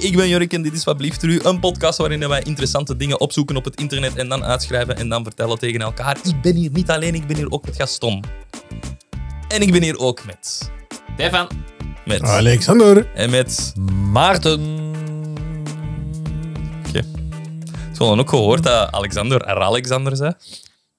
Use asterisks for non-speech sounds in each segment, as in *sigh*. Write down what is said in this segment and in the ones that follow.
ik ben Jurk en dit is Wat Blieft Er U. Een podcast waarin wij interessante dingen opzoeken op het internet en dan uitschrijven en dan vertellen tegen elkaar. Ik ben hier niet alleen, ik ben hier ook met Gaston. En ik ben hier ook met... Stefan. Met... Ah. Alexander. En met... Maarten. Ze hadden ook gehoord dat Alexander Ralexander zei.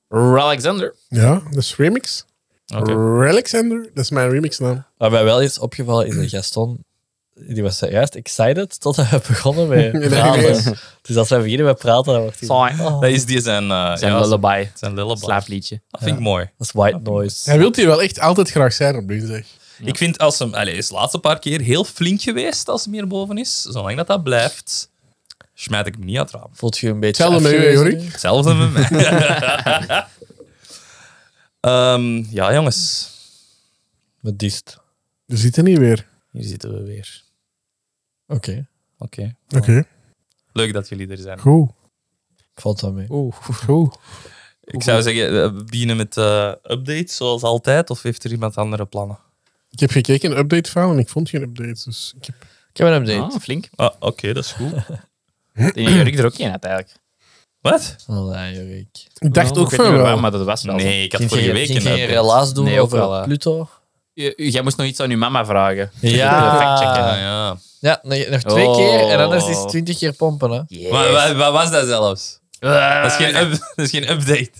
Alexander. Ja, dat is remix. Alexander, dat is mijn remixnaam. Wat mij wel is opgevallen is dat Gaston, die was juist excited totdat we begonnen *laughs* met nee, praten. Dus als wij beginnen met praten, dan wordt hij... Saai. Oh, Dat is die zijn... eh, Zijn ja, lullaby. Zijn lullaby. Slaapliedje. Dat vind ik mooi. dat is white noise. Hij wilt hier wel echt altijd graag zijn op dinsdag. Ik vind als hem... Allee, is de laatste paar keer heel flink geweest als hij meer boven is. Zolang dat dat blijft, smijt ik hem niet uit het raam. Voelt je een beetje Hetzelfde met u, afgewezen? Jorik. Hetzelfde met mij. Ehm, ja, jongens. Met dist. Je ziet hem niet weer. Hier zitten we weer. Oké, Oké. Oké, Leuk dat jullie er zijn. goed. valt wel mee. Oeh, goed. Ik zou zeggen, eh, we beginnen met eh, updates zoals altijd. Of heeft er iemand andere plannen? Ik heb gekeken in update file en ik vond geen updates. Dus ik heb... Ik heb een update. Ah, flink. Ah, oké, dat is goed. Ik denk dat Jurk er ook in had, eigenlijk. Wat? Allee, Ah. Oh, Jorik. Ik dacht Ja, ook ik weet niet van meer wel. waarom, maar dat was wel zo. Nee, ik had Ging vorige je- week ging een je een update. relaas doen Nee, ook over wel, hè. Pluto? Je- je- Jij moest nog iets aan je mama vragen. *laughs* Ja. Factchecken. Ah, ja. Ja, nog nog twee Oh. keer en anders is het twintig keer pompen, hè. Yes. Wat, wat- wat was dat zelfs? Dat is geen, up- dat is geen update.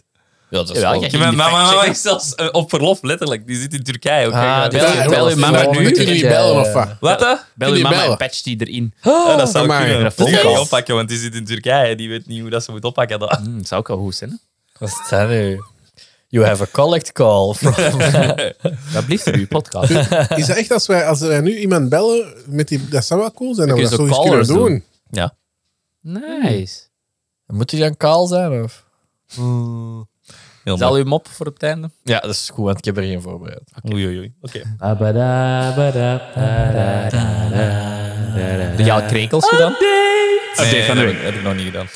Ja, dat is wel- Je mijn mama, is zelfs eh, op verlof, letterlijk. Die zit in Turkije. ook. Ah, Kijk, bel- dat- bel- bel- je mama Maar Oh, nu. nu kunnen jullie bellen *laughs* of wat? Wat? hè? Bel Kun je je mama en bellen? patch die erin. Ah, dat zou Amai. kunnen. Dat Dat vond ik kan al. niet oppakken, want die zit in Turkije. Die weet niet hoe dat ze moet oppakken. Dat. Hm, dat zou ook wel goed zijn. hè? Wat is dat nu? You have a collect call from... Dat blijft er uw podcast. *laughs* Kun Is dat echt als wij, als wij nu iemand bellen, met die, dat zou wel cool zijn. Dat we Dan dat kun je zoiets zo kunnen doen. callers Ja. Nice. Moet hij dan kaal zijn, of? Heel Zal mooi. uw mop voor op het einde? Ja, dat is goed, want ik heb er geen voorbereid. Oei, oei, oei. Oké. Heb jij al krekels gedaan? Nee, Update van de dat week. heb ik nog niet gedaan.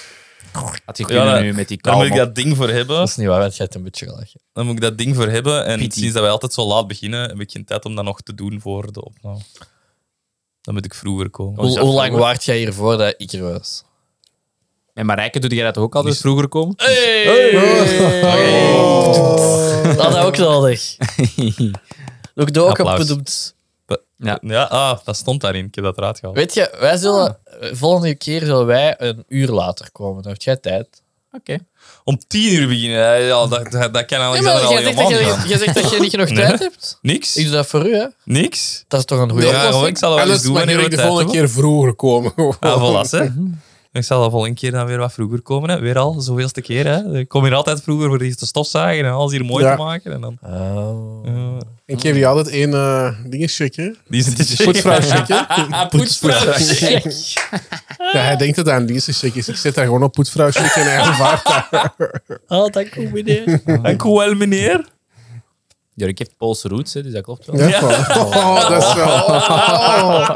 Had je Ja, kunnen dat- nu met die Daar moet ik kalm dat ding voor hebben. Dat is niet waar, want jij hebt een beetje gelachen. Dan moet ik dat ding voor hebben. En Pity. sinds dat wij altijd zo laat beginnen, heb ik geen tijd om dat nog te doen voor de opname. Dan moet ik vroeger komen. Hoe, hoe lang vroeger? waart jij hiervoor dat ik er was? En Marijke, doe jij dat toch ook dus- *laughs* altijd vroeger komen? Hey! Oh. Dat had ook nodig. Ook doe ook een Applaus. bedoemd. Ja. Ja, ah, dat stond daarin. Ik heb dat eruit gehaald. Weet je, wij zullen... eh, Volgende keer zullen wij een uur later komen. Dan heb jij tijd. Oké. Om tien uur beginnen. hè. Ja, dat, dat, dat kan Ja, Alexander maar al jij zegt, dat helemaal niet je, aan. jij zegt dat je niet *laughs* genoeg Nee. tijd hebt. Niks? Ik doe dat voor u, hè. Niks? Dat is toch een goede Ja, oplossing? gewoon, ik zal dat wel eens doen Anders mag wanneer we jullie de tijd volgende hebben. keer vroeger komen. Ah, voilà, hè. Ik zal de volgende keer dan weer wat vroeger komen. Hè. Weer al, zoveelste keer. Hè. Ik kom hier altijd vroeger voor iets te stofzagen en alles hier mooi Ja. te maken. En dan, Oh. eh, Ik geef je altijd één eh dingetje, hè. die zit te Poetsvrouw checken. Poetsvrouw. Ja, hij denkt dat dat een dienstencheck is. Ik zet daar gewoon op poetsvrouw checken en hij ervaart dat. Oh, dat komt meneer. Dank u wel, meneer. Jurk heeft Poolse roots, hè, dus dat klopt wel. Ja. Oh, dat is wel... Oh.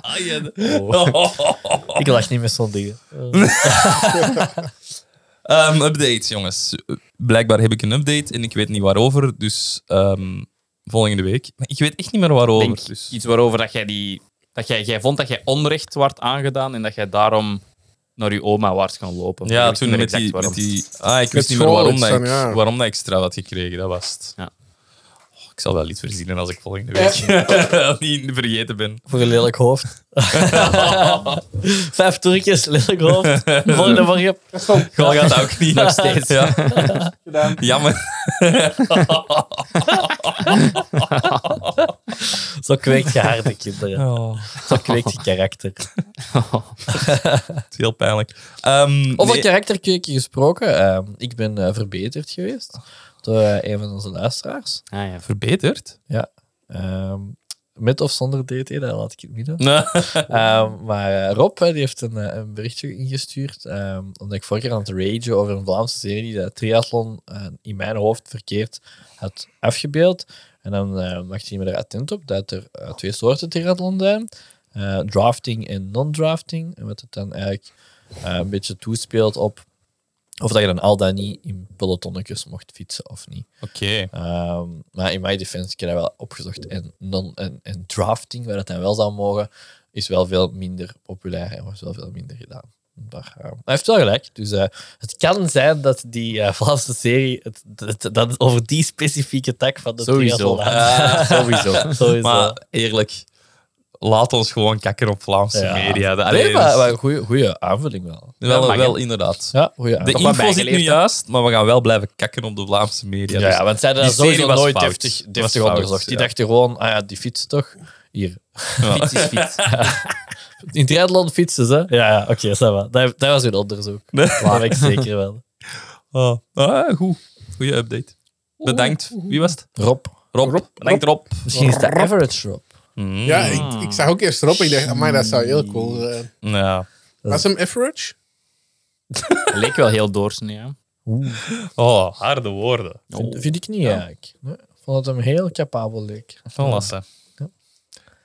Ah, ja. Oh. Ik lach niet met zo'n dingen. *laughs* Ehm, updates, jongens. Blijkbaar heb ik een update en ik weet niet waarover. Dus ehm, volgende week. Maar ik weet echt niet meer waarover. Denk dus. iets waarover dat jij die... Dat jij, jij vond dat jij onrecht werd aangedaan en dat jij daarom naar je oma was gaan lopen. Ik Ja, weet toen niet meer met die, exact waarom. met die... Ah, ik Met wist niet meer waarom dat, ik, schoolhulpzaam, ja. waarom dat ik straf had gekregen. Dat was het. Ja. Oh, ik zal wel iets verzinnen als ik volgende week *laughs* niet vergeten ben. Voor een lelijk *laughs* hoofd. Vijf toertjes, lelijk hoofd. Volgende morgen. Gewoon gaat dat ook niet. Nog steeds. Ja. Jammer. Zo kweekt je harde kinderen. Oh, Zo kweekt je karakter. Het is heel pijnlijk. Ehm, Over nee, karakterkweekje gesproken. ehm, ik ben eh, verbeterd geweest door eh, een van onze luisteraars. Ah, ja. Verbeterd? Ehm, met of zonder DT, dat laat ik in het midden. Nee. Ehm, maar eh, Rob hè, die heeft een, eh, een berichtje ingestuurd. ehm, omdat ik vorige keer aan het ragen over een Vlaamse serie die dat triathlon eh, in mijn hoofd verkeerd had afgebeeld. En dan eh maakt hij me er attent op dat er eh, twee soorten triathlon zijn. Eh, drafting en non-drafting. En wat het dan eigenlijk eh, een beetje toespeelt op Of dat je dan al dan niet in pelotonnetjes mocht fietsen of niet. Oké. Ehm, maar in mijn defense, ik heb dat wel opgezocht. En, non, en, en drafting, waar dat dan wel zou mogen, is wel veel minder populair en wordt wel veel minder gedaan. Maar, ehm, hij heeft wel gelijk. Dus eh, het kan zijn dat die eh, *laughs* Vlaamse serie het, het- dat het over die specifieke tak van de Sowieso. Ah, triathlon gaat. Sowieso. *laughs* Sowieso. Ah. Maar eerlijk, laat ons gewoon kakken op Vlaamse Ja. media. De, nee, allee, dus- maar, maar een goeie- goeie aanvulling wel. wel, dat mag, wel inderdaad. Ja, goeie aanvulling. De Nog wat info zit nu bijgeleerd, hè? juist, maar we gaan wel blijven kakken op de Vlaamse media. Ja, Dus ja, want zij hadden die dat sowieso serie was nooit fout. deftig, Was deftig fout, onderzocht. Die ja. dachten gewoon, ah ja, die fietst toch? Hier. Ja. Fiets is fiets. In triathlon fietsen ze. Ja, ja oké, ça va. dat, dat was hun onderzoek. Dat weet ik zeker wel. Ah, ah, goed. Goeie update. Bedankt. Wie was het? Rob. Rob. Bedankt, Rob. Misschien is dat average Rob. Mm. Ja, ik, ik zag ook eerst erop en ik dacht, maar dat zou heel cool zijn. Ja. Was hem average? *laughs* Leek wel heel doorsnee. hè. Oh, harde woorden. Vind, vind ik niet eigenlijk. Nee, ik vond het hem heel capabel leek. Van Lassen. Ja.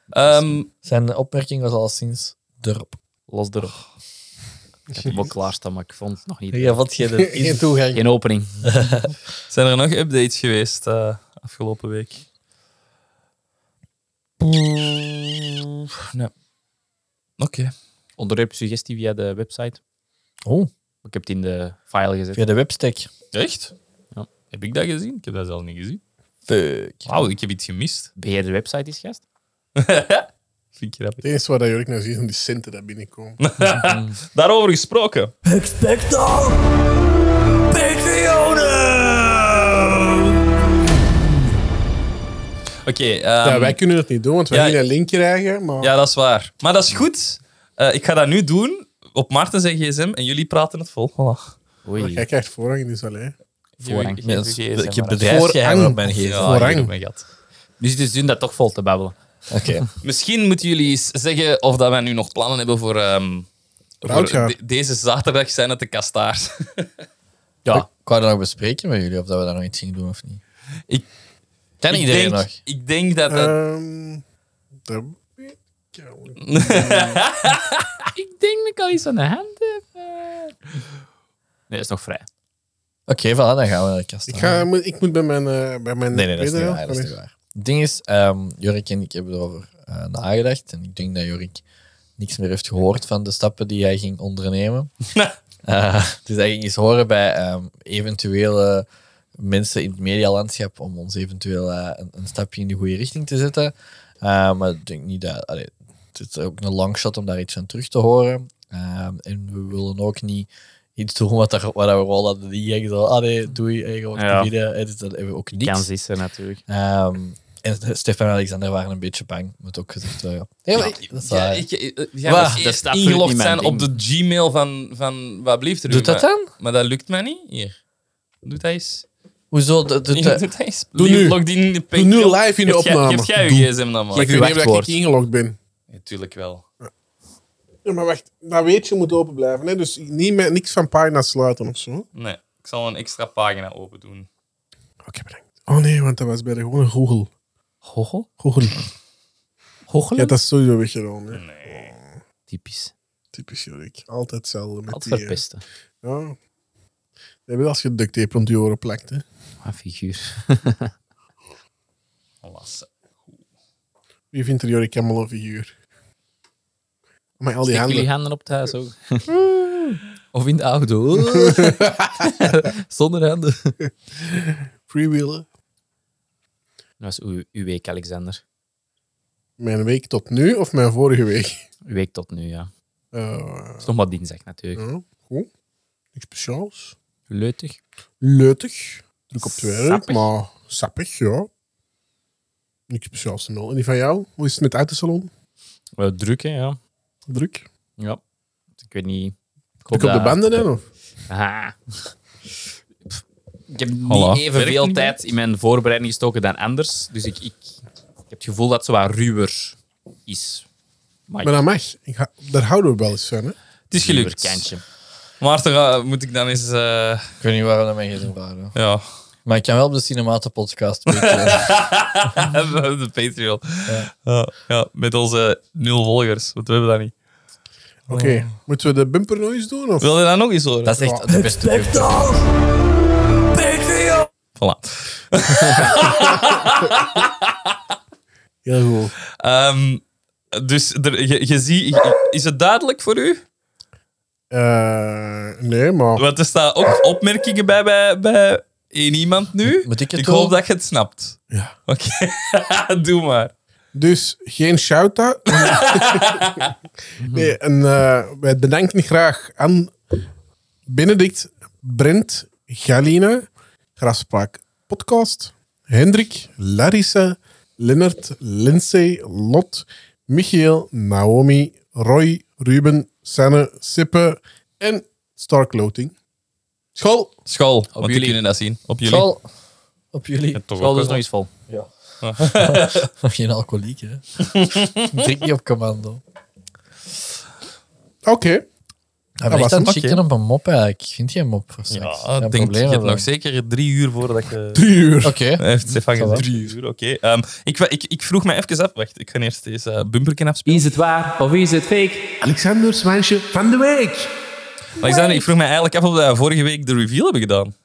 Ehm, Zijn opmerking was al sinds de Rob. Los erop. Ik heb hem ook klaarstaan, maar ik vond het nog niet. Ja, wat je er Geen toegang. Geen opening. zijn er nog updates geweest eh, afgelopen week? Nee. Oké. Onderwerp suggestie via de website. Oh, Ik heb het in de file gezet. via de webstack. Echt? Ja. Heb ik dat gezien? Ik heb dat zelf niet gezien. Fuck. Wauw, ik heb iets gemist. Beheer de website is gast. Vind je dat? Het enige wat Jorik nou ziet, is om die centen daar binnenkomen. *laughs* Daarover gesproken. Expecto Patreon! Oké. ehm, ja, wij kunnen dat niet doen, want wij ja, willen een link krijgen. Maar Ja, dat is waar. Maar dat is goed. Eh, ik ga dat nu doen op Maarten zijn gsm en jullie praten het vol. Voilà. Oei. jij krijgt voorrang in dus alleen. Voorrang. Geen Mens, GSM, ik heb maar- bedrijfsgeheim Voorrang. op mijn geest. Ja, Voorrang. hier op mijn gat. Dus het is dun dat toch vol te babbelen. Oké. Misschien moeten jullie eens zeggen of dat wij nu nog plannen hebben voor, ehm, voor Roodjaar. de- deze zaterdag zijn het de kastaars. Ja. Ik wou dat nog bespreken met jullie, of dat we daar nog iets gingen doen of niet. Ik- *laughs* Ken ik, iedereen denk, nog? ik denk dat... dat- Ehm dat weet ik eigenlijk niet. Ik denk dat ik al iets aan de hand heb. eh. Nee, is nog vrij. Oké, voilà, dan gaan we naar de kast. ik, ga, moet- ik moet bij mijn... eh, bij mijn Nee, nee, dat is niet wederhelft waar. Dat is niet van- waar. Het ding is, ehm, Jorik en ik hebben erover eh, nagedacht. En ik denk dat Jorik niks meer heeft gehoord van de stappen die hij ging ondernemen. Eh, dus hij ging eens horen bij ehm, eventuele mensen in het medialandschap om ons eventueel eh, een, een stapje in de goede richting te zetten. Eh, maar ik denk niet dat... allee, het is ook een long shot om daar iets van terug te horen. Ehm, en we willen ook niet iets doen wat, daar, wat we wel hadden die zeggen. Zo, ah nee, doei, hey, je wordt Ja. gebieden. Eh, Dus dat hebben we ook niet. Kans is er natuurlijk. Ehm, en Stefan en Alexander waren een beetje bang, moet ook gezegd worden. Ja, dat is ja, waar. ik, ik, ik- Waar? ja, Dat is eerst absoluut ingelogd niet mijn zijn op de ding. Gmail van, van wat blieft er u, Doet dat maar- dan? Maar dat lukt mij niet. Hier. Doe dat eens. Hoezo? *laughs* Dat, dat, Doe, dat- doe dat eens. Doe Lief, nu. Log in in Doe nu live in de opname. Geef jij je gsm dan maar. Ik weet niet of ik ingelogd ben. Natuurlijk wel. Ja, maar wacht, dat weetje moet open blijven. Hè? Dus niet met, niks van pagina's sluiten of zo. Oké, Nee, ik zal een extra pagina open doen. bedankt. Oh nee, want dat was bij de gewone Google. Hochel? Google. Hochelen? Ja, dat is sowieso weggedaan. Hè? Typisch. Typisch Jorik. Altijd hetzelfde met Altijd die... eh, verpesten. ja. Dat heb je als je duct tape rond je oren plakt. Hè? Wat Ah, figuur. Lassen. Wie vindt er Jorik helemaal een figuur? Maar al die Steek handen. jullie handen op het huis ook. *laughs* of in de *laughs* auto. Zonder handen. Freewheelen. Dat was uw, uw week, Alexander. Mijn week tot nu of mijn vorige week? Uw week tot nu, ja. Het Eh is nog maar dinsdag natuurlijk. ja, goed. Niks speciaals. Leutig. Leutig. Druk op het werk, Sappig. maar sappig, ja. Niks speciaals te melden. En die van jou? Hoe is het met uit de salon? Wel Eh, druk, hè, ja. Druk. Ja. Dus Ik weet niet. Ik hoop Druk dat- op de banden dan? Of? Aha. Pff, Ik heb Voilà. niet Werkt evenveel niet tijd in mijn voorbereiding gestoken dan anders. Dus ik, ik, ik heb het gevoel dat ze wat ruwer is. Maar, Maar dat mag. Ik ga, daar houden we wel eens van, hè? Het is gelukkig. gelukt. Maarten, ga- moet ik dan eens... eh, ik weet niet waarom dat mij gezien waren. ja, *laughs* Maar ik kan wel op de Cinematen-podcast. een beetje- de Patreon. Ja. ja, met onze nul volgers, want we hebben dat niet. Oké, moeten we de bumper nog eens doen? Of? Wil je *laughs* dat nog eens horen? Dat is echt de beste bumper. Spectaal. Patreon. Voilà. Heel goed. Ehm, dus er, je, je ziet... je- Is het duidelijk voor u? Eh, nee, maar... Want er staan ook opmerkingen bij, bij, bij één iemand nu. Moet ik het Ik doen? hoop dat je het snapt. Ja. Oké, *laughs* doe maar. Dus geen shout-out. *laughs* nee, en, eh, wij bedanken graag aan Benedict, Brent, Galina, Graspraak Podcast, Hendrik, Larissa, Lennart, Lindsay, Lot, Michiel, Naomi, Roy, Ruben, Sanne, Sippe en Starkloting. School! School, want die jullie. kunnen dat zien. Op jullie. Zal op jullie. Toch wel dus nog eens vol. Geen alcoholiek, *laughs* hè? Drink niet op commando. Ah, Oké. Hij was was aan hem. het chicken op een mop eigenlijk. Ik vind die een mop voor seks. Ja, Geen ik denk, je probleem hebt nog hebben. zeker drie uur voordat je... Drie uur. Oké. Hij heeft Stefan Voilà. gezegd. Drie uur, oké. Ehm, ik, wa- ik, ik vroeg me even af... Wacht, ik ga eerst deze eh, bumperken afspelen. Is het waar of is het fake? Alexander Zwijntje van de Week. Alexander, ik vroeg me eigenlijk af of we vorige week de reveal hebben gedaan.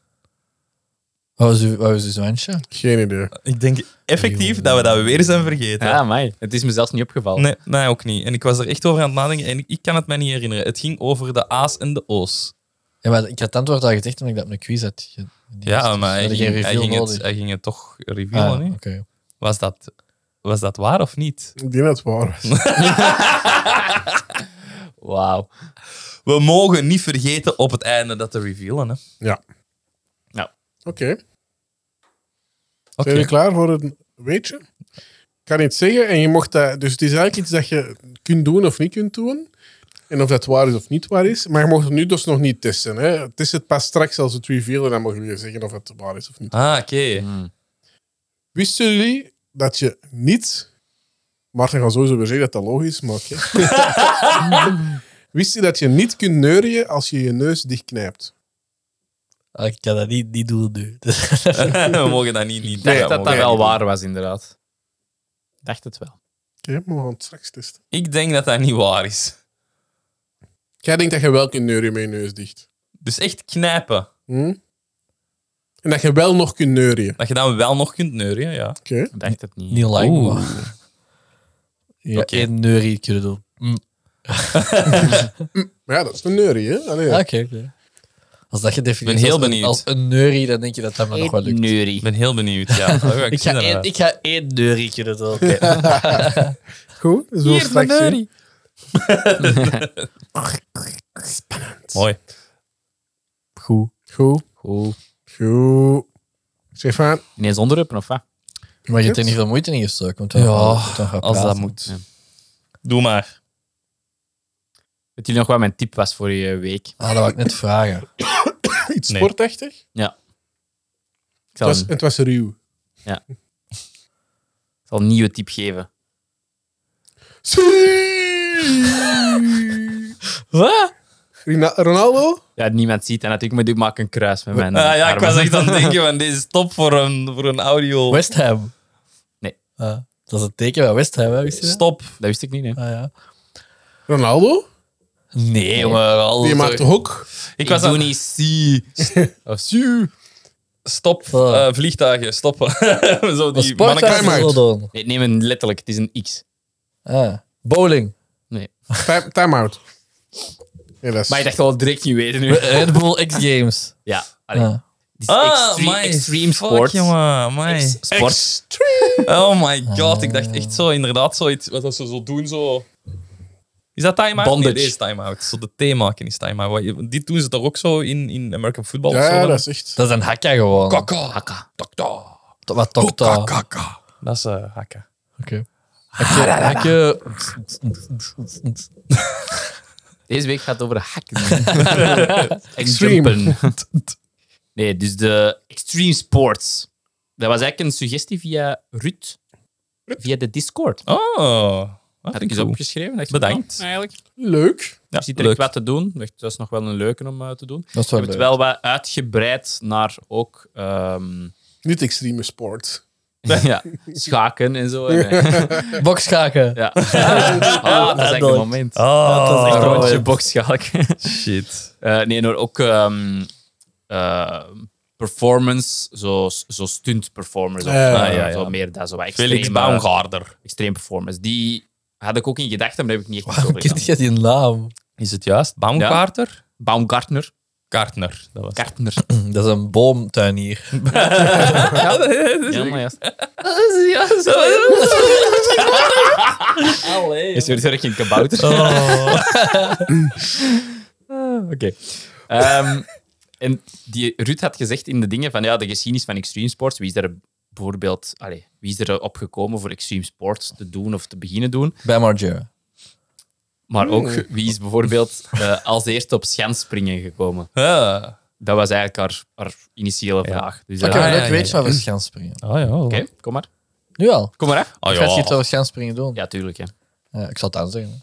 Wat was uw- wat was uw zwijntje? Geen idee. Ik denk effectief dat we dat weer zijn vergeten. Ja, mij. Het is me zelfs niet Oh. opgevallen. Nee, mij ook niet. En ik was er echt over aan het nadenken en ik, ik kan het mij niet herinneren. Het ging over de A's en de O's. Ja, maar ik had het antwoord al gezegd omdat ik dat op een quiz had. ge- Ja, maar dus we hij hadden ging, hij, geen reveal ging het, nodig. hij ging het toch Ah, revealen. hè? oké. was, dat, was dat waar of niet? Ik denk dat het waar was. Wauw. We mogen niet vergeten op het einde dat te revealen. Hè? Ja. Nou. Oké. Zijn jullie klaar voor een weetje? Ik kan iets zeggen en je mocht dat... Dus het is eigenlijk iets dat je kunt doen of niet kunt doen. En of dat waar is of niet waar is. Maar je mocht het nu dus nog niet testen. Hè? Het is het pas straks als het revealen, dan mogen jullie zeggen of het waar is of niet. Ah, oké. Wisten jullie dat je niet... Martin gaat sowieso weer zeggen dat dat logisch is, maar oké. Wist je dat je niet kunt neurien als je je neus dichtknijpt? Ah, Ik kan dat niet, niet doen nu. Dus- *laughs* we mogen dat niet, niet Ik dacht ja, we dat mogen dat niet wel doen. waar was, inderdaad. Ik dacht het wel. Oké, maar we gaan het straks testen. Ik denk dat dat niet waar is. Jij denkt dat je wel kunt neurien met je neus dicht. Dus echt knijpen. Hm? En dat je wel nog kunt neurien. Dat je dan wel nog kunt neurien, ja. Oké. Ik dacht het niet. niet lang, Oeh. maar... Ja, Oké. één neurie kunnen doen. Maar ja, dat is een neurie, hè? Allee. Ah, Oké, oké. Als dat gedefinieerd Ben heel als een- benieuwd. als een neurie, dan denk je dat dat me nog wel lukt. Ik ben heel benieuwd, *laughs* ja. Oh, ik, Ik zie ga, dat één, wel. ik ga één neurie kunnen *laughs* doen. Oké. Goed, dat is wel straks. hè. Mooi. Goed. Goed. Goed. Goed. Stefan, Ineens onderruppen, of wat? Maar je hebt er niet veel moeite in gestoken. Want we Ja, gaan- we gaan Als dat praten. moet. Ja. Doe maar. Weet jullie nog wat mijn tip was voor je week? Ah, dat wou ik *laughs* net vragen. iets Nee. sportachtig? Ik Het zal, was, een, het was *laughs* ruw. ik zal een nieuwe tip geven. Wat? Rina- Ronaldo? Ja, niemand ziet en natuurlijk moet ik maak een kruis met mijn Ah, eh, ja, ik armen. was *laughs* echt aan het denken van, dit is top voor een, voor een audio. West Ham. Nee. Ah, dat is het teken van West Ham, hè, wist je dat? Stop. Dat wist ik niet, hè. Ah, ja. Ronaldo? Nee, jongen. Oh, Al Die maakt de hok. Ik was doe aan- niet zie. Of zie. Ah, Stop, Ah. eh, vliegtuigen, stoppen. *laughs* Zo die Sport mannen- Time out. doen. Nee, neem een letterlijk. Het is een X. Ah, bowling. Time- Time-out. Ja, dat is- Maar je dacht al direct niet weten *laughs* nu. Red Bull X Games. Ja. allee. Ah. Het is Ah, extreme, my extreme fuck, sport. jongen, my. Sport. Oh my god, ik dacht echt zo, inderdaad, zoiets wat dat ze zo doen, zo... Is dat time-out? Bondage. Nee, dit is time-out. Zo de thee maken is time-out. Wat- Dit doen ze toch ook zo in, in American Football? of zo, Ja, dan? dat is echt... Dat is een hakka gewoon. Kaka. Hakka. Takta. To- Wat toch dat? Oké. Kaka. Dat is eh, hakken. Hakje- hakje- Deze week gaat het over hacken. *laughs* Extreme. Extreme. *laughs* nee, dus de extreme sports. Dat was eigenlijk een suggestie via Ruud. Via de Discord. Oh. Dat Had vind ik ik eens cool. opgeschreven. dacht ik, Bedankt. nou, Eigenlijk. Leuk. Ja, Je ziet er leuk. echt wat te doen. Ik dacht, Dat is nog wel een leuke om eh, te doen. Dat is Ik wel heb het leuk. wel wat uitgebreid naar ook ehm, Niet extreme sport. ja, schaken en zo. En, Bokschaken. ja. Ah, dat is echt een moment. Oh, dat is Een echt oh, rondje bokschaken. *laughs* shit. Eh, nee, maar ook ehm, eh, performance, zo, zo stunt performers. Of, Ja, ja, eh, ja, Zo ja. meer dat, zo wat extreme, eh, Felix Baumgartner. extreme performance. Die had ik ook in gedachten, maar daar heb ik niet echt iets over Kent gedaan. jij die naam? Is het juist? Baumgartner? Baumgartner. Kartner. Dat was... Gartner. Dat is een boomtuinier. Ja, maar juist. Allee. Is er weer geen kabouter? Oh. Ah, Oké. Ehm, en die Ruud had gezegd in de dingen van ja, de geschiedenis van extreme sports. Wie is er bijvoorbeeld, allee, wie is er opgekomen voor extreme sports te doen of te beginnen doen? *laughs* Bij Margera. Maar ook wie is bijvoorbeeld eh, als eerste op schansspringen gekomen? Ja. Dat was eigenlijk haar, haar initiële vraag. Dus, ja, Oké, maar ja, leuk ja, weet je wat we gaan springen. Ah ja. Oké, kom maar. Nu al. Kom maar af. Ah, Ik ga ja. *laughs* iets over gaan springen doen. Ja, tuurlijk. Hè. Eh, ik zal het aanzeggen.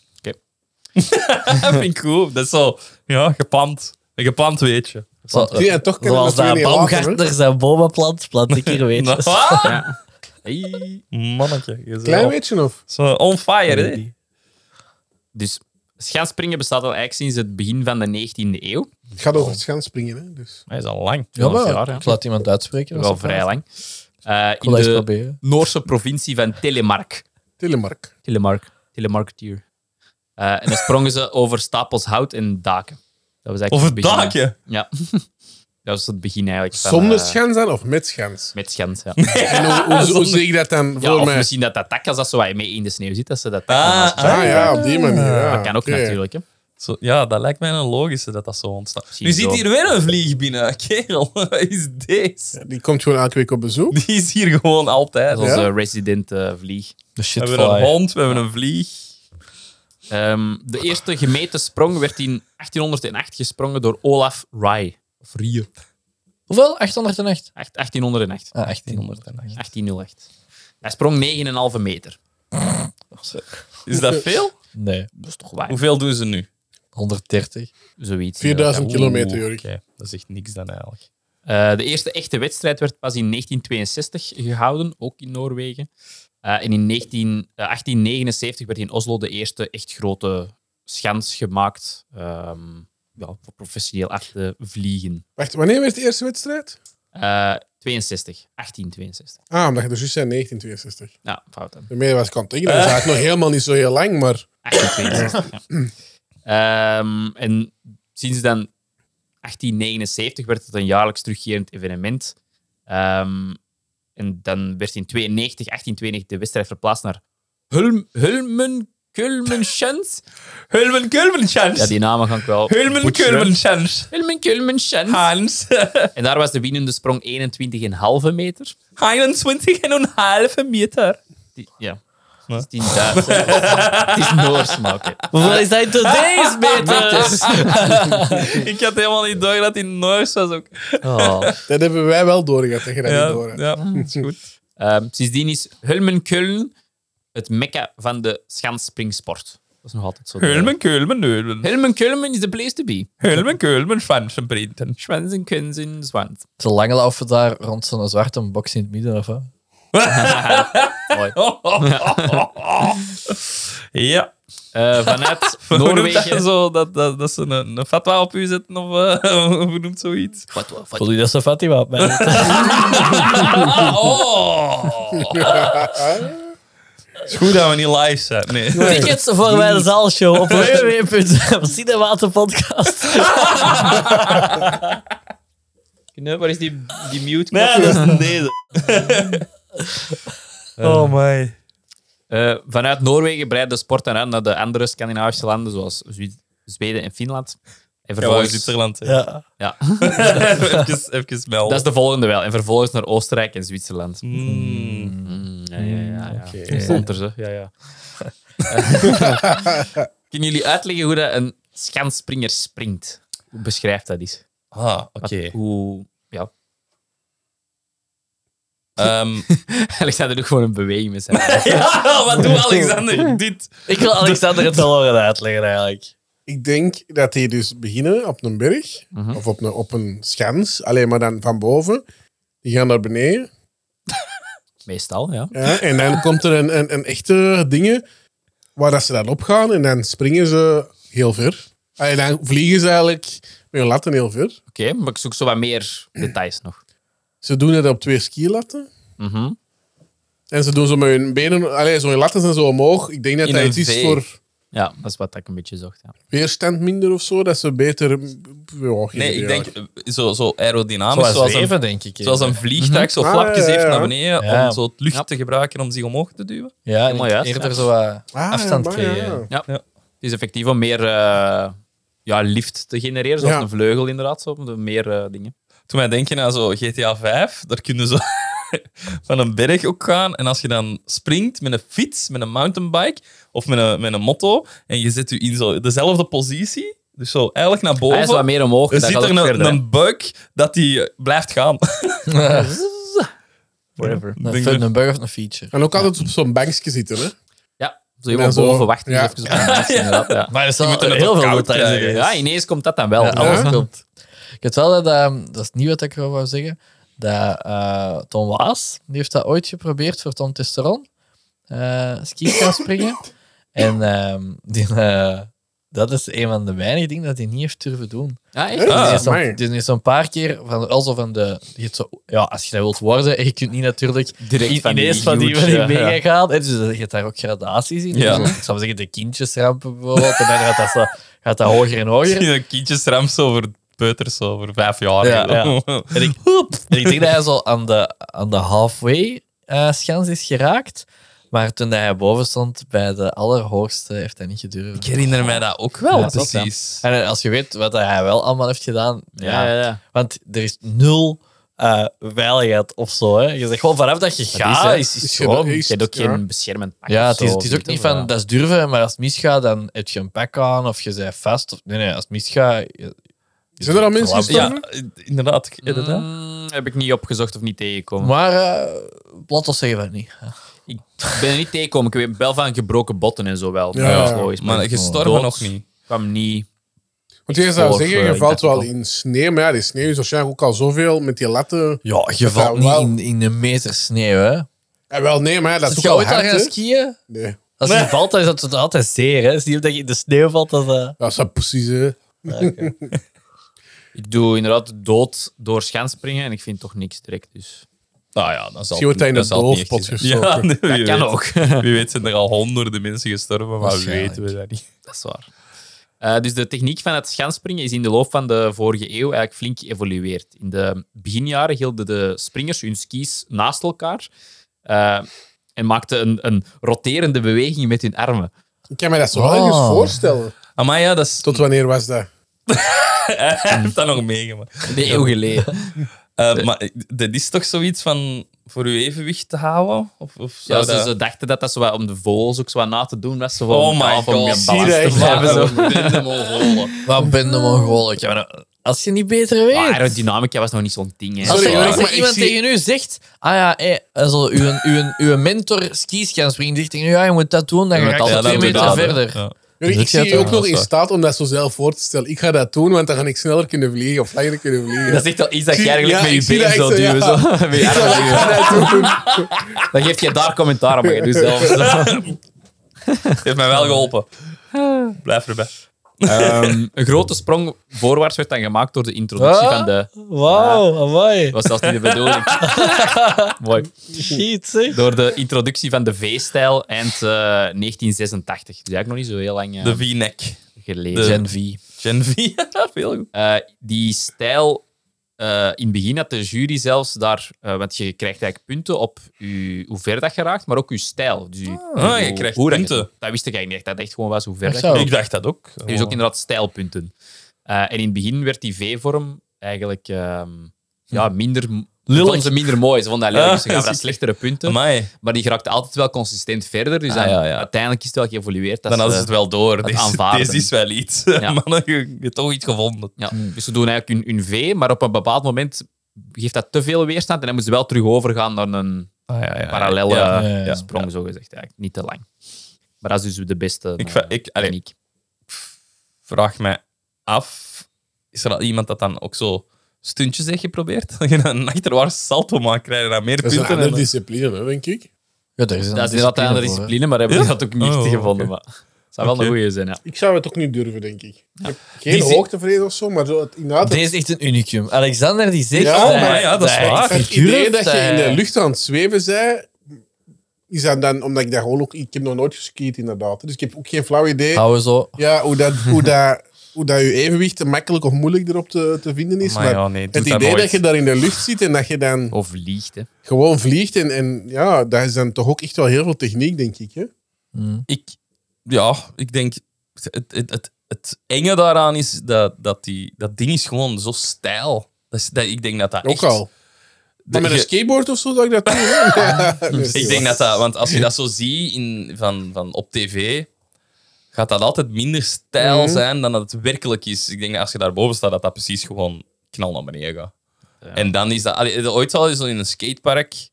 Dat vind ik goed. Dat is zo, ja, gepand. Een gepand weetje. Zie je, en toch kunnen we Zoals dat weer niet dat laten. hè? boomgartner zijn bomen plant, plant ik *laughs* hier weet. Nou, je. Ah, Hey. Mannetje. je bent Klein al- beetje of? Zo on fire, hè? Dus schansspringen bestaat al eigenlijk sinds het begin van de 19e eeuw. Het gaat over het schaanspringen, hè? Dus. Hij is al lang. Ja, maar Ja, ja. ik laat iemand uitspreken. Wel vrij lang. Eh, Ik wil in dat eens de proberen. Noorse provincie van Telemark. Telemark. Telemark. Telemarketeer. Eh, en dan sprongen ze over stapels hout en daken. Dat was eigenlijk Of het begin, hè. daakje. Ja. *laughs* dat was het begin eigenlijk. van, Zonder eh, schans dan of met schans? Met schans, ja. En hoe, *laughs* hoe, hoe zie ik dat dan ja voor of mij? misschien dat dat tak, als dat zo wat mee in de sneeuw zit, dat ze dat tak Ah, dan als- ah, Ah ja, op die manier. Ja. Dat kan ook oké. natuurlijk, hè. Zo, ja, dat lijkt mij een logische dat dat zo ontstaat. Misschien Nu zit zo. hier weer een vlieg binnen. *laughs* Kerel, wat is deze? Die komt gewoon elke week op bezoek. Die is hier gewoon altijd. Dat is onze Ja. resident eh, vlieg. De We shit hebben een hond, we hebben een vlieg. Ehm, de eerste gemeten sprong werd in 1808 gesprongen door Olaf Rye. Of Rie. Hoeveel? 808? Echt 1808. Ah, 1808. 1808. Hij sprong 9,5 meter. Is *laughs* dat veel? Nee, Dat is toch waar? Hoeveel doen ze nu? 130. Zoiets. eh, 4000 Ja. kilometer, Jorik. Oké, dat is echt niks dan eigenlijk. Eh, de eerste echte wedstrijd werd pas in 1962 gehouden, ook in Noorwegen. Eh, en in 19, eh, 1879 werd in Oslo de eerste echt grote schans gemaakt ehm, ja, voor professioneel achter vliegen. Wacht, wanneer werd de eerste wedstrijd? Eh 62, 1862. Ah, omdat je er juist zei 1962. Ja, fout dan. Daarmee was ik aan het denken. Dat is eigenlijk nog helemaal niet zo heel lang, maar... 1862, ja. Ehm, en sinds dan 1879 werd het een jaarlijks terugkerend evenement. Ehm, en dan werd in 92, 1892 de wedstrijd verplaatst naar Hulm, Hulmen Kulmenschans. Hulmen Kulmenschans. Ja, die namen gaan ik wel. Hulmen butcheren. Kulmenschans. Hulmen Kulmenschans. Hans. *laughs* En daar was de winnende sprong 21,5 meter. 21 en een halve meter. Die- ja. Het is 10.000. *laughs* Het is Noors, maar oké. Hoeveel is dat in *laughs* today's meters? Ik had helemaal niet door dat hij Noors was ook. Oh, Dat hebben wij wel doorgehad, dat je dat niet door Ja, ja, hebt. Ah, dat is goed. Ehm, sindsdien is Hulmenkullen het mekka van de schansspringsport. Dat is nog altijd zo. Hulmen Kulmen Neulen. Hulmenkullen is the place to be. Hulmen Kulmen Schansen Brinten. Schwanzen, kunzen, zwant. te lang laufen daar rond zo'n zwarte box in het midden, of wat? Ja. Eh, *laughs* vanuit Hoe noemt dat Noorwegen... zo dat, dat, dat ze een, een fatwa op u zetten of *laughs* eh, hoe noemt zoiets? Wat, wat, wat? Voel je dat zo Fatima op mij? *laughs* Het is goed dat we niet live zijn. Nee. *laughs* Tickets voor mijn zaalshow op www.cinematenpodcast. Waar is die, die mute? Nee, dat is *laughs* deze. oh my. Eh, vanuit Noorwegen breidt de sport dan uit naar de andere Scandinavische landen, zoals Zwe- Zweden en Finland. En Ja, maar vervolgens... Zwitserland. hè. Ja. *laughs* ja, even, even melden. dat is de volgende wel. En vervolgens naar Oostenrijk en Zwitserland. Mm. Mm, ja, ja, ja. ja. Oké. Stond er zo. Ja, ja. Kunnen jullie uitleggen hoe dat een schansspringer springt? Hoe beschrijft dat is? Ah, oké. Hoe... Ja. Ehm, Alexander doet gewoon een beweging *laughs* met zijn handen. ja, wat doet *laughs* Alexander? Dit. Ik wil Alexander het wel horen uitleggen, eigenlijk. Ik denk dat die dus beginnen op een berg, Mhm. of op een, op een schans, alleen maar dan van boven. Die gaan naar beneden. Meestal, ja. Ja, en dan komt er een, een, een echte dingen waar dat ze dan op gaan en dan springen ze heel ver. Ah, En dan vliegen ze eigenlijk met hun latten heel ver. Oké, maar ik zoek zo wat meer details nog. Ze doen het op twee skilatten. Mhm. En ze doen zo met hun benen, allee, zo hun latten zijn zo omhoog. Ik denk dat In dat een iets is V. voor Ja, dat is wat ik een beetje zocht. Ja. weerstand minder of zo, dat ze beter. Ja, geen Nee, idee, ik denk eh, zo, zo aerodynamisch, Zoals, zoals, zweven, een, denk ik. zoals een vliegtuig, zo Ah, flapjes ja, ja, heeft ja. naar beneden Ja. om zo het lucht Ja. te gebruiken om zich omhoog te duwen. Ja, en Helemaal juist, eerder ja. zo wat Ah, afstand ja, maar ja. Het creëren. is effectief om meer eh, ja, lift te genereren, zoals Ja. een vleugel inderdaad, zo, om meer eh, dingen. Toen wij denken aan zo GTA 5, daar kunnen ze *laughs* van een berg ook gaan. En als je dan springt met een fiets, met een mountainbike of met een, met een motto, en je zet je in zo dezelfde positie, dus zo eigenlijk naar Hij is wat boven, meer omhoog. dan dat zit gaat er ook verder, een, hè. een buik dat die eh, blijft gaan. *laughs* Whatever. Ik Een, denk fun, dat- een bug of een feature. En ook altijd op zo'n bankje zitten, hè? Ja, zo iemand zo- boven wachten. ja. Ja. Even op de *laughs* mensen, inderdaad, ja. Maar er dus Die staat moeten het eh, heel ook veel koud details in. krijgen. ja, ineens komt dat dan wel. Ja, Alles ja. komt. Ik weet wel dat, ehm, dat is niet wat ik erover wou zeggen, dat eh Tom Waas, die heeft dat ooit geprobeerd voor Tom Testoron, eh ski *laughs* gaan springen. en ehm, die, eh, dat is een van de weinige dingen dat hij niet heeft durven doen. Ja, echt? Hè? Ah, Die is amai. zo'n- die is zo'n paar keer van alsof van de. je hebt zo, ja, als je dat wilt worden, en je kunt niet natuurlijk Direct i- van die ineens van die, van die huge, *laughs* mega ja. gaan. En dus je hebt daar ook gradaties in. Ja. Dus ik zou zeggen, de kindjesrampen bijvoorbeeld. En dan gaat dat, zo, gaat dat hoger en *laughs* hoger. Misschien een kindjesram zo voor peuters, zo voor vijf jaar. *laughs* Ja, En ik, en ik denk dat hij zo aan de, aan de halfway eh, schans is geraakt. Maar toen hij boven stond bij de allerhoogste, heeft hij niet gedurfd. Ik herinner mij dat ook wel, Ja, dat is precies. En eh, als je weet wat hij wel allemaal heeft gedaan, Ja, ja, ja. Want er is nul eh, veiligheid of zo. Hè. Je zegt gewoon vanaf dat je gaat. Ah, is, is gewoon, geweest, je hebt ook ja. geen beschermend pak ja, of het is, zo, het is weet ook je niet wel, ja. van dat is durven, maar als het misgaat, dan heb je een pak aan of je bent vast. Of, nee, nee, als het misgaat. je- je Zijn er al bent mensen verlamd. Ja, eh, inderdaad. ik weet het, hè. Mm, heb ik niet opgezocht of niet tegengekomen. Maar eh laat ons zeggen van niet. Ik ben er niet tegengekomen. Ik weet wel van gebroken botten en zo wel. Ja. Dat is logisch, Maar gestorven dood nog niet. kwam niet. Want jij zou Voor, zeggen, eh, je ik valt dacht wel ook al. in sneeuw, maar ja, die sneeuw is waarschijnlijk ook al zoveel met die latten. Ja, je valt valt niet niet wel. in, een meter sneeuw. Hè. En Eh, wel, nee, maar ja, dat is Als ook je al ooit al hard, gaan hè? skiën, Nee, als je valt, dan is dat altijd zeer. Hè. Het is niet omdat je in de sneeuw valt. Dat, eh, dat is dat precies, hè. Ik doe inderdaad dood door springen en ik vind toch niks direct. Dus. Nou ja, dan zal Misschien wordt hij in dan de zal het niet doofpot echt zijn. Ja, *laughs* gestoken. nee, wie Dat kan weet. ook. *laughs* Wie weet zijn er al honderden mensen gestorven, maar Waarschijnlijk. weten we dat niet. Dat is waar. Eh, dus de techniek van het schansspringen is in de loop van de vorige eeuw eigenlijk flink geëvolueerd. In de beginjaren hielden de springers hun skis naast elkaar eh, en maakten een, een roterende beweging met hun armen. Ik kan me dat zo wel ergens Oh. voorstellen. Maar ja, dat is... Tot wanneer was dat? *laughs* Hij heeft dat nog meegemaakt. De eeuw geleden. Eh, maar dat is toch zoiets van voor uw evenwicht te houden? Of, of zou Ja, Dus ze, dat- ze dachten dat dat zo wat om de vogels ook zo wat na te doen was. Zo van, Oh ja, my van god. een balans te echt? blijven, zo. Wat ben de Mongolen? Ik heb een- Als je niet beter weet. Ah, aerodynamica was nog niet zo'n ding. Hè. Als, Sorry, er- hoor, als er maar ik iemand zie- tegen u zegt, ah ja, hé, also, uw, uw, uw mentor skis gaan springen, zegt tegen u, ja, je moet dat doen, dan Ja, gaat dat- je ja, twee dat meter inderdaad, hè. verder. Ja. Jullie, Dus ik ik zie zet je hem ook wel, nog in sorry. staat om dat zo zelf voor te stellen. Ik ga dat doen, want dan ga ik sneller kunnen vliegen of langer kunnen vliegen. Dat is echt wel iets dat Zie- je eigenlijk ja, ik met je zie been dat zou echt zo, duwen. Zo. *laughs* ja. Met je Ik armen. ga dat doen. *laughs* Dan geef je daar commentaar op. maar je doet *laughs* zelf *laughs* zo. heeft mij wel geholpen. Blijf erbij. Ehm, een grote sprong voorwaarts werd dan gemaakt door de introductie Ah. van de... Dat Wauw, amai. was zelfs niet de *laughs* bedoeling. Mooi. Shit, zeg. Door de introductie van de V-stijl eind eh, 1986. Dus eigenlijk nog niet zo heel lang eh, De V-neck. geleden. de- Gen V. Gen V. *laughs* Ja, Veel goed. Eh, die stijl, eh, in het begin had de jury zelfs daar, eh, want je krijgt eigenlijk punten op je, hoe ver dat je raakt, maar ook je stijl. Dus Ah, je krijgt dat punten. dat wist ik eigenlijk niet echt, dat echt gewoon was hoe ver Echt dat zo? Oh. je Ik dacht dat ook. Er is ook inderdaad stijlpunten. Eh, en in het begin werd die V-vorm eigenlijk ehm, ja, minder... Lelijk. Vonden ze minder mooi. Ze vonden dat lelijk, Ah, dus ze gaven zie dat ik. slechtere punten. Amai. Maar die geraakte altijd wel consistent verder. Dus Ah, dan- ja, ja. uiteindelijk is het wel geëvolueerd. Dan Dat ze- hadden ze het wel door. Deze, eh, aanvaarden. deze is wel iets. *laughs* Ja. Mannen, je je hebt toch iets gevonden. Ja. Dus ze doen eigenlijk hun, hun V, maar op een bepaald moment geeft dat te veel weerstand en dan moeten ze wel terug overgaan naar een Ah, ja, ja, ja. parallele Ja, ja, ja. sprong, zo gezegd. Eigenlijk. Niet te lang. Maar dat is dus de beste Ik eh, va- ik- allee. techniek. vraag mij af, is er al iemand dat dan ook zo stuntjes heeft geprobeerd, *laughs* dat je een achterwaarts salto mag krijgen naar meer Dat is een punten. andere en- discipline, hè, denk ik. Ja, daar is een Dat is inderdaad een andere voor, hè. discipline, maar hebben we Ja? dat ook niet Oh, gevonden. oké. Maar het zou wel Oké. een goeie zijn, ja. Ik zou het ook niet durven, denk ik. Ik heb geen Die zie- hoogtevrees of zo, maar zo het inderdaad... Deze is echt een unicum. Alexander die zegt... Ja, dat maar hij- Ah, ja, dat is hij waar. echt Het durft, idee dat je in de eh, lucht aan het zweven zij, is dat dan omdat ik daar gewoon ook, ik heb nog nooit geskiet inderdaad. Dus ik heb ook geen flauw idee Houden zo. ja, hoe, *laughs* dat, hoe, dat, hoe dat je evenwicht makkelijk of moeilijk erop te, te vinden is. Maar Oh. Maar ja, nee, doe het dat idee dat, nooit. je daar in de lucht zit en dat je dan Of liegt, hè. gewoon vliegt en, en ja, dat is dan toch ook echt wel heel veel techniek, denk ik. Hè? ik, ja, ik denk. Het, het, het, het enge daaraan is dat, dat, die, dat ding is gewoon zo stijl. Dat is, dat, ik denk dat dat Ook echt- al. Maar met een je- skateboard of zo zou ik dat doen. *laughs* hè? Nee, ik denk dat dat, want als je dat zo ziet in, van, van op tv, gaat dat altijd minder stijl Mhm. zijn dan dat het werkelijk is. Ik denk dat als je daarboven staat, dat dat precies gewoon knal naar beneden gaat. En dan is dat... allee, Ooit al is er in een skatepark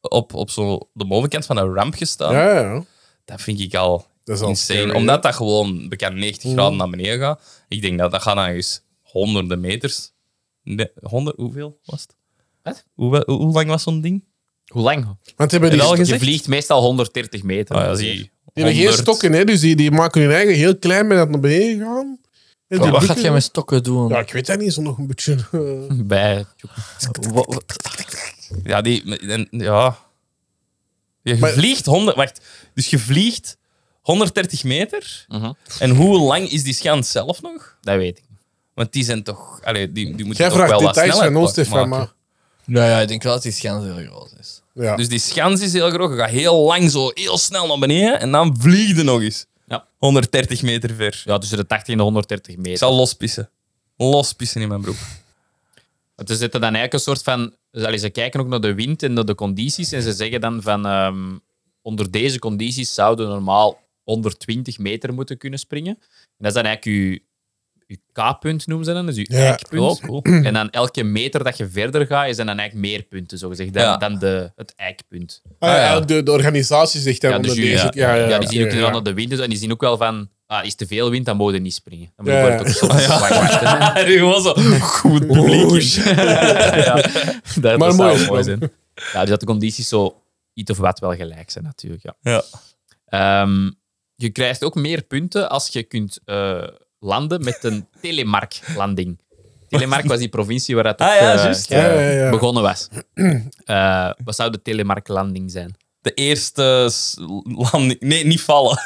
op, op zo de bovenkant van een ramp gestaan. Ja, ja. Dat vind ik al Dat is al insane. scary, hè? Omdat dat gewoon bekend 90 Mhm. graden naar beneden gaat. Ik denk dat dat gaat naar eens honderden meters. Nee, honderd, hoeveel was het? Wat? Hoe, hoe, hoe lang was zo'n ding? Hoe lang? Want hebben die, Heb al Je die gezegd? vliegt meestal 130 meter. Ah, ja, ongeveer. zie. hebben geen 100. stokken, hè? dus die, die maken hun eigen heel klein met dat naar beneden gaan. En die "Oh, Wat bukken- gaat jij met stokken doen? Ja, ik weet dat niet, zo nog een *laughs* beetje. eh, Bij. Wa- wa- Ja, die... en- ja. Je Maar- vliegt 100... Wacht. Dus je vliegt 130 meter. Mhm. En hoe lang is die schans zelf nog? Dat weet ik. Want die zijn toch... Allee, die, die moeten Jij toch vraagt wel wat details sneller van ons, pa- Stefan, maken. maar... Nou ja, ik denk wel dat die schans heel groot is. Ja. Dus die schans is heel groot. Je gaat heel lang zo heel snel naar beneden en dan vlieg je nog eens. Ja. 130 meter ver. Ja, tussen de 80 en de 130 meter. Ik zal lospissen. Lospissen in mijn *laughs* broek. Want Ze zitten dan eigenlijk een soort van. dus allee, Ze kijken ook naar de wind en naar de condities. En ze zeggen dan van. ehm, onder deze condities zouden normaal 120 meter moeten kunnen springen. En dat is dan eigenlijk je, je K-punt, noemen ze dan. Dus je Ja. eikpunt. Oh, cool. En dan elke meter dat je verder gaat, is dan eigenlijk meer punten, zogezegd, dan, Ja. dan de, het eikpunt. Ah, ja, Ah, ja. eigenlijk De, de organisatie zegt dan Ja, de onder jury, deze... ja. Ja, ja, Ja, die oké, zien ook inderdaad ja. naar de wind. dus- en die zien ook wel van. Ah, is te veel wind, dan mogen we niet springen. Dan moet Ja, je ja. toch soms zwak wachten. was zo. Goed Oh, publiek. ja. Dat, dat Maar mooi zou mooi is het zijn. Ja, dus dat de condities zo iets of wat wel gelijk zijn, natuurlijk. Ja. Ja. Ehm, je krijgt ook meer punten als je kunt eh, landen met een telemark-landing. Telemark was die provincie waar dat Ah, ook, ja, eh, juist. eh, Ja, ja, ja. begonnen was. Eh, wat zou de telemark-landing zijn? De eerste s- landing. Nee, niet vallen.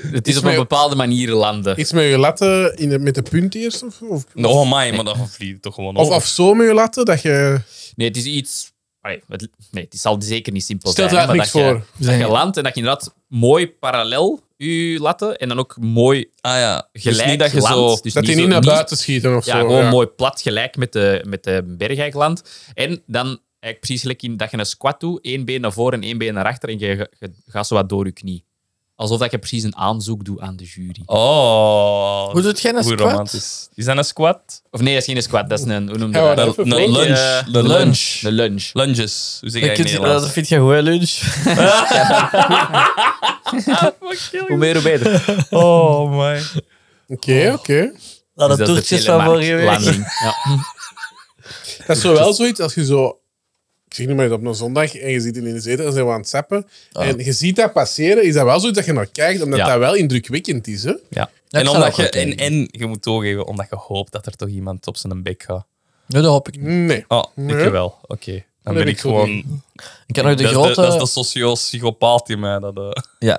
Het is op een met- bepaalde manier landen. Iets met je latten in de, met de punt eerst? Of, of, Oh my, maar dan vlieg je toch gewoon of, over. of zo met je latten, dat je... Nee, het is iets. Allee, het, nee, het zal zeker niet simpel Stelt zijn. hè, eigenlijk maar niks dat Je, dat je landt en dat je inderdaad mooi parallel je latten en dan ook mooi Ah ja, gelijk gelijk dat je land. zo. Dus dat die zo- niet naar buiten schieten of Ja, zo. gewoon mooi plat gelijk met de, met de bergijkland. En dan eigenlijk precies gelijk in dat je een squat doet, één been naar voren en één been naar achter en je, je gaat zo wat door je knie. Alsof dat je precies een aanzoek doet aan de jury. Oh. Hoe doet jij een Hoe squat? romantisch. Is dat een squat? Of nee, dat is geen squat, dat is een... Hoe noem je Ja, dat? dat- Een Even een flink, lunge. eh, Een lunge. Een lunge. Lunges. Hoe zeg jij Ik in vind- Dat Nederlands? vind je gewoon lunch. Hoe meer, hoe beter. *laughs* Oh my. Oké, Oh. oké. *laughs* Dat Dus het is de toertjes van vorige *laughs* week. telemarklanding. Ja. Dat is zo wel zoiets als je zo... Ik zeg nu maar op een zondag en je zit in de zetel en zijn we aan het zappen. En je ziet dat passeren, is dat wel zoiets dat je naar kijkt, omdat Ah. Ja. dat wel indrukwekkend is. Hè? Ja. ik En, zou omdat dat je, ook wel en, kijken. en je moet toegeven, omdat je hoopt dat er toch iemand op zijn bek gaat. Ja, dat hoop ik niet. Nee. Oh, ik Nee. wel. Oké. Dan Nee, ben ik ik ook gewoon... Ik had nog de dat, grote... is de, dat is de socio-psychopaat in mij. Dat, eh. Ja,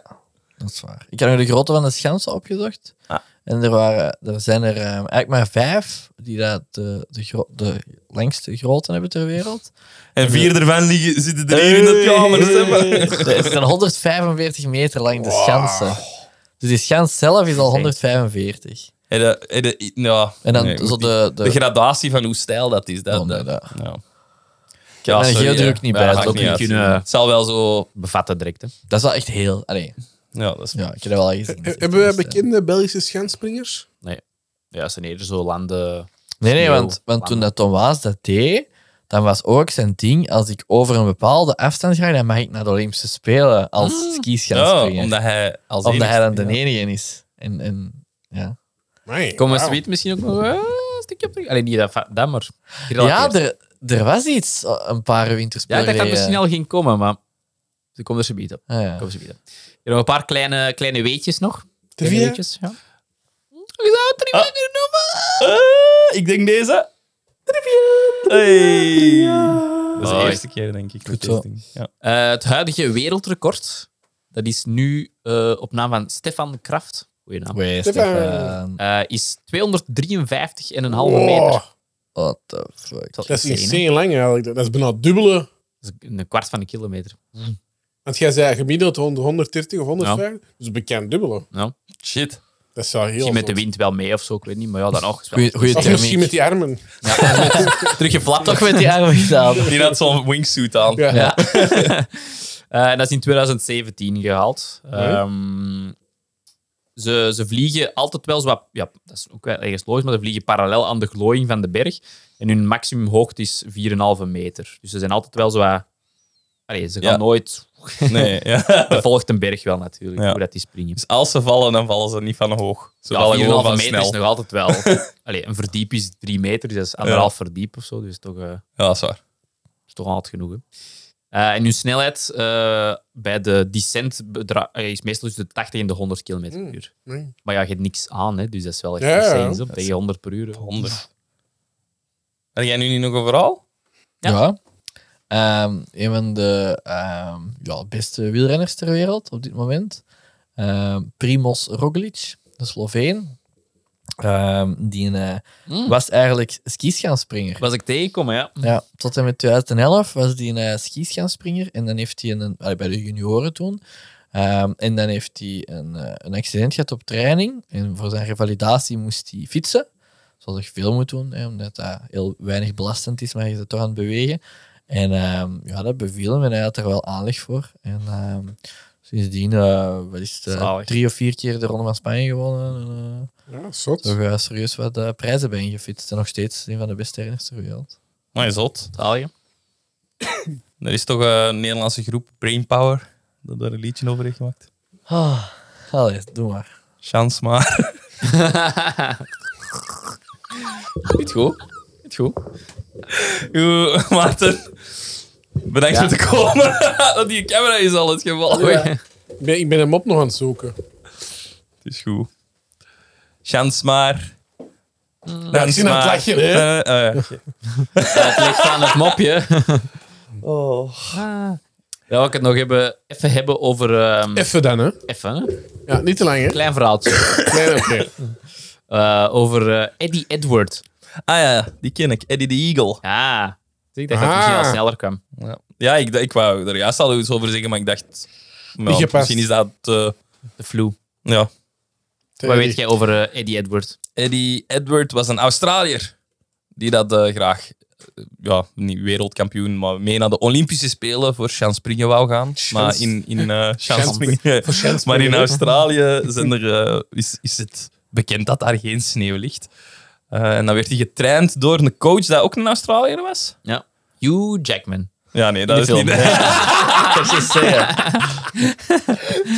dat is waar. Ik had nog de grootte van de schansen opgezocht. Ah. En er, waren, er zijn er ehm, eigenlijk maar vijf die dat de, de, gro- de langste grootte hebben *laughs* ter wereld. En vier ervan liggen, zitten er hier in het kamer. zeg maar. Het zijn 145 meter lang, de schansen. Dus die schans zelf is al 145. En de- en de- ja, En dan nee, zo goed, die- de... de, de gradatie van hoe stijl dat is. Dat, Oh, nee, dat, dat- ja. Ik heb Ja, mijn sorry, geeldruk ja. niet Ja, bij. dat Dat, maakt is ook niet niet uit. kunnen Het zal wel zo... bevatten direct. Hè. dat is wel echt heel... Allee, Ja, dat is... ja, ik heb dat wel al gezien. He- Eh, Hebben we bekende Belgische schanspringers? Ja, dat zijn eerder zo landen... Nee, nee, Heel want, want lang. toen dat Tom Waas dat deed, dan was ook zijn ding, als ik over een bepaalde afstand ga, dan mag ik naar de Olympische Spelen als Ah. Ja, skischanspringen. omdat hij als Omdat enigste- hij dan de ja. enige is. En, en, ja. Nee. Komen ze misschien ook nog... eh, stukje op terug? Alleen niet dat, va- dat maar. Ja, gerelateerd. er, er was iets eh, een paar winterspelen. ja, ik dacht dat er misschien al geleden. ging komen, maar. Ze komt er zo bieden. Ah, ja. Kom ze bieden. Er nog een paar kleine, kleine weetjes nog. Kleine Trivia? weetjes, ja. Ik zou het trivia Ah. kunnen noemen. Eh, ik denk deze. Hey. Dat is de Mooi. eerste keer, denk ik. met zo. deze ding. Ja. Eh, het huidige wereldrecord, dat is nu eh, op naam van Stefan Kraft. Goeie naam. Wee, Stefan. Stefan. Eh, is 253,5 Wow, meter. What the fuck. Dat Oh, dat is insane, hè? insane lang eigenlijk. Dat is bijna het dubbele. Dat is een kwart van een kilometer. Want jij zei gemiddeld 100, 130 of 150. Dus bekend dubbele. Ja. Shit. Dat zou heel Misschien met de zot- wind wel mee of zo, ik weet niet. Maar ja, dan nog. is wel- Goeie, goeie Of misschien met thermiek. die armen. Teruggeflapt Toch met die armen gedaan. Die had zo'n wingsuit *laughs* aan. Ja. Ja. Eh, en dat is in 2017 gehaald. Ehm, ze, ze vliegen altijd wel zo wat... Ja, dat is ook wel ergens logisch, maar ze vliegen parallel aan de glooiing van de berg. En hun maximum hoogte is 4,5 meter. Dus ze zijn altijd wel zo wat... Allee, ze gaan Ja. nooit... Nee, ja. Dat volgt een berg wel natuurlijk, Ja. hoe dat die springen. Dus als ze vallen, dan vallen ze niet van hoog. Ze Ja, 4,5 vallen gewoon van meter snel. is nog altijd wel... *laughs* Allee, een verdiep is 3 meter, dus dat is anderhalf verdiep of zo. Dus toch... eh, Ja, dat is waar. is toch altijd genoeg. Hè? Eh, en hun snelheid eh, bij de descent bedra- eh, is meestal tussen de 80 en de 100 km per uur. Hmm, nee. Maar ja, je hebt niks aan, hè, dus dat is wel echt Ja, ja. insane. Zo, tegen 100 per uur. hè. 100. Heb jij nu niet nog overal? Ja. Ja. Ehm, een van de ehm, ja, beste wielrenners ter wereld op dit moment. Ehm Primoz Roglic, de Sloveen. Ehm, die eh, Mm. was eigenlijk skischaanspringer. Was ik tegengekomen, ja. Ja, tot en met 2011 was hij een eh, skischaanspringer. En dan heeft hij een, allee, bij de junioren toen. Ehm, en dan heeft hij een, eh, een accident gehad op training. En voor zijn revalidatie moest hij fietsen. Zoals ik veel moet doen, hè, omdat dat heel weinig belastend is, maar je zit toch aan het bewegen. En ehm, ja, dat beviel hem en hij had er wel aanleg voor. En ehm, sindsdien, eh, wat is het, eh, Zalig. drie of vier keer de Ronde van Spanje gewonnen. En, eh, Ja, zot. toch eh, serieus wat eh, prijzen bij ingefietst. En nog steeds een van de beste renners ter wereld. Maar Nou, zot. Taal je? Er is toch een Nederlandse groep, Brainpower, dat daar een liedje over heeft gemaakt. Ah, allee, doe maar. Chance maar. Goed, goed. Goed, goed. *laughs* Oeh, Maarten. Bedankt Ja. voor te komen. Want Die camera is al het geval. Ja. Ik, ben, ik ben hem op nog aan het zoeken. Het is goed. Chance maar. Eh, Dan ik zie hem aan het lachen, hè. Het ligt aan het mopje. Oh. Oh. Dan wil ik het nog hebben, even hebben over... ehm, Even dan, hè. even, hè. Ja, niet te lang, hè. Klein verhaaltje. Klein, oké. Eh, over eh, Eddie Edward. Ah ja, die ken ik. Eddie the Eagle. Ah. Ik dacht dat Ah. het misschien al sneller kwam. Ja, ja ik, d- ik wou er juist al iets over zeggen, maar ik dacht... nou, gepast. misschien is dat... eh, De flu. ja. Wat weet jij over eh, Eddie Edward? Eddie Edward was een Australier die dat eh, graag, eh, ja, niet wereldkampioen, maar mee naar de Olympische Spelen voor Springen wou gaan. Maar in, in, eh Chanspringen. Chanspringen- Voor maar Chanspringen, in hè. Australië zijn er, eh, is, is het bekend dat daar geen sneeuw ligt. Eh, en dan werd hij getraind door een coach dat ook een Australiër was. Ja. Hugh Jackman. Ja, nee, dat is film. niet...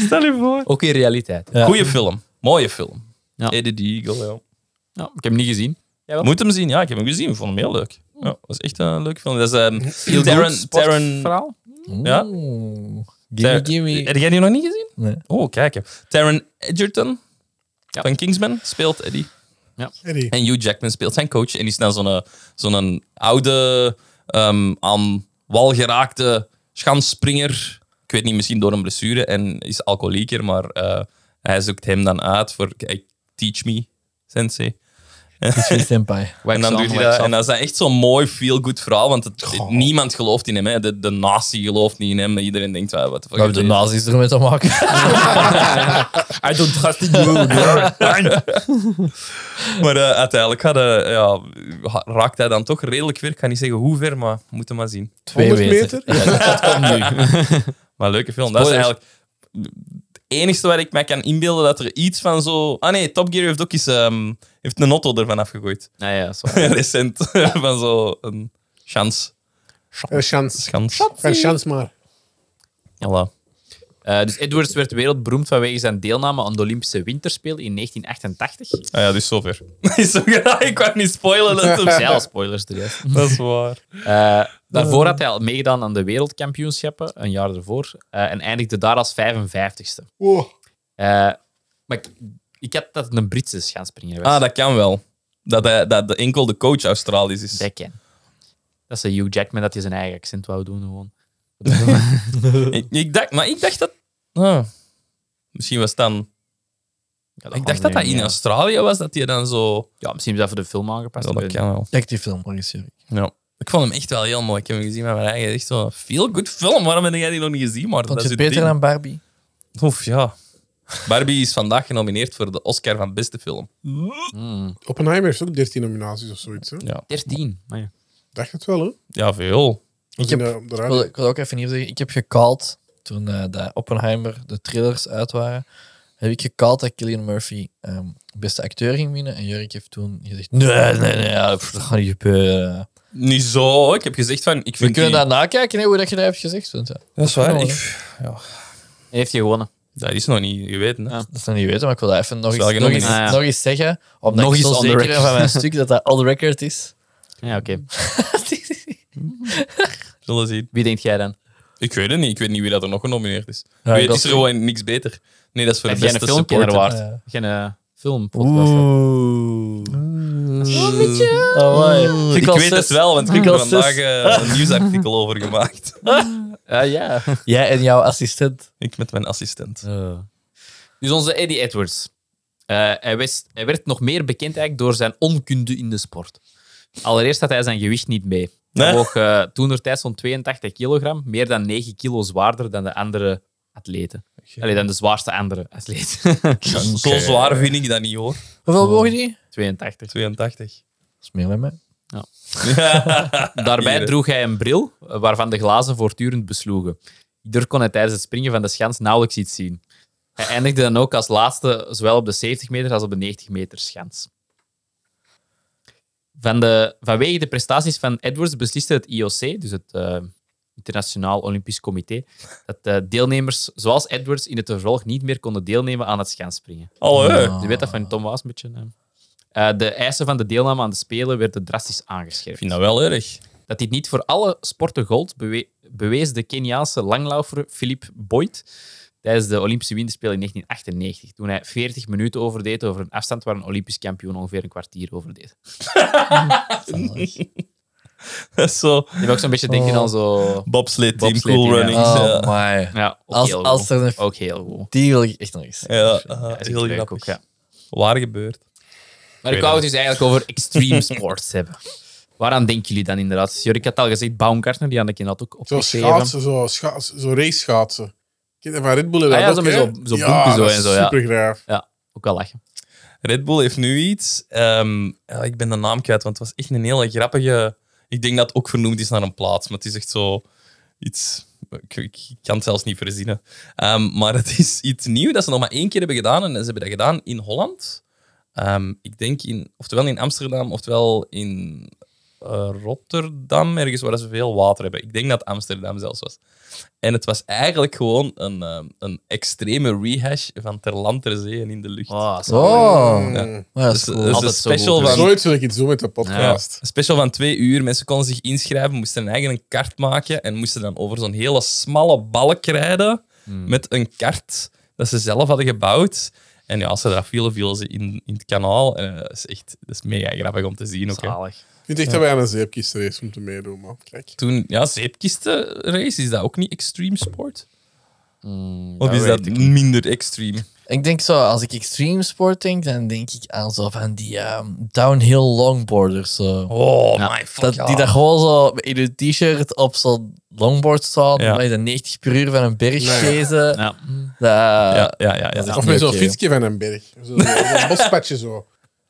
Stel je voor. Ook in realiteit. Goeie film. Mooie film. Ja. Eddie the Eagle, ja. Nou, ik heb hem niet gezien. Moet hem zien, ja. Ik heb hem gezien. Ik vond hem heel leuk. Ja, was echt een leuk film. Dat is ehm Darren... Darren Verhaal? ja? Oeh. Ter- Gimme, gimme. Heb jij die nog niet gezien? Nee. Oh, kijk. hè. Taron Edgerton Ja. van Kingsman speelt Eddie. Eddie. En Hugh Jackman speelt zijn coach. En die is dan zo'n eh, zo'n oude, ehm, aan wal geraakte schansspringer. Ik weet niet, misschien door een blessure. En is alcoholieker, maar eh, hij zoekt hem dan uit voor... kijk, Teach me, sensei. Sweet Senpai. En dan doet hij dat. En dat is dan echt zo'n mooi feel-good verhaal, want het- het- niemand gelooft in hem. Hè. De, de nazi gelooft niet in hem. Iedereen denkt, "Ah, wat de fuck. Wat hebben de nazi's ermee te maken? *laughs* I don't trust *laughs* you. Maar eh, uiteindelijk gaat, eh, ja, ha- raakt hij dan toch redelijk ver. Ik ga niet zeggen hoe ver, maar we moeten maar zien. 100 meter? *laughs* Maar leuke film. Dat is eigenlijk het enige waar ik mij kan inbeelden dat er iets van zo... Ah nee, Top Gear heeft ook eens ehm, heeft een auto ervan afgegooid. *laughs* Nou ja, zo. Recent. *laughs* van zo een chance. Een chance. Schans. Een chance maar. Voilà. *laughs* Eh, dus Edwards werd wereldberoemd vanwege zijn deelname aan de Olympische Winterspelen in *laughs* 1988. Ah ja, dus *laughs* zover. Zo gedaan, ik kwam niet spoilen. Dat, *laughs* is- Zelf spoilers eruit. dat is waar. Eh, daarvoor had hij al meegedaan aan de wereldkampioenschappen, een jaar ervoor, eh, en eindigde daar als 55ste. Wow. Eh, maar ik, ik had dat het een Britse schaatsspringer was. Ah, dat kan wel. Dat, hij, dat de enkel de coach Australisch is. Dat ken. Dat is een Hugh Jackman dat hij zijn eigen accent wou doen gewoon. Ik, ik dacht, maar ik dacht dat... ah. misschien was het dan... Ja, Ik dacht dat dat in Australië was, dat hij dan zo... Ja, misschien is dat voor de film aangepast. Ja, ik dat weet het kan wel. Kijk die film, regisseur. Ja. Ik vond hem echt wel heel mooi. Ik heb hem gezien met mijn eigen. Echt zo'n veel goed film. Waarom heb jij die nog niet gezien? Maar Vond dat je is het het beter dan Barbie? ding. Oef, ja. Barbie is vandaag genomineerd voor de Oscar van beste film. niet. Hmm, Oppenheimer heeft ook 13 nominaties of zoiets. Hè? Ja, 13. Maar ja. Dacht het wel, hè? ja veel. Ik heb- de, op de Ik radio. wil, ik wil ook even hier zeggen, ik heb gecalled toen eh de Oppenheimer, de thrillers uit waren, heb ik gecalled dat Cillian Murphy ehm, beste acteur ging winnen. En Jurk heeft toen gezegd, nee, nee, nee, pff, dat gaat niet gebeuren. Niet zo. Ik heb gezegd van... Ik We vind kunnen die- daar nakijken, hè, hoe dat je dat hebt gezegd. Want, ja, Dat is waar. Ik, En heeft hij gewonnen. dat is nog niet geweten. Hè. Ja. dat is nog niet weten, maar ik wil dat even nog, Is wel eens, nog, eens, genomineerd. Ah, ja. nog eens zeggen. Nog Omdat nog ik eens zo on the zeker ben record. van mijn stuk dat dat all record is. Ja, oké. Zullen zien. Hm. Wie denkt jij dan? Ik weet het niet. Ik weet niet wie dat er nog genomineerd is. Ja, weet, dat is er is- gewoon niks beter. Nee, dat is voor Heb de jij een beste filmkenner supporter. waard? Ja. Geen eh, film. Oeh. Mm. Oh, Ah, Oeh, Ik weet het wel, want ik heb Ah, er vandaag eh, een nieuwsartikel over gemaakt. *laughs* Ah, ja. *laughs* Jij en jouw assistent. Ik met mijn assistent. Dus onze Eddie Edwards. Eh, hij, wist, hij werd nog meer bekend eigenlijk door zijn onkunde in de sport. Allereerst had hij zijn gewicht niet mee. Hij Nee. woog eh, toen er tijd zo'n 82 kilogram, meer dan 9 kilo zwaarder dan de andere atleten. Allee, dan de zwaarste andere atleet. *laughs* Zo zwaar vind ik dat niet hoor. Hoeveel woog die? 82. 82. Dat is meer dan mij. Daarbij Hier. droeg hij een bril eh, waarvan de glazen voortdurend besloegen. Hierdoor kon hij tijdens het springen van de schans nauwelijks iets zien. Hij eindigde dan ook als laatste zowel op de 70 meter als op de 90 meter schans. Van de, vanwege de prestaties van Edwards besliste het IOC, dus het eh, Internationaal Olympisch Comité, dat eh, deelnemers zoals Edwards in het vervolg niet meer konden deelnemen aan het schansspringen. Allee. Je weet dat van Tom Waas een beetje. eh. Eh, de eisen van de deelname aan de Spelen werden drastisch aangescherpt. Ik vind dat wel erg. *laughs* Dat dit niet voor alle sporten gold, bewe- bewees de Keniaanse langlaufer Philippe Boyd tijdens de Olympische Winterspelen in 1998, toen hij 40 minuten overdeed over een afstand waar een Olympisch kampioen ongeveer een kwartier overdeed. Dat is zo. Die wil ook zo'n beetje denken aan zo... Bobsled team, Bobsled cool team, ja. Ah, runnings. Oh ja. my. Ja, ook Oh. Als, heel als goed. er een Ook heel goed. Die wil ik echt nog eens. Ja, ah, Ja, is heel leuk grappig. ook, ja. Waar gebeurt? Maar ik wou het dus eigenlijk over extreme sports hebben. Waaraan denken jullie dan inderdaad? Jorik had al gezegd, Baumgartner, die had ik inderdaad ook Zo opgeschreven. schaatsen, zo, schaatsen, zo race schaatsen. Ik heb van Red Bull en Ah ja, dat zo ook, met hè? zo'n- zo'n boeken zo dat en is zo, ja. Super graaf. Ja, ook wel lachen. Red Bull heeft nu iets. Ehm, ja, ik ben de naam kwijt, want het was echt een hele grappige. Ik denk dat het ook vernoemd is naar een plaats, maar het is echt zo iets. Ik, ik- ik kan het zelfs niet verzinnen. Ehm, maar het is iets nieuws dat ze nog maar één keer hebben gedaan. En ze hebben dat gedaan in Holland. Ehm, ik denk in, oftewel in Amsterdam, oftewel in eh, Rotterdam, ergens waar ze veel water hebben. Ik denk dat Amsterdam zelfs was. En het was eigenlijk gewoon een, ehm, een extreme rehash van Ter Land Ter Zee en in de lucht. Oh, zo. Oh, Ja. dat is Dus, cool. dus Altijd een zo special goed. van Zoiets Hmm. wil ik iets doen met de ja, podcast. een special van twee uur. Mensen konden zich inschrijven, moesten een eigen kart maken en moesten dan over zo'n hele smalle balk rijden Hmm. met een kart dat ze zelf hadden gebouwd. En ja, als ze daar vielen, vielen ze in, in het kanaal. En, eh, dat is echt dat is mega grappig om te zien. Ook, hè. Zalig. Ik vind echt dat wij aan een zeepkistrace moeten meedoen, man. Kijk. Toen, ja, zeepkistenrace, is dat ook niet extreme sport? Mm, Of is weet dat ik minder extreem? Ik denk zo, als ik extreme sport denk, dan denk ik aan zo van die ehm, downhill longboarders. Zo. Oh, Ja, my fuck. dat, ja. Die daar gewoon zo in een t-shirt op zo'n longboard staan, Ja. waar je dan 90 per uur van een berg Nee. chasen. Ja. Ah, Dat- ja, ja, ja, ja. dat is Of niet met zo'n oké. fietsje van een berg. Zo- Zo'n bospadje zo.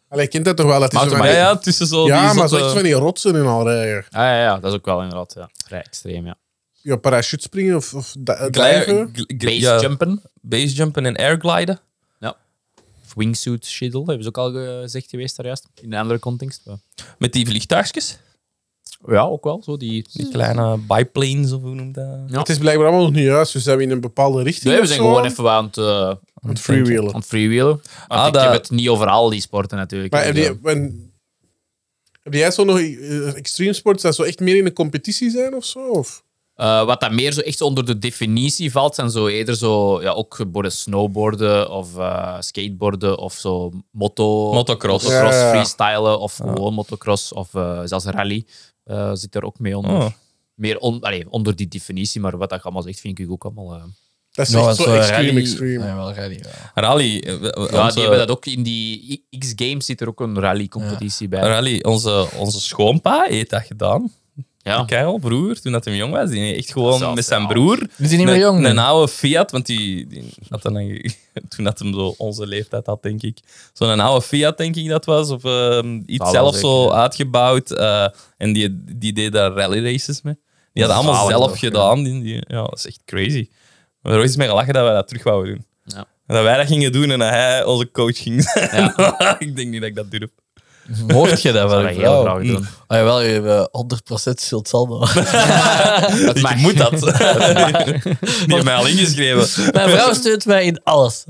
Allee, je kent dat toch wel? Dat is zo van- Ja, ja, tussen zo ja, die maar zo zotte- echt van die rotsen in al eh, rijden. Ah, ja, ja, dat is ook wel inderdaad ja. vrij extreem. Ja. Ja, parachute springen of, of da- glij- diven. gl- gl- Base ja, jumpen, basejumpen en airgliden. of wingsuit shiddle, hebben ze ook al gezegd geweest daar juist, in een andere context. maar- Met die vliegtuigjes. Ja, ook wel. Zo die... Die kleine biplanes, of hoe noemt dat? Ja. Het is blijkbaar allemaal nog niet juist, dus zijn we in een bepaalde richting. Nee, we of zijn zo gewoon even aan het, eh, aan aan het freewheelen. het freewheelen. Want Ah, ik dat- heb het niet over al die sporten natuurlijk. Maar heb, Dus, je, en- heb jij zo nog eh, extreme sports dat zo echt meer in een competitie zijn of zo? Of? eh, wat dat meer zo echt zo onder de definitie valt, zijn zo eerder zo, ja, ook geboren snowboarden of eh, skateboarden of zo moto, Motocross. motocross Ja, ja, ja. freestylen of gewoon motocross of eh, zelfs rally eh, zit er ook mee onder. Oh. Meer on, allee, onder die definitie, maar wat dat je allemaal zegt, vind ik ook allemaal... eh, Dat is Nou, echt zo want, eh, extreme, rally- extreme. Nee, wel rally, ja. Rally. eh, we- Ja, onze- die hebben dat ook in die I- X-Games zit er ook een rally-competitie bij. Rally, onze, onze schoonpa heeft dat gedaan. Ja. Keil, broer, toen dat hij jong was. Die heeft echt gewoon Zelfs, met zijn ja. broer... Is hij niet meer een- jong nu? Een oude Fiat, want die, die had dan een- *laughs* toen dat hem zo onze leeftijd had, denk ik. Zo'n oude Fiat, denk ik dat was. Of ehm, iets wel zelf zeker, zo ja. uitgebouwd. eh, en die, die deed daar rally races mee. Die hadden allemaal Zalig zelf toch, ja. gedaan. Die, die- ja, dat is echt crazy. We hebben er ooit eens mee gelachen dat wij dat terug wouden doen. Ja. En Dat wij dat gingen doen en dat hij onze coach ging zijn. Ja. *laughs* ik denk niet dat ik dat durf. *laughs* Mocht je dat Dat Oh. wel? zou ik heel graag Mm. doen. Ah, jawel, je hebt eh, 100% Sult Salmo. *laughs* ik mag. moet *laughs* dat. *laughs* die heeft mij al ingeschreven. Mijn vrouw steunt mij in alles.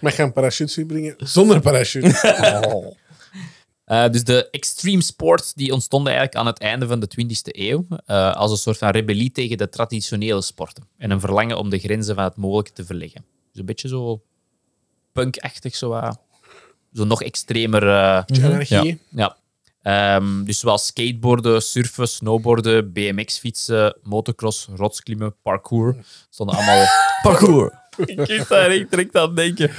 Maar gaan parachutes brengen zonder parachute. Eh, dus de extreme sports die ontstonden eigenlijk aan het einde van de 20e eeuw eh, als een soort van rebellie tegen de traditionele sporten en een verlangen om de grenzen van het mogelijke te verleggen. Dus een beetje zo punkachtig, zo, wat. zo nog extremer. eh, Anarchie. ja. Ehm, dus zoals skateboarden, surfen, snowboarden, BMX-fietsen, motocross, rotsklimmen, parkour. Stonden allemaal. Parcours. Ik is daar echt direct aan het denken.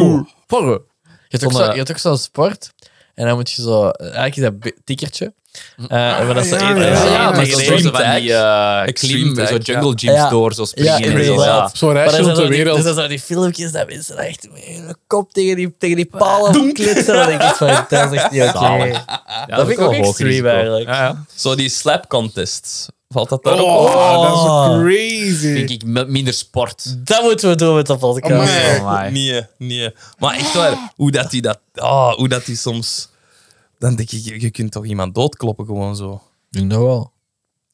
*laughs* Porro. Je hebt ook Zonder- zo- je hebt ook zo'n sport. En dan moet je zo... Eigenlijk is dat bi- tikkertje. Eh, maar dat is zo ja, één- ja, ja, ja, ja, maar maar zo extreme van die tag. eh, Extreme klim, tag, zo jungle ja. gyms Ja, door, zo springen. Ja, en zo, ja. inderdaad. Zo'n Maar reisje dan rond de zijn zo die- wereld. dus dat zijn die filmpjes dat mensen echt met hun kop tegen die, tegen die palen klitsen. Dan denk ik van, dat *laughs* is echt niet Ah. oké. Zalig. Ja, Dat vind ik wel ook hoog extreem risico. eigenlijk. Ja, ja. eh, Zo die slap contest. Valt dat daar Oh, ook op? dat Oh. is crazy. Vind ik mi- minder sport. Dat moeten we doen met de podcast. Amai. Oh my. Nee, nee. Maar echt waar, hoe dat die dat... ah, hoe dat die soms... Dan denk ik, je, je kunt toch iemand doodkloppen gewoon zo. Ik nou wel.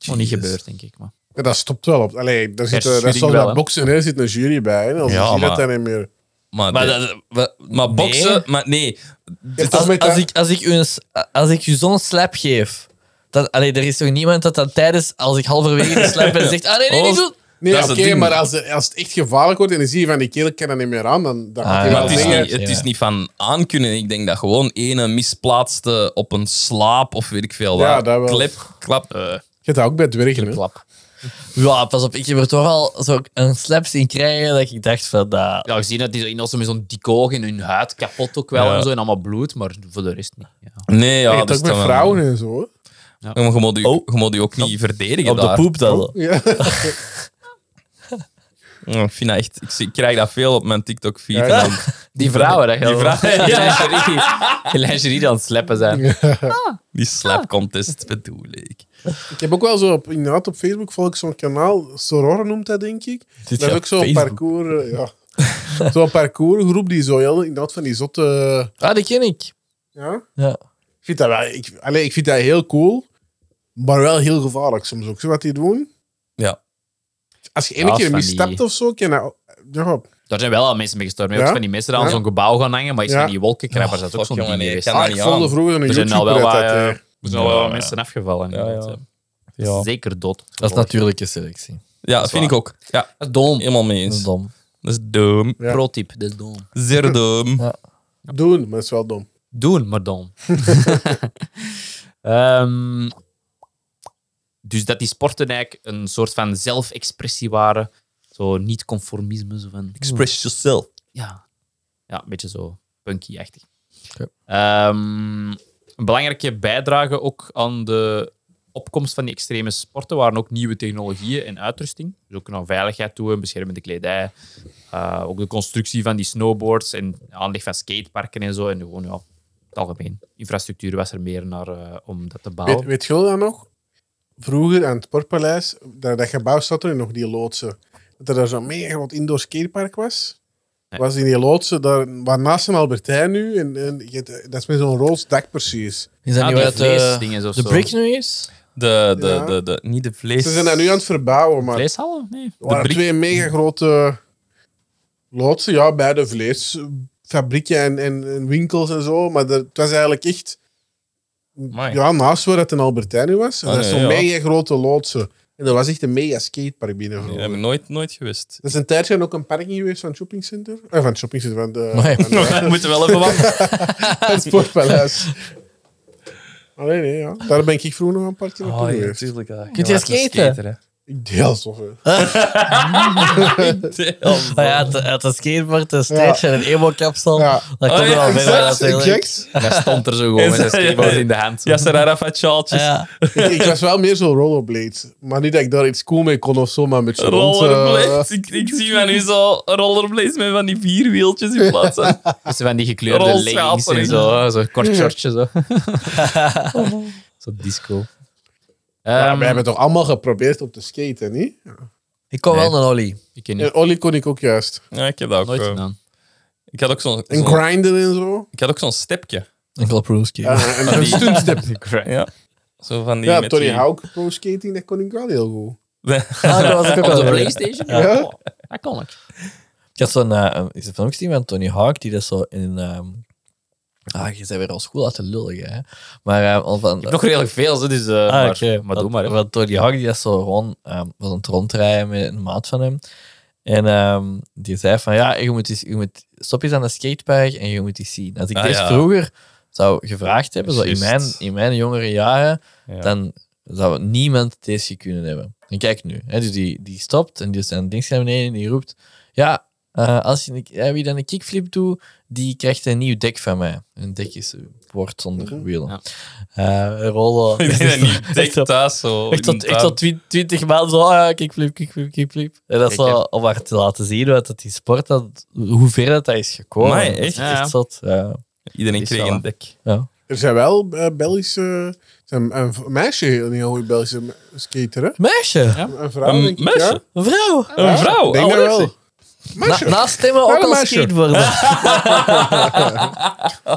Nog niet Jezus. gebeurd, denk ik. Maar. Ja, dat stopt wel op. Allee, daar zit, eh, dat shooting is zoals wel, bij hè. boksen, hè, er zit een jury bij. Hè, als Ja, ja, maar- dat dan niet meer. Maar, Maar, de- dat, we- maar boksen... Nee. Maar nee. Dit als, als ik, als, ik u een s- als ik u zo'n slap geef... Dan, allee, er is toch niemand dat dan tijdens, als ik halverwege de slap ben, *laughs* zegt... Ah, nee, nee, Oh, niet doen. Nee, dat is oké, het ding. maar als, de- als het echt gevaarlijk wordt en dan zie je van die kerel kan dat niet meer aan, dan, dan gaat hij Ah, ja, Maar wel het is, zeggen... niet, het is niet van aankunnen. Ik denk dat gewoon ene misplaatste op een slaap of weet ik veel wat. Ja, dat wel. Klep, klap. Je hebt dat ook bij dwergen, hè. Klap. Ja, pas op, ik heb er toch al zo een slap zien krijgen dat ik dacht van... dat Ja, gezien dat die zo in met zo'n dikke oog in hun huid kapot ook wel Ja. en zo en allemaal bloed, maar voor de rest niet. Ja. Nee, ja. je dat hebt is ook met dan wel- vrouwen en zo. hè. Je moet je, je moet je ook niet verdedigen op de daar. poep dan. Ja. *laughs* Ja, Ik, vind dat echt, ik, zie- ik krijg dat veel op mijn TikTok-feed. Ja, en ja. dan- Die vrouwen, dat Die vrouwen, Die lingerie die aan het slappen zijn. Die slap contest bedoel ik. Ik heb ook wel zo op, inderdaad op Facebook volg ik zo'n kanaal, Soror noemt dat denk ik. dat Zit je is op ook zo'n Facebook? parcours, eh, ja. *laughs* zo'n parcoursgroep die zo heel inderdaad van die zotte. Ah, die ken ik. Ja. Ja. Ik vind dat wel, ik, allee, ik vind dat heel cool, maar wel heel gevaarlijk soms ook. Zo wat die doen. Ja. Als je Ja, ene als keer van misstapt die- of zo, kan dat. Ja, Daar zijn wel al mensen mee gestorven. Ook Ja? van die mensen die aan Ja. zo'n gebouw gaan hangen, maar is Ja. van die wolkenkrabbers. dat is ook Oh, zo'n fuck, ding jongen, nee, geweest. ik kan ah, dat ik niet volgde aan. vroeger een Er zijn al wel YouTube-red wat, uit. eh, hè. Er zijn al wel Ja, ja. mensen afgevallen. Ja, inderdaad, ja. hè. eh, Ja, Zeker dood. Dat is natuurlijke selectie. ja dat vind ik waar. ook. Ja, Dat is dom. helemaal mee Dat is eens. dom. Dat is dom. Ja. Pro-tip, dat is dom. Zeer dom. Doen, maar dat is wel dom. Doen, maar dom. *laughs* Ehm, dus dat die sporten eigenlijk een soort van zelfexpressie waren. Zo niet-conformisme. Zo van, Express yourself. ja. ja, een beetje zo punky-achtig. Oké. Ehm, een belangrijke bijdrage ook aan de opkomst van die extreme sporten waren ook nieuwe technologieën en uitrusting. Dus ook naar veiligheid toe, een beschermende kledij. eh, ook de constructie van die snowboards en aanleg van skateparken en zo. En gewoon, ja, het algemeen. Infrastructuur was er meer naar eh, om dat te Weet, bouwen. weet je wel dat nog? Vroeger aan het Sportpaleis, dat, dat gebouw zat er nog, die loodsen. Dat er daar zo'n mega groot indoor skatepark was. was in die loodsen, daar, waar naast een Albertijn nu, en, en je- dat is met zo'n roze dak precies. Is dat Ah, niet die wat de, vleesdingen of de zo. brick nu is? De, de, Ja. de, de, niet de vlees... Ze zijn dat nu aan het verbouwen, maar Oh, er Vleeshallen? Nee. waren brik- twee mega grote loodsen, ja, bij de vleesfabrieken en, en, en winkels en zo, maar er- het was eigenlijk echt... Amai. Ja, naast waar het een Albertijn nu was, en Ah, dat is nee, zo'n ja. mega grote loodsen. En dat was echt een mega skatepark binnen. Die heb ik nooit, nooit gewist. Dat is een tijdje ook een parking geweest van het shoppingcenter. Eh, van het shoppingcenter, *laughs* van de, Nee. van de- We moeten wel even wachten. het sportpaleis. Maar nee, nee, ja. Daar ben ik vroeger nog een partje Ah, naartoe geweest. Oh, Kunt je skaten? Ik deel zo veel. Oh. Ah ja, het, het is skateboard, de stage en een emo-kapsel. Ja. Dat komt Oh, ja, er wel exact, verder Exact, natuurlijk. exact. Hij stond er zo gewoon Is met zijn dat- skateboard in de hand. Ja, Sarah sjaaltjes. Ja. Ik, ik was wel meer zo'n rollerblade. Maar niet dat ik daar iets cool mee kon of zo, maar met zo'n rond... eh, Rollerblades. *laughs* Ik, ik zie van nu zo rollerblades met van die vier wieltjes in plaats van... *laughs* Dus van die gekleurde Rolschapen leggings en in. zo. Zo'n kort shortje zo. zo disco. ja, Ehm, we hebben toch allemaal geprobeerd op te skaten, niet? Ik kom Nee. wel naar Ollie. ik ken niet. En Ollie kon ik ook juist. Ja, ik heb dat ook. Nooit eh, gedaan. ik had ook zo'n En zo'n- grinden en zo. ik had ook zo'n stepje. Een Klapruski. Ja, *laughs* en een stuntstep. *laughs* Ja. Zo van die... Ja, met Tony *laughs* die- Hawk pro skating, dat kon ik wel heel goed. Ah, was ik ook Op wel de weer. Playstation? Ja. Ja. Oh, dat kon ik. Ik had zo'n eh, een- is een film gezien van Tony Hawk, die dat zo in... ehm, ah, je bent weer al school uit de lullig, hè. Maar ehm, al van... Nog redelijk veel, zo, dus, eh, Ah, maar, maar doe maar. hè. Ah, Want Tony Hawk, die dat zo gewoon ehm, was aan het rondrijden met een maat van hem. En ehm, die zei van, ja, je moet, eens, je moet stop eens aan de skatepark en je moet iets zien. Als ik Ah, deze ja. vroeger zou gevraagd hebben, zo in, Juist. mijn, in mijn jongere jaren, Ja. dan zou niemand deze kunnen hebben. En kijk nu, hè, dus die, die stopt en die zijn ding naar beneden en die roept, ja, eh, als je een, eh, wie dan een kickflip doet, die krijgt een nieuw dek van mij. Een dek is een woord zonder wielen. Ja. Eh, een rollen. Mhm. *laughs* Ik denk dat niet. *laughs* Echt Dik zo- thuis zo. Echt in tot, de echt tuin. tot twi- twintig maanden zo, ah, ja, kickflip, kickflip, kickflip. En dat is Kijk, zo om haar te laten zien wat dat die sport, dat, hoe ver dat, dat is gekomen. Amai, Dat is echt? Ja, ja. echt zot. Ja. Iedereen Is kreeg wel- een dek. Ja. Er zijn wel eh, Belgische... er zijn Een, een meisje, een heel goede Belgische me- skater, hè? Meisje, Een vrouw, Een denk ik, meisje? Oh, ja. een vrouw. Een vrouw. Ik denk dat alweer. wel. Na, Meisje. naast stemmen ook Kleine al *laughs* meisje. skateboarden.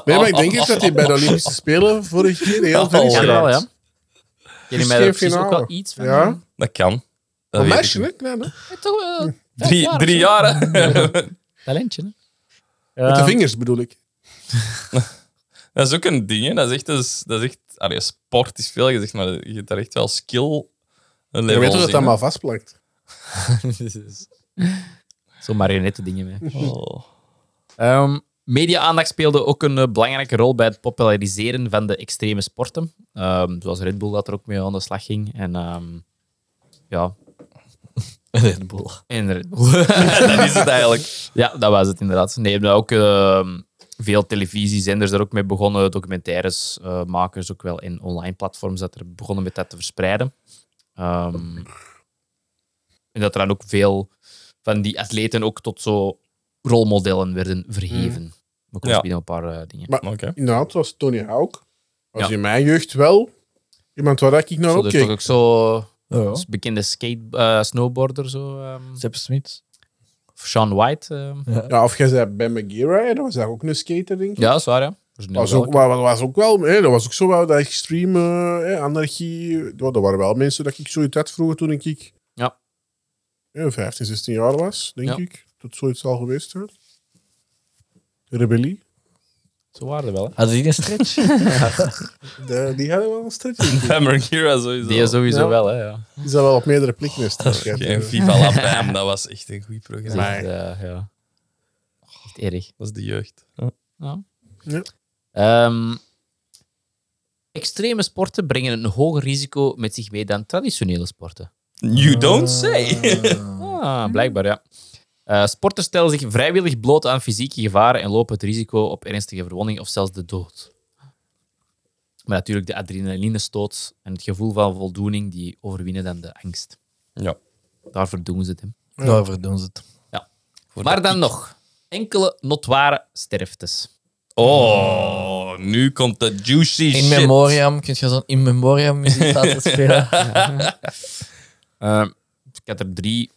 Nee, maar ik denk eens dat hij bij de *laughs* Olympische Spelen vorig jaar Oh, heel ver is Ja, wel, geraakt. ja. Jullie Is mij geen daar precies ook finale. wel iets van? Ja, Dat kan. Dat een weet meisje, ik Ehm, hè? Klein, hè? Ja, toch wel. niet. Drie, drie jaren. *laughs* Talentje, hè? Met de Ehm, vingers bedoel ik. dat is ook een ding. Hè. Dat is echt... Dat is, dat is echt allee, sport is veel gezegd, maar je hebt daar echt wel skill... Een Je level weet toch dat in, dat hè. maar vastplakt. Zo'n marionetten dingen mee. Oh. Ehm, Media-aandacht speelde ook een eh, belangrijke rol bij het populariseren van de extreme sporten. Ehm, zoals Red Bull dat er ook mee aan de slag ging. En ehm, ja, Red Bull. en Red *laughs* Bull. Dat is het eigenlijk. ja, dat was het inderdaad. Nee, maar ook ehm, veel televisiezenders daar ook mee begonnen. Documentairesmakers ook wel in online platforms dat er begonnen met dat te verspreiden. Ehm, en dat er dan ook veel van die atleten ook tot zo rolmodellen werden verheven. Mm. Ook al Ja. binnen een paar eh, dingen. Maar Oké. *laughs* inderdaad, zoals Tony Hawk. Was Ja. in mijn jeugd wel iemand waar ik naar Zo, er is toch opkeek. ook zo Oh, Ja. s- bekende skate, eh, snowboarder, zo, ehm, Sepp Smith. Sean White. ehm. Ja, of jij zei Ben McGeera, hè, dat was daar ook een skater, denk ik. Ja, dat is waar, ja. Dat is Oh, Dat was wel- ook, maar dat was ook wel, hè, dat was ook zo wel dat extreme eh, anarchie. Ja, dat waren wel mensen dat ik zoiets had vroeger toen ik Ja. eh, 15, 16 jaar was, denk Ja. ik. Dat zoiets al geweest had. Rebellie. Zo waren er wel. Had die een stretch? De- die hadden wel een *laughs* stretch. Hammer Hero sowieso. Die sowieso Ja. wel, hè. Ja. Die zijn wel op meerdere plekken in stretch. gehad Geen hebben. FIFA La Bam, dat was echt een goed Dat programma. is Maar- echt, eh, ja. Echt erg. Dat is de jeugd. Ehm, extreme sporten brengen een hoger risico met zich mee dan traditionele sporten. You don't say. *laughs* Hmm. Ah, blijkbaar, ja. Eh, sporters stellen zich vrijwillig bloot aan fysieke gevaren en lopen het risico op ernstige verwonding of zelfs de dood. Maar natuurlijk, de adrenalinestoot en het gevoel van voldoening die overwinnen dan de angst. ja. Daarvoor doen ze het. hè. Daarvoor doen ze het. Maar dan nog, enkele notoire sterftes. Oh, nu komt de juicy In shit. memoriam, kun je zo'n in *laughs* memoriam muziek laten spelen? Eh, ik had er drie.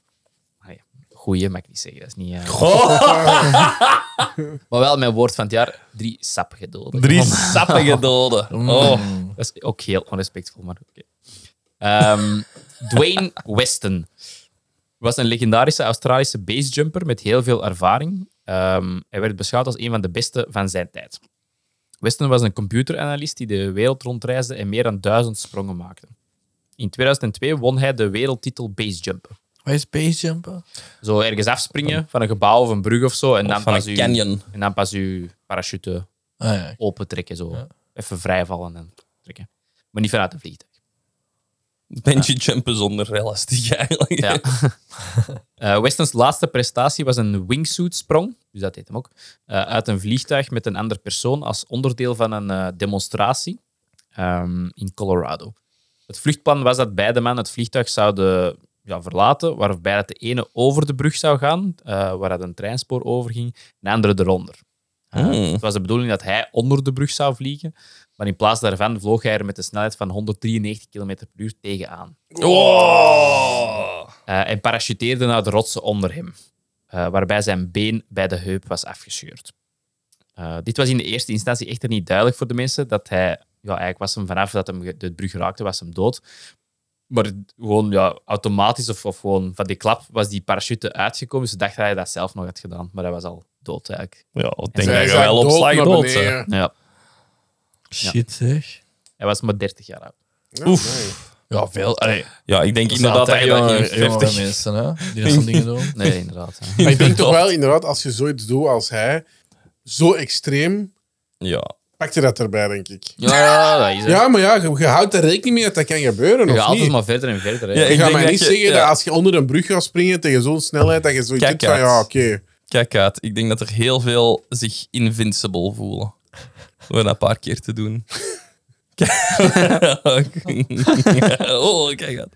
Ah ja, goeie, mag ik niet zeggen. Dat is niet, eh, *laughs* Maar wel mijn woord van het jaar, drie sappige doden. Drie sappige doden. Oh. Dat is ook heel onrespectvol, maar oké. Ehm, Dwayne Weston was een legendarische Australische basejumper met heel veel ervaring. Ehm, hij werd beschouwd als een van de beste van zijn tijd. Weston was een computeranalist die de wereld rondreisde en meer dan duizend sprongen maakte. In 2002 won hij de wereldtitel basejumpen. Wat is basejumpen? Zo ergens afspringen van een gebouw of een brug of zo. En dan van pas een uw- canyon. En dan pas je parachute Ah, ja. open trekken. Zo. Even vrijvallen en trekken. Maar niet vanuit een vliegtuig. Bungee jumpen zonder elastiek eigenlijk. *laughs* Ja. Eh, Westons laatste prestatie was een wingsuit-sprong, dus dat heet hem ook, eh, uit een vliegtuig met een andere persoon als onderdeel van een eh, demonstratie ehm, in Colorado. Het vluchtplan was dat beide mannen het vliegtuig zouden ja, verlaten, waarbij dat de ene over de brug zou gaan, eh, waar dat een treinspoor overging, en de andere eronder. Eh, Hmm. Het was de bedoeling dat hij onder de brug zou vliegen, maar in plaats daarvan vloog hij er met een snelheid van 193 km per uur tegenaan. Oh. Eh, en parachuteerde naar de rotsen onder hem, eh, waarbij zijn been bij de heup was afgescheurd. Eh, dit was in de eerste instantie echter niet duidelijk voor de mensen dat hij, ja, eigenlijk was hem vanaf dat hem ge- de brug raakte, was hem dood. Maar het- gewoon ja, automatisch of, of gewoon van die klap was die parachute uitgekomen. Dus ze dacht dat hij dat zelf nog had gedaan, maar hij was al dood eigenlijk. *laughs* Ja, ik En denk zij dat je zijn wel op slag naar dood beneden. bent. Ja, Shit, zeg. hij was maar 30 jaar oud. Oef. Ja, veel. Allee, Ja, ik denk dat inderdaad eh, dat je zijn dat altijd in jonge- jonge 50... mensen, hè? Die dat soort dingen *laughs* doen. Nee, *laughs* inderdaad. ja. Maar ik denk toch wel, inderdaad, als je zoiets doet als hij, zo extreem, Ja. pak je dat erbij, denk ik. Ja, ja, dat is het. Ja, maar ja, je, je houdt er rekening mee dat dat kan gebeuren, Je gaat of altijd niet? maar verder en verder. hè. Ja, Je ik gaat denk mij dat niet je- zeggen ja. dat als je onder een brug gaat springen tegen zo'n snelheid, dat je zoiets Kijk hebt van, uit. ja, oké. Kijk uit, ik denk dat er heel veel zich invincible voelen. Door dat een paar keer te doen. *laughs* oh, kijk uit.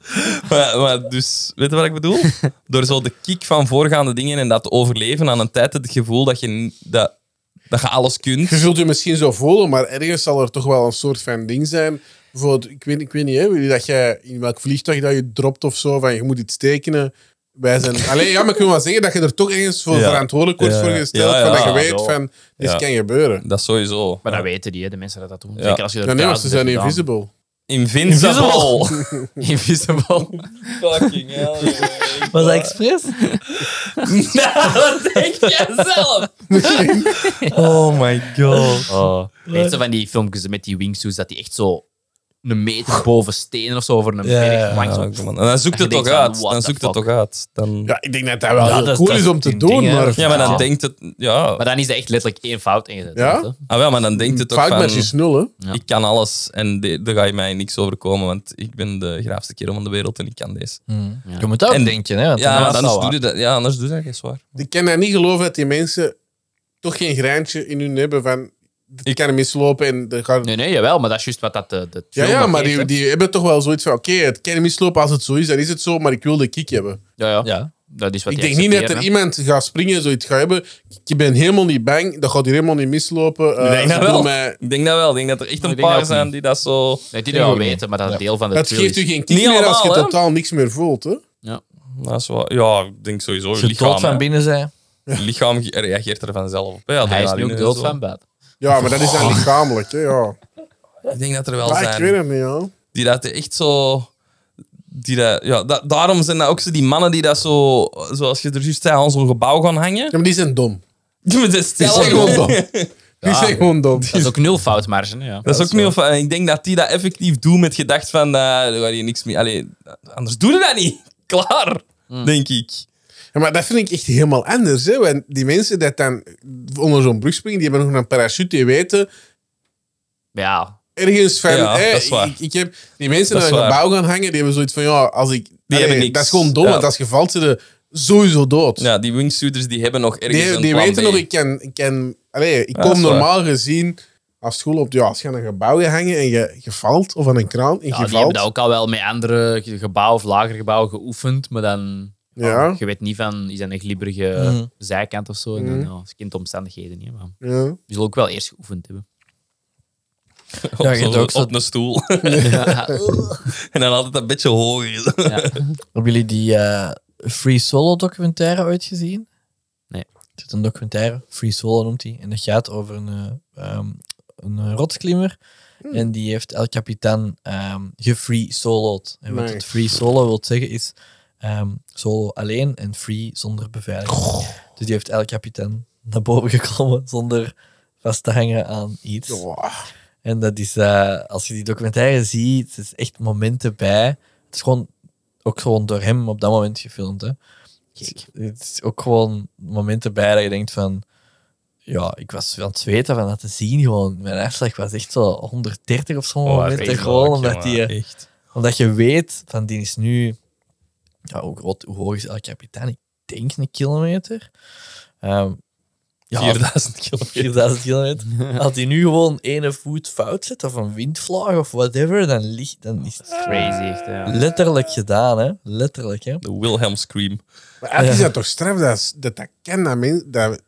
Maar, maar dus, weet je wat ik bedoel? Door zo de kick van voorgaande dingen en dat te overleven aan een tijd het gevoel dat je, n- dat, dat je alles kunt. Je zult je misschien zo voelen, maar ergens zal er toch wel een soort van ding zijn. Bijvoorbeeld, ik weet, ik weet niet, hè, Willy, dat jij in welk vliegtuig dat je dropt of zo, van je moet iets tekenen. Wij *laughs* zijn... Alleen, ja, maar ik wil wel zeggen dat je er toch ergens voor Ja. verantwoordelijk wordt Ja. voor gesteld, Ja, ja, van dat je ja, weet zo. van, dit Ja. kan gebeuren. Dat sowieso. Maar dat weten die, hè, de mensen dat dat doen. Ja. Zeker als je er Ja, nee, want ze duizend hebt zijn gedaan. invisible. Invincible! Invisible. *laughs* Fucking *laughs* hell. Was dat expres? Nou, dat denk *laughs* jij zelf! oh my god. *laughs* Oh. Weet je van die filmpjes met die wingsuits, dat die echt zo een meter boven stenen of zo over een Ja, berg ja, langs. Ja, kom aan. en dan zoekt Dat het je toch denkt van, uit. what Dan the zoekt het fuck. toch uit. Dan... Ja, ik denk dat dat wel Ja, heel dat is- cool dat is is om te een doen, ding, hè. maar... Ja, maar dan Ja. denkt het... Ja, Maar dan is dat echt letterlijk één fout ingezet. Ja? hè. ah, wel, maar dan denkt het ook van... Foutmatch is nul, hè. Ja. Ik kan alles en de- daar ga je mij niks overkomen, want ik ben de graafste kerel van de wereld en ik kan deze. Je moet dat ook En- denken, hè? want Ja, dat maar is anders wel doe je waar. dat, ja, anders doe je dat, is waar. Ik kan dat niet geloven dat die mensen toch geen greintje in hun hebben van... Ik kan hem mislopen en er gaat Nee, nee, jawel, maar dat is juist wat dat eh, de, de Ja, film ja ook maar heeft, die, hè. die hebben toch wel zoiets van: oké, het kan mislopen als het zo is, dan is het zo, maar ik wil de kick hebben. Ja, ja. Ja. Dat is wat ik die denk niet dat er accepteren, iemand gaat springen en zoiets gaat hebben. Ik ben helemaal niet bang, dat gaat hier helemaal niet mislopen. Eh, Ik denk ze dat doen wel. mij- Ik denk dat wel. Ik denk dat er echt Maar een ik denk paar dat ook zijn niet. die dat zo... hè. Nee, die dat wel weten, maar dat is deel van de Dat thrill geeft u is. geen kick Niet meer als je allemaal, hè? totaal niks meer voelt. Hè? Dat is waar. Ja, ik denk sowieso. Je Als je dood lichaam, van hè. binnen zijn. je lichaam ge- reageert er vanzelf op. hè. Hij is nu Adrenaline ook en dood zo. van buiten. Ja, maar dat is dan lichamelijk. Hè, ja. Ik denk dat er wel Ja, Ah, ik weet zijn het niet. Ja. die dat echt zo... Die dat, ja, da- daarom zijn dat ook zo die mannen die dat zo, zoals je er juist zei, aan zo'n gebouw gaan hangen. *laughs* Ja, maar die zijn dom. Met de Die zijn gewoon dom. Die zijn gewoon dom. Dat is ook nul foutmarge. hè, Ja. Dat is ook niet of eh, ik denk dat die dat effectief doet met gedacht van eh, daar ga je niks mee. Allee, anders doe je dat niet. *laughs* Klaar, denk ik. Ja, maar dat vind ik echt helemaal anders. Hè? Want die mensen die dan onder zo'n brug springen, die hebben nog een parachute, die weten Ja. ergens van, Ja, hè, dat is waar. ik, ik heb die mensen Dat die is aan een waar. gebouw gaan hangen, die hebben zoiets van, ja, als ik... hebben niks. Dat is gewoon dom, Ja. want als je valt, ze sowieso dood. Ja, die wingsuiters die hebben nog ergens die een die plan weten B. nog, ik kan... Ik kan allee, ik Ja, dat kom is waar. normaal gezien als school op... Ja, als je aan een gebouw gaat hangen en je, je valt, of aan een kraan Ja, en je die hebben valt... dat ook al wel met andere ge- gebouwen of lagere gebouwen geoefend, maar dan... Ja. je weet niet van, is dat een glibberige Mhm. zijkant of zo? En Mhm. dan, ja, dat is kind de omstandigheden niet, maar... Ja. Die zullen ook wel eerst geoefend *laughs* hebben. op, Ja, je zo'n- hebt ook zo- op een *laughs* stoel. en dan altijd een beetje hoger. Hebben jullie die eh, Free Solo documentaire ooit gezien? Nee. Er zit een documentaire, Free Solo noemt hij. En dat gaat over een, eh, ehm, een eh, rotsklimmer. En die heeft El Capitan ehm gefree solo'd. En wat Nice. het free solo wil zeggen is ehm, solo alleen en free zonder beveiliging. Dus die heeft El Capitan naar boven geklommen zonder vast te hangen aan iets. Oh, En dat is, eh, als je die documentaire ziet, het is echt momenten bij. Het is gewoon ook gewoon door hem op dat moment gefilmd. Hè. Het is- Het is ook gewoon momenten bij dat je denkt van, ja, ik was aan het zweten van dat te zien gewoon. Mijn hartslag was echt zo 130 of zo'n moment. echt Gewoon leuk, omdat, jongen. die, eh, Echt. omdat je weet van die is nu, ja, hoe, groot, hoe hoog is El Capitan? Ik denk een kilometer. Ehm, ja, *laughs* 4000 kilometer. 4000 kilometer. Als die nu gewoon ene voet fout zet of een windvlaag of whatever, dan, ligt, dan is het *laughs* Crazy, echt. Ja. letterlijk gedaan, hè? Letterlijk, *laughs* hè? De Wilhelm Scream. maar het is dat toch straf dat dat, dat ken dat mensen. Dat...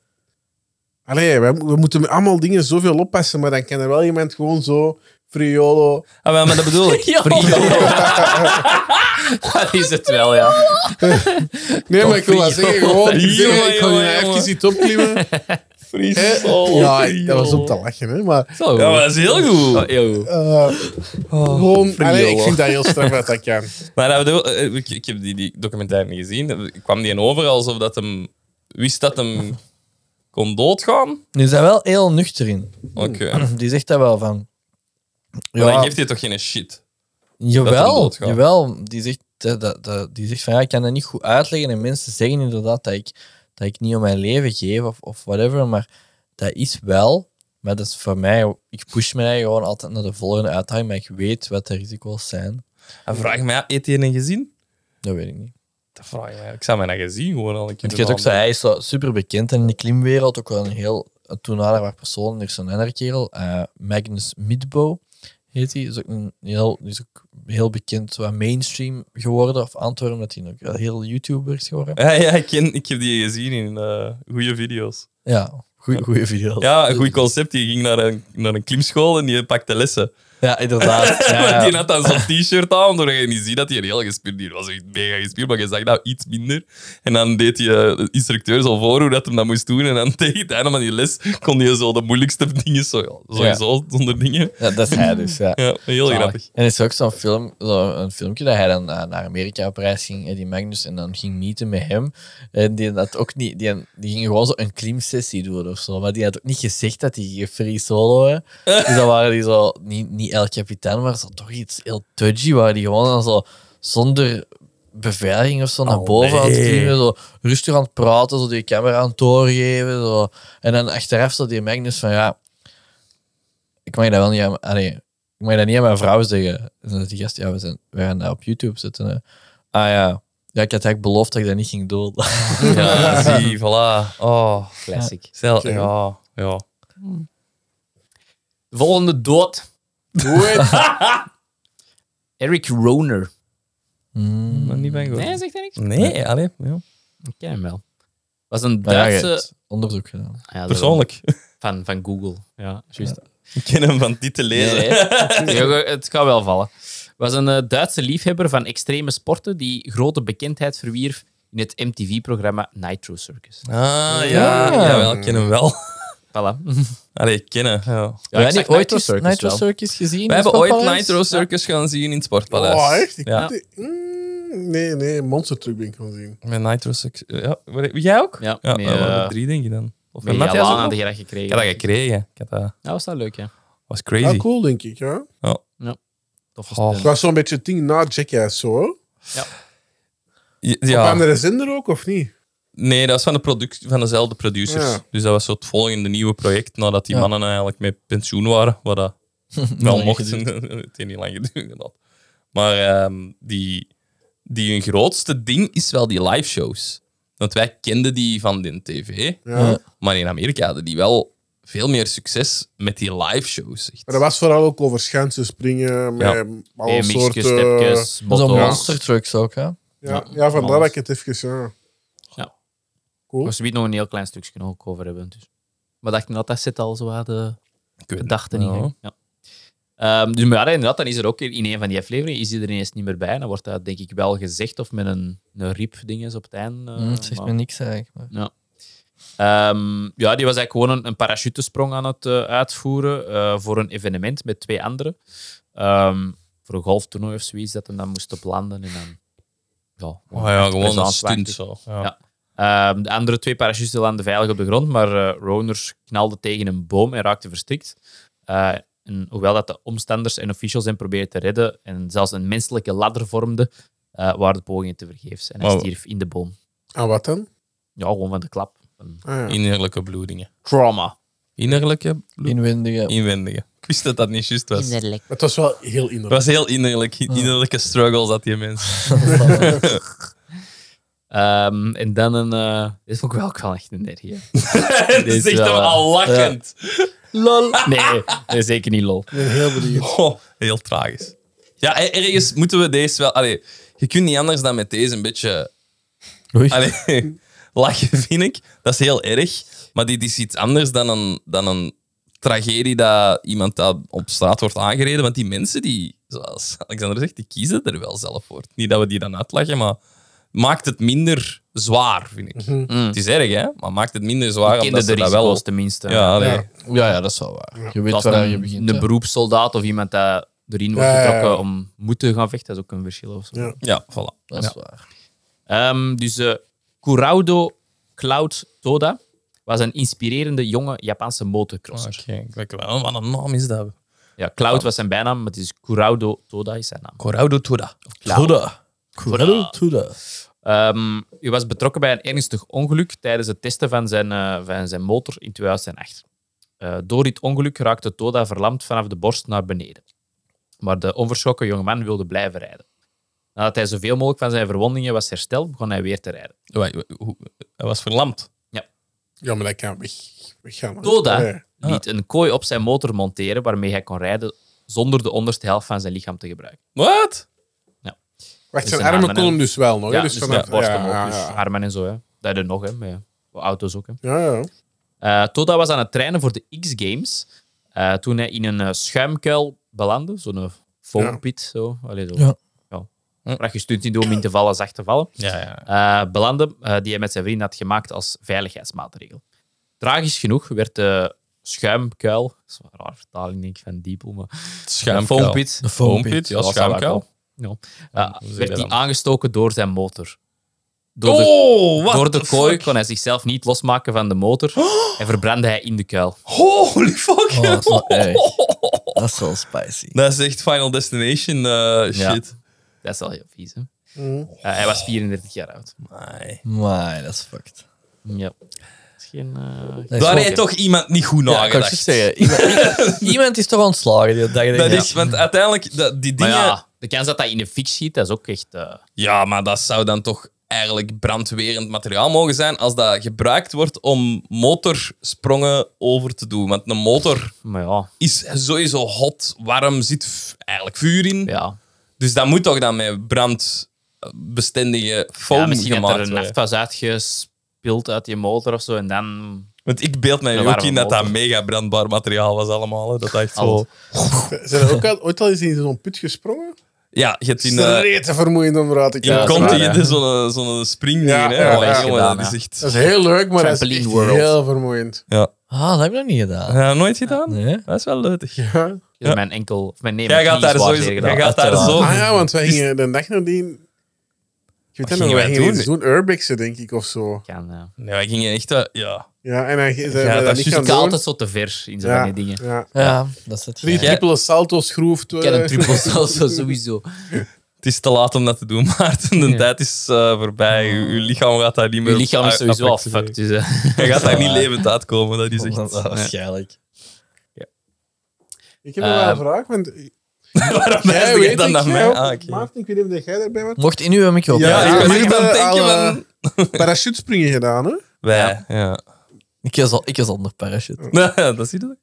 Allee, we, we moeten met allemaal dingen zoveel oppassen, maar dan kan er wel iemand gewoon zo friolo. Ah, wel, maar dat bedoel *laughs* ik. *laughs* Dat is het wel, ja. Nee, maar ik wil Friolo. dat zeggen, gewoon. Ik, Jongen, zeg, ik ga jongen, hier jongen. Oh, even iets opklimmen. Free Eh, Solo. ja, dat was om te lachen, hè? Maar Ja, maar dat is heel goed. Oh, eh, Oh, gewoon, allee, ik vind dat heel straf dat dat kan. Maar dat bedoel, eh, ik, ik heb die, die documentaire niet gezien. Ik kwam die over alsof dat hem wist dat hem kon doodgaan. Nu is hij wel heel nuchter in. *clears throat* Oké. Die zegt dat wel van. Maar dan Ja, geeft hij toch geen shit. dat hem jawel, doodgaat. jawel. Die zegt, dat, dat, dat- die zegt van ja, ik kan dat niet goed uitleggen. En mensen zeggen inderdaad dat ik, dat ik niet om mijn leven geef of, of whatever. Maar dat is wel. Maar dat is voor mij, ik push mij gewoon altijd naar de volgende uitdaging. Maar ik weet wat de risico's zijn. En vraag mij, ja, eet hij een gezien? Dat weet ik niet. Dat vraag ik mij. Ik zou mij een gezien gewoon al een keer Want je hebt ook zo, doen. hij is zo super bekend en in de klimwereld ook wel een heel een toenaderbaar persoon. Er is zo'n andere kerel, eh, Magnus Midbo heet hij. Is ook een heel, die is ook heel bekend, wat mainstream geworden of Antwerpen, omdat hij ook wel heel YouTuber is geworden. Ja, ja ik, ken, ik heb die gezien in eh goede video's. Ja, goede video. Ja, een goed concept. Die ging naar een, naar een klimschool en die pakte lessen. ja *laughs* inderdaad. Ja, Want ja. die had dan zo'n t-shirt aan, doordat je niet ziet dat hij een heel gespierd Die was echt mega gespierd, maar je zag dat iets minder. En dan deed die eh, de instructeur zo voor hoe dat hem dat moest doen. En dan *laughs* tegen het einde van die les kon hij zo de moeilijkste dingen, zo, ja, sowieso zonder dingen. Ja, dat is hij dus, ja. Ja, heel grappig. En er is ook zo'n film, zo een filmpje dat hij dan eh, naar Amerika op reis ging, Eddie Magnus, en dan ging meeten met hem. En die had ook niet, die, die ging gewoon zo een klimsessie doen of zo, maar die had ook niet gezegd dat hij free solo hè. Dus dan waren die zo, niet, niet El Capitan, maar zo toch iets heel touchy, waar die gewoon dan zo zonder beveiliging of zo naar boven aan het klimmen, zo rustig aan het praten, zo die camera aan het doorgeven. Zo. En dan achteraf zo die Magnus van ja ik mag dat wel niet aan, ah, nee, ik mag dat niet aan mijn vrouw zeggen. En dan zegt die gast, ja, we, zijn, we gaan dat op YouTube zetten. hè. Ah ja. ja, ik had eigenlijk beloofd dat ik dat niet ging doen. Ja, zie, voilà. Oh, Classic. stel, ja. ja. Volgende dood. Hoe heet *laughs* Eric Roner. Maar niet ben ik Nee, zegt hij niks? Nee, allee, ja. Ik ken hem wel. Was een *laughs* Maar ja, je Duitse... hebt onderzoek gedaan. Ah, ja, dat- Persoonlijk. *laughs* Van, van Google. Ja, juist. Ik ken hem van dit te lezen. *laughs* Nee, nee. Ja, het gaat wel vallen. Was een eh, Duitse liefhebber van extreme sporten die grote bekendheid verwierf in het MTV-programma Nitro Circus. Ah, ja. Jawel, ik ken hem wel. *laughs* *laughs* Voilà. Allee, kennen, ja. Ja, ik Hebben zag wij ooit Nitro eens Circus Nitro wel. Circus gezien? We in het hebben ooit sportpaleis? Nitro Circus gaan zien in het Sportpaleis. Oh, echt? Ik Ja. dacht- mm, nee, nee, Monster Truck ben ik gaan zien. Met Nitro Six. Ja, waar- jij ook? Ja, ja met, eh, eh, met drie denk je dan. Of Met met Matthias Jalan ook had nog? je dat gekregen. Ik had dat gekregen. Ik had dat... Ja, was dat leuk, ja. was crazy. Ah, cool, denk ik. Ja. Tof Oh. Het was zo'n beetje het ding na Jackass, zo. hè? Ja, Op ja. andere zender ook, of niet? Nee, dat was van, de product, van dezelfde producers. Ja. Dus dat was zo het volgende nieuwe project nadat die Ja. mannen eigenlijk met pensioen waren. Wat *laughs* dat wel Lang mocht. *laughs* het heeft niet lang geduurd. dat. Maar ehm, die, die hun grootste ding is wel die live shows. Want wij kenden die van de tv. Ja. Maar Maar in Amerika hadden die wel veel meer succes met die live shows. echt. dat was vooral ook over schaatsen springen, met Ja. alle Mixjes, soorten... stepjes, Zo'n bottles. monster trucks ook, hè? ja, ja, vandaar dat ik het even... Ja. Daar zullen we nog een heel klein stukje ook over hebben. Dus. Maar dacht ik nou, dat zit al zo aan de Ik weet gedachten niet. in. Ja. gang. Ja. Ehm, dus maar ja, inderdaad, dan is er ook in een van die afleveringen is hij er ineens niet meer bij. Dan wordt dat denk ik wel gezegd of met een, een riep dinges op het einde. eh, Hm, het zegt maar- me niks eigenlijk. Maar. ja. Ehm, ja, die was eigenlijk gewoon een, een parachutesprong aan het eh, uitvoeren eh, voor een evenement met twee anderen. Ehm, voor een golftoernooi of zoiets, dat hem dan moesten landen. En dan, ja, Oh ja, gewoon een plezant stunt wachten. zo. Ja. Ehm, de andere twee parachutisten landen veilig op de grond, maar eh, Roners knalde tegen een boom en raakte verstikt. Eh, en hoewel dat de omstanders en officials hem probeerden te redden en zelfs een menselijke ladder vormden, eh, waren de pogingen te vergeefs. En hij Wow. stierf in de boom. Ah, wat dan? Ja, gewoon van de klap. Van Ah, ja. Innerlijke bloedingen. trauma. Innerlijke bloedingen? Inwendige. Inwendige. Ik wist dat dat niet juist was. Het Het was wel heel inderdaad. was heel innerlijk. Innerlijke struggles dat die *laughs* mensen. Ehm, en dan een... eh, dit vond ik wel ook wel echt een erg. dat Dit is is echt wel, wel eh, al lachend. Lol. Nee, nee, zeker niet lol. Ik ben heel benieuwd. *laughs* Oh, heel tragisch. Ja, er- ergens moeten we deze wel... Allee, je kunt niet anders dan met deze een beetje... *laughs* Oei. Allee, lachen vind ik. Dat is heel erg. Maar dit is iets anders dan een, dan een tragedie dat iemand dat op straat wordt aangereden. Want die mensen, die, zoals Alexander zegt, die kiezen er wel zelf voor. Niet dat we die dan uitlachen, maar maakt het minder zwaar, vind ik. Het is erg, hè? Maar maakt het minder zwaar Ik kende omdat de ze dat risico's wel... tenminste. Ja, allee. Ja. Ja, ja, dat is wel waar. Je weet Dat waar een, je begint. een hè. beroepssoldaat of iemand dat erin wordt Ja, ja, ja. getrokken om moeten gaan vechten, dat is ook een verschil. Of zo. Ja. ja, voilà. Dat is waar. Ehm, dus eh Curaudo Cloud Toda was een inspirerende jonge Japanse motocrosser. Oké, ik weet wel. Wat een naam is dat? Ja, Cloud was zijn bijnaam, maar het is Curaudo Toda is zijn naam. Corrado Tura. Toeda. Toeda. Toeda. Ehm, hij was betrokken bij een ernstig ongeluk tijdens het testen van zijn, eh, van zijn motor in 2008. Eh, door dit ongeluk raakte Toda verlamd vanaf de borst naar beneden. Maar de onverschrokken jongeman wilde blijven rijden. Nadat hij zoveel mogelijk van zijn verwondingen was hersteld, begon hij weer te rijden. Wait, wait, hoe- Hij was verlamd. Ja, maar dat kan weg, weggaan. hè. Toda Ja. liet een kooi op zijn motor monteren waarmee hij kon rijden zonder de onderste helft van zijn lichaam te gebruiken. Wat? Wacht, Dus zijn zijn armen armen kon hem dus wel nog. hè? Ja, dus dus vanaf, met borst ja, omhoog, ja, dus ja. armen en zo. Hè. Dat er nog, hè, met auto's ook. Hè. Ja, ja. Eh, Toda was aan het trainen voor de X-Games eh, toen hij in een eh, schuimkuil belandde. Zo'n Ja. foam pit. Zo. Allee, zo. Ja. Ja. Waar je stunt niet door om in te vallen, zacht te vallen. Ja, ja. Eh, belandde, eh, die hij met zijn vriend had gemaakt als veiligheidsmaatregel. Tragisch genoeg werd de schuimkuil, dat is wel een raar vertaling denk ik van Diepel, maar Schuimkuil. De foampit. De foampit. ja, dat zou ik schuimkuil. wel. Ja. Eh, hoe zeg je werd dat die dan? aangestoken door zijn motor. Door de, Oh, wat? door de kooi kon hij zichzelf niet losmaken van de *gasps* motor en verbrandde hij in de kuil. Holy fuck. Oh, dat is *laughs* wel erg. Dat is wel spicy. *laughs* Dat is echt Final Destination eh, shit. Dat is wel heel vies, hè? Mm. Eh, hij was 34 jaar oud. Nee. Maar dat is fucked. Ja. Dat is geen... eh, Dat is Daar wel- heeft toch iemand niet goed Ja, kan ik zo nagedacht. zeggen. Iemand, *laughs* iemand is toch ontslagen die dag. dat is, want uiteindelijk, dat, die Maar dingen... Ja. ja, de kans dat hij in de fik schiet, dat is ook echt... eh, maar dat zou dan toch eigenlijk brandwerend materiaal mogen zijn als dat gebruikt wordt om motorsprongen over te doen. Want een motor maar ja, is sowieso hot, warm, zit f- eigenlijk vuur in. ja. Dus dat moet toch dan met brandbestendige foam ja misschien dat er gemaakt een worden. nacht was uitgespild uit je motor of zo, en dan... Want ik beeld mij nu Een ook in dat dat warme mega brandbaar materiaal was allemaal. Hè. Dat dat echt zo... Al- Zijn er ook al, ooit al eens in zo'n put gesprongen? Ja, je hebt in, eh, Stree te vermoeiend om eruit te in kijken. Conti waar, heb je zo'n eh, zo'n springding. Ja, hè. ja, Oh, ja. jongen, Gedaan, dat is ja. echt... Dat is heel leuk, maar dat is Trampoline echt world. heel vermoeiend. Ja. Ah, dat heb ik nog niet gedaan. Ja, nooit gedaan? Nee. Dat is wel leuk. Ja. Dus Mijn enkel... Of mijn nee, Jij mijn gaat knie daar is zwaar sowieso... zeer gedaan. Jij gaat daar Uiteraard. zo... Ah ja, want wij gingen de dag nadien... Ik Wat weet het nog, gingen wij wij gingen doen? iets doen, urbexen denk ik, of zo. Kan, eh, Nee, wij gingen echt... eh, Ja. Ja, en dan zijn we dat dat is niet juist gaan Ik ga doen. altijd zo te ver in zo van die dingen. Ja. Ja, dat is het. Drie ja. triple salto schroef. Ik heb een triple *laughs* salsa sowieso. Het is te laat om dat te doen, *laughs* Maarten. De tijd is eh, voorbij. Uw, uw lichaam gaat daar niet meer... Mijn lichaam is op- sowieso op- al *laughs* fucked. Dus, eh. Je gaat daar niet levend uitkomen, dat is echt... Waarschijnlijk. Ik heb nog wel een Ehm. vraag, *laughs* want... *laughs* Waarom wijst Jij jij weet dan ik, naar jij mij? ook. Ah, oké. Maarten, ik weet niet of dat jij erbij was. Mocht in uw micro. Ja, Ja, ik maar ben echt ik aan het ben denken al, van... Parachutespringen gedaan, hè? Wij, ja. Ik is, al, ik is onder parachute. *laughs* dat zie je.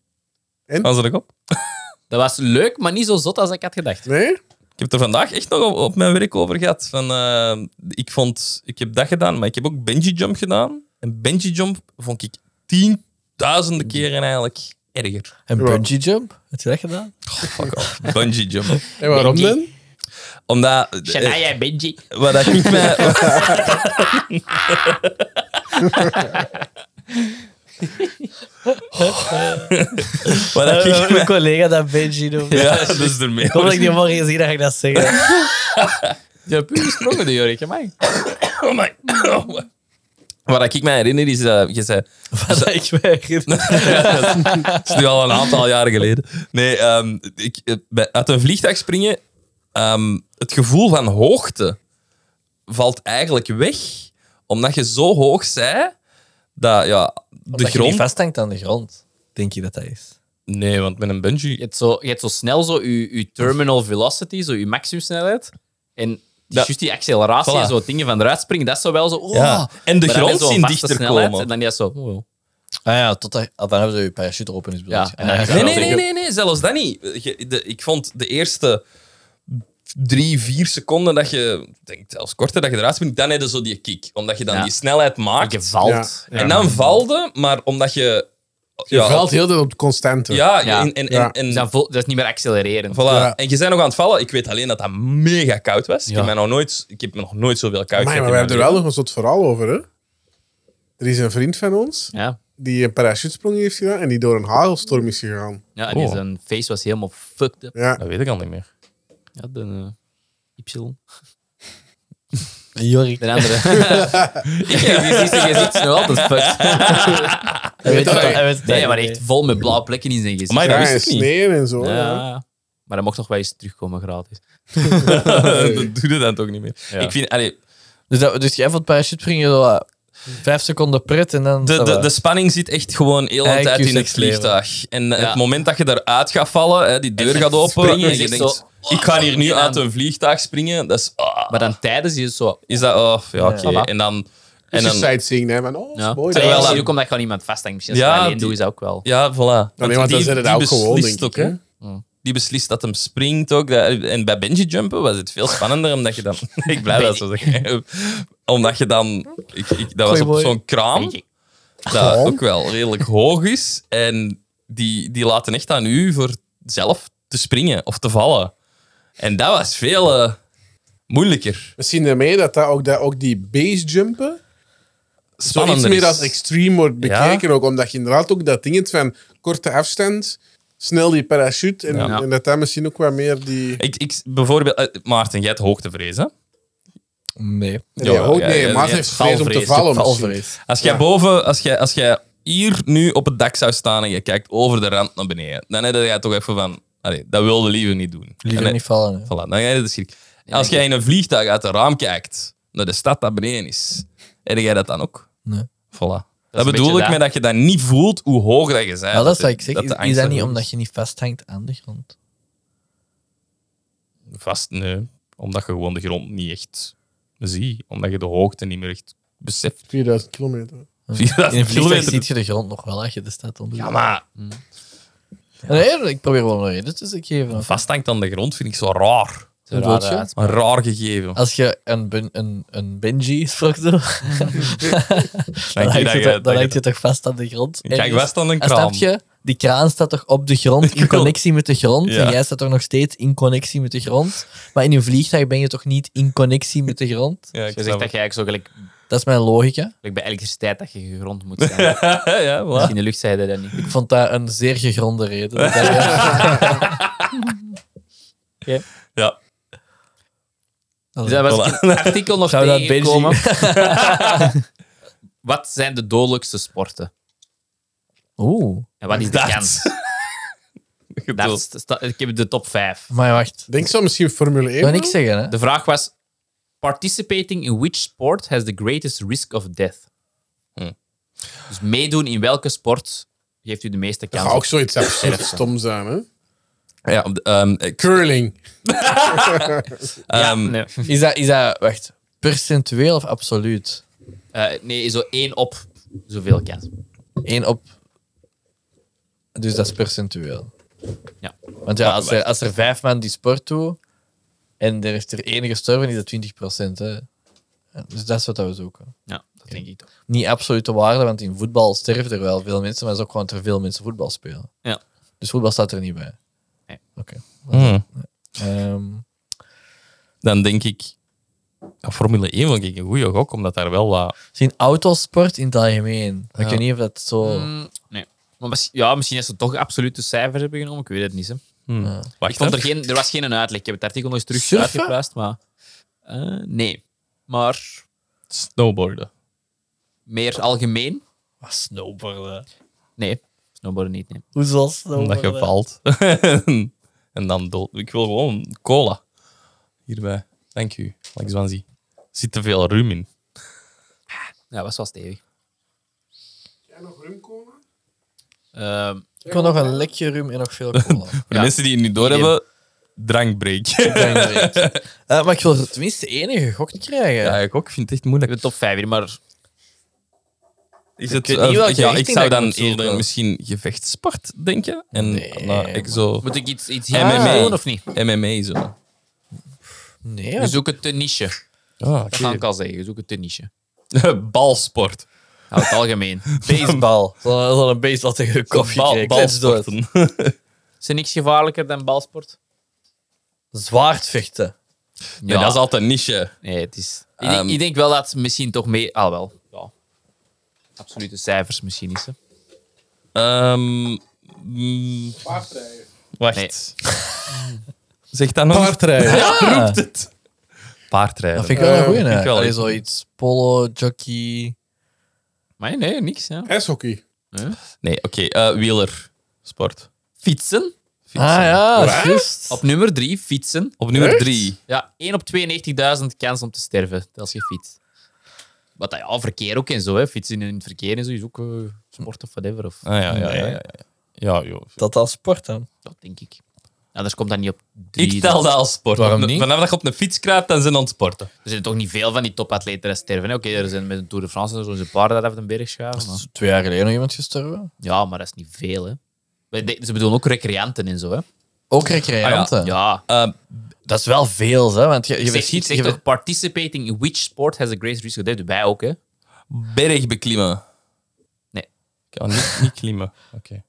En? Aan zijn kop. Dat was leuk, maar niet zo zot als ik had gedacht. Nee? Ik heb het er vandaag echt nog op, op mijn werk over gehad. Van, eh, ik, vond, ik heb dat gedaan, maar ik heb ook bungee jump gedaan. En bungee jump vond ik tienduizenden keren eigenlijk erger. En Ja. bungee jump? Heb je dat *laughs* gedaan? Fuck off. Bungee jump. En waarom Mickey. dan? Omdat... Shania en Benji. eh, Wat dat ik *laughs* mij... Wat dat ik mij... Eh, Mijn collega dat bungee doet. Ja, dat is ermee. Ik hoop dat ik die morgen zie, dan ga ik dat *laughs* zeggen. Je hebt puur gesprongen, de Jorik. Amai. Oh my... Oh my. Wat ik mij herinner is dat je zei... Wat ik mij herinner. dat is nu al een aantal jaren geleden. Nee, ehm, ik, eh, bij- uit een vliegtuig springen, ehm, het gevoel van hoogte valt eigenlijk weg. Omdat je zo hoog zij dat ja, de Dat je niet grond... vasthangt aan de grond, denk je dat dat is. Nee, want met een bungee... Je hebt zo, je hebt zo snel zo je, je terminal velocity, zo je maximumsnelheid. En die- Ja. juist die acceleratie Voilà. en zo dingen van eruit springen, dat is zo wel zo... Oh, Ja. En de Maar dan grond met zo'n zien vaste dichter snelheid, komen. En dan is dat zo... oh, Ah ja, tot dat, ah, dan hebben ze je parachute open is Ah, bedoeld. Ja, En dan en is dan- Nee, dat- nee, Wel, nee, ik- nee, nee, zelfs dat niet. Je- de- ik vond de eerste drie, vier seconden dat je, ik denk zelfs korter, dat je eruit springt, dan heb je zo die kick. Omdat je dan Ja. die snelheid Maar maakt. je valt. En dan valde, maar omdat je... Je valt heel de tijd op constante. Ja, Ja. en... en, Ja. en, Dus en dan voel- dat is niet meer accelereren. voilà. Ja. En je bent nog aan het vallen. Ik weet alleen dat dat mega koud was. Ik, heb mij nog nooit, ik heb me nog nooit zoveel koud Amai, gehad maar in we mijn hebben er wel leven. nog een soort verhaal over, hè? Er is een vriend van ons Ja. die een parachutesprong heeft gedaan en die door een hagelstorm is gegaan. ja en die Oh. zijn face was helemaal fucked up. Ja. Dat weet ik al niet meer. Ja, de eh, Y. Jorik. De andere. *laughs* Je ziet zijn gezicht is nog altijd *laughs* fucked. Hij weet het Nee, al- hij weet het al. Nee, maar echt vol met blauwe plekken in zijn gezicht. Amai, dat Ja, en wist ik niet. sneeuw en zo. Ja. Ja. Maar dat mocht nog wel eens terugkomen gratis. *laughs* dat doe je dan toch niet meer. Ik vind... Allee, Dus, dat, dus jij vond parachute springen zo eh, vijf seconden pret en dan... De, dat de, wel. de spanning zit echt gewoon heel de Eigenlijk tijd is in het het vliegtuig. En eh, Ja. het moment dat je daaruit gaat vallen, hè, die deur En gaat open, springen en is je echt denkt, ik ga hier nu en uit dan- een vliegtuig springen, dat is... ah, Maar dan tijdens is het zo... is dat... Oh, ja, oké. Ja. En dan... En En dan Dus sightseeing, hè? Van, oh, Ja. is mooi. Terwijl Terwijl- dat is ook omdat gewoon iemand vasthangt. Misschien als Ja, je alleen die- doet, is dat ook wel. ja, voilà. nee, want dan zit het ook gewoon, beslist denk ik, ook, hè. Die beslist dat hem springt ook. Dat- En bij bungee jumpen was het veel spannender, omdat je dan... *laughs* ik blijf dat zo zeggen. Omdat je dan... Ik, ik, dat was op Playboy. zo'n kraam. dat ook wel redelijk hoog is. En die, die laten echt aan u voor zelf te springen of te vallen. En dat was veel eh, moeilijker. Misschien daarmee dat, dat, ook, dat ook die base jumpen zo Spannender iets meer is. als extreem wordt bekeken. Ook omdat je inderdaad ook dat ding van korte afstand, snel die parachute. En, Ja. en dat daar misschien ook wat meer die. Ik, ik, bijvoorbeeld, eh, Maarten, jij hebt hoogtevrees, hè? Nee. Nee, ja, ook, ja, nee ja, maar ja, het heeft vrees om te valvrees, vallen. misschien. Valvrees. Als jij Ja. boven, als jij, als jij hier nu op het dak zou staan en je kijkt over de rand naar beneden, dan heb jij toch even van, allee, dat wilde liever niet doen. En eh, Liever dan- niet vallen. hè. Voilà, dan ga je de schrik. Als jij in een vliegtuig uit een raam kijkt naar de stad dat beneden is, heb jij dat dan ook? Nee. Voilà. Dat, een bedoel beetje ik dat. met dat je dat niet voelt hoe hoog dat je bent. Ja, dat is wat ik de- zeg. de Is, angst is dat niet ervoor omdat je niet vasthangt aan de *laughs* grond? is? Vast, nee. Omdat je gewoon de grond niet echt ziet. Omdat je de hoogte niet meer echt beseft. *laughs* 4000 kilometer. In 4000 een vliegtuig kilometer. ziet je de grond nog wel als je de stad onder. Ja, maar Nee, ik probeer wel een reden dus ik geef een vasthangt aan de grond vind ik zo raar. Een Een bootje? rare uitspraak. Een raar gegeven. Als je een, bun, een, een Benji *laughs* sprak, zo, dan je hangt dat je, je- toch- dat dan je hangt je toch vast aan de grond. Kijk, was dan een En kraam. snap je? Die kraan staat toch op de *laughs* grond, in wil- connectie met de grond. Ja. En jij staat toch nog steeds in connectie met de grond. Maar in een vliegtuig ben je toch niet in connectie met de grond? Ja, ik Je snap zegt dat je eigenlijk zo gelijk, Dat is mijn logica. gelijk bij elektriciteit dat je gegrond *laughs* moet zijn. het. ja, voilà. Als je in de lucht zei je dat niet. Ik vond dat een zeer gegronde *laughs* reden. Dat dat- Ja. dat- Dus dat was Voilà. ik een artikel nog Zou dat tegengekomen. *laughs* Wat zijn de dodelijkste sporten? Oeh. En wat is de *laughs* Dat. kans? Dat Geduld. sta- sta- ik heb de top 5. Maar wacht. Denk zo misschien Formule 1. Dat wil ik zeggen, hè? De vraag was: Participating in which sport has the greatest risk of death? Hm. Dus meedoen in welke sport geeft u de meeste dat kans? gaat ook zoiets absurd Erfste. stom zijn. Hè? Ja, op de- ehm, ik- Curling. Ja, ehm, nee. Is dat, is dat, wacht, percentueel of absoluut? Eh, nee, zo één op zoveel kans. Eén op. Dus dat is percentueel. Ja. Want ja, als er, als er vijf man die sport doen en er is er één gestorven, is dat 20 hè? Ja, Dus dat is wat we zoeken. Ja, dat denk ik toch. Niet absolute waarde, want in voetbal sterven er wel veel mensen, maar het is ook gewoon dat er veel mensen voetbal spelen. Ja. Dus voetbal staat er niet bij. Nee. Oké. Hmm. Ehm, Dan denk ik... ja, Formule 1 vond ik een goede gok, omdat daar wel wat... misschien autosport in het algemeen. Ik Ja. weet niet of dat zo... Mm, nee. Maar misschien, ja, misschien is ze toch absolute cijfers hebben genomen. Ik weet het niet. Hè. Hmm. Ja. Wacht, Ik vond hè. er, geen, er was geen uitleg. Ik heb het artikel nog eens terug Surfen? uitgepluist, maar... eh, nee. Maar Snowboarden. meer algemeen? Ah, snowboarden. Nee. Snowboarden niet, nee. Hoe zal snowboarden? Omdat je valt. *laughs* en dan dood. Ik wil gewoon cola. Hierbij. Dank u, Alex Wanzi. Er zit te veel rum in. Ja, was wel stevig. Jij nog rumkomen? Ehm, Ik wil nog een lekje rum en nog veel *laughs* cola. Voor de mensen die het niet doorhebben, drankbreak. Belangrijk. Eh, maar ik wil tenminste enige gok niet krijgen. ja, *laughs* ik ook. Ik vind het echt moeilijk. de top 5 hier, maar Is het, weet niet eh, welke ja, ik richting zou dat ik dan moet zoeken. eerder misschien gevechtssport denken. En Nee, nou, ik zo moet ik iets, iets MMA. hiermee doen of niet? MMA zo. Nee, We zoeken te niche. Ah, Dat kan ik al zeggen. We zoeken te *laughs* niche. Balsport. Hou het *laughs* algemeen. baseball. Zo'n zo'n baseball tegen de koffie Bal- krijgen. Let's do it. balsporten. Is er niks gevaarlijker dan balsport? Zwaardvechten. Nee, dat is altijd niche. Nee, het is... Ik denk, Ehm. ik denk wel dat het misschien toch mee... Al wel. Ja. Absolute cijfers misschien is. Hè. Ehm, mm, Paardrijden. wacht. Nee. *laughs* Zeg dat nog. Paardrijden. Ja, roept het. Paardrijden. Dat vind ik wel Ah, een Eh, goeie. vind ik hè. wel Allee, iets. zoiets polo, jockey. Maar nee, niks. Ja. IJshockey. Nee, oké. eh wieler. Sport. Fietsen. Ah ja, juist. Op nummer 3, fietsen. Op nummer drie. Ja, 1 op 92.000 kans om te sterven als je fietst. Wat dat- ja, verkeer ook en zo. Hè. Fietsen in het verkeer en zo is ook eh, sport of whatever. Of, Ah ja, ja, Nee. ja. ja, ja. Ja, joh. Dat als sport dan. Dat denk ik. Anders komt dat niet op drie. Ik tel dat als sport. Waarom Op een- niet? Vanaf dat je op een fiets kruipt, dan zijn ze aan het sporten. Er zijn toch niet veel van die topatleten die sterven. hè. Oké, er zijn met een Tour de France en zo een paar dat af de berg schuiven. Maar... Twee jaar geleden nog iemand gestorven. Ja, maar dat is niet veel. Hè. Wij de- Ze bedoelen ook recreanten en zo. Hè. Ook recreanten. Ah, Ja. Eh, Ehm, Dat is wel veel, hè? Want je, je Je zegt, verschiet- ik zeg je- toch, participating in which sport has the greatest risk of death? Wij ook, hè? Berg beklimmen. Nee. Ik kan niet, niet klimmen. *laughs* Oké.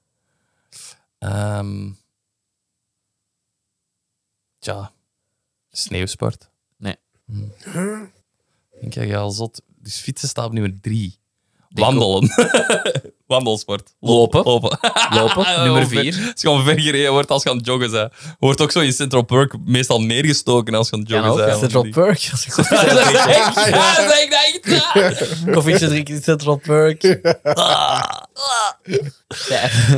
Ehm, tja. Sneeuwsport. Nee. Hm. Denk jij al zot. Dus fietsen staat op nummer drie. Denk Wandelen. *laughs* Wandelsport. Lopen. Lopen. *laughs* Lopen, nummer Ongeveer. vier. Als je gewoon ver gereden wordt als je aan het joggen bent. Wordt ook zo in Central Park meestal neergestoken als je aan het joggen ook, bent. Central Perk. *laughs* Als ik *laughs* koffie Dat is echt- Ja, dat denk ik dat echt. koffietje drink in Central Perk.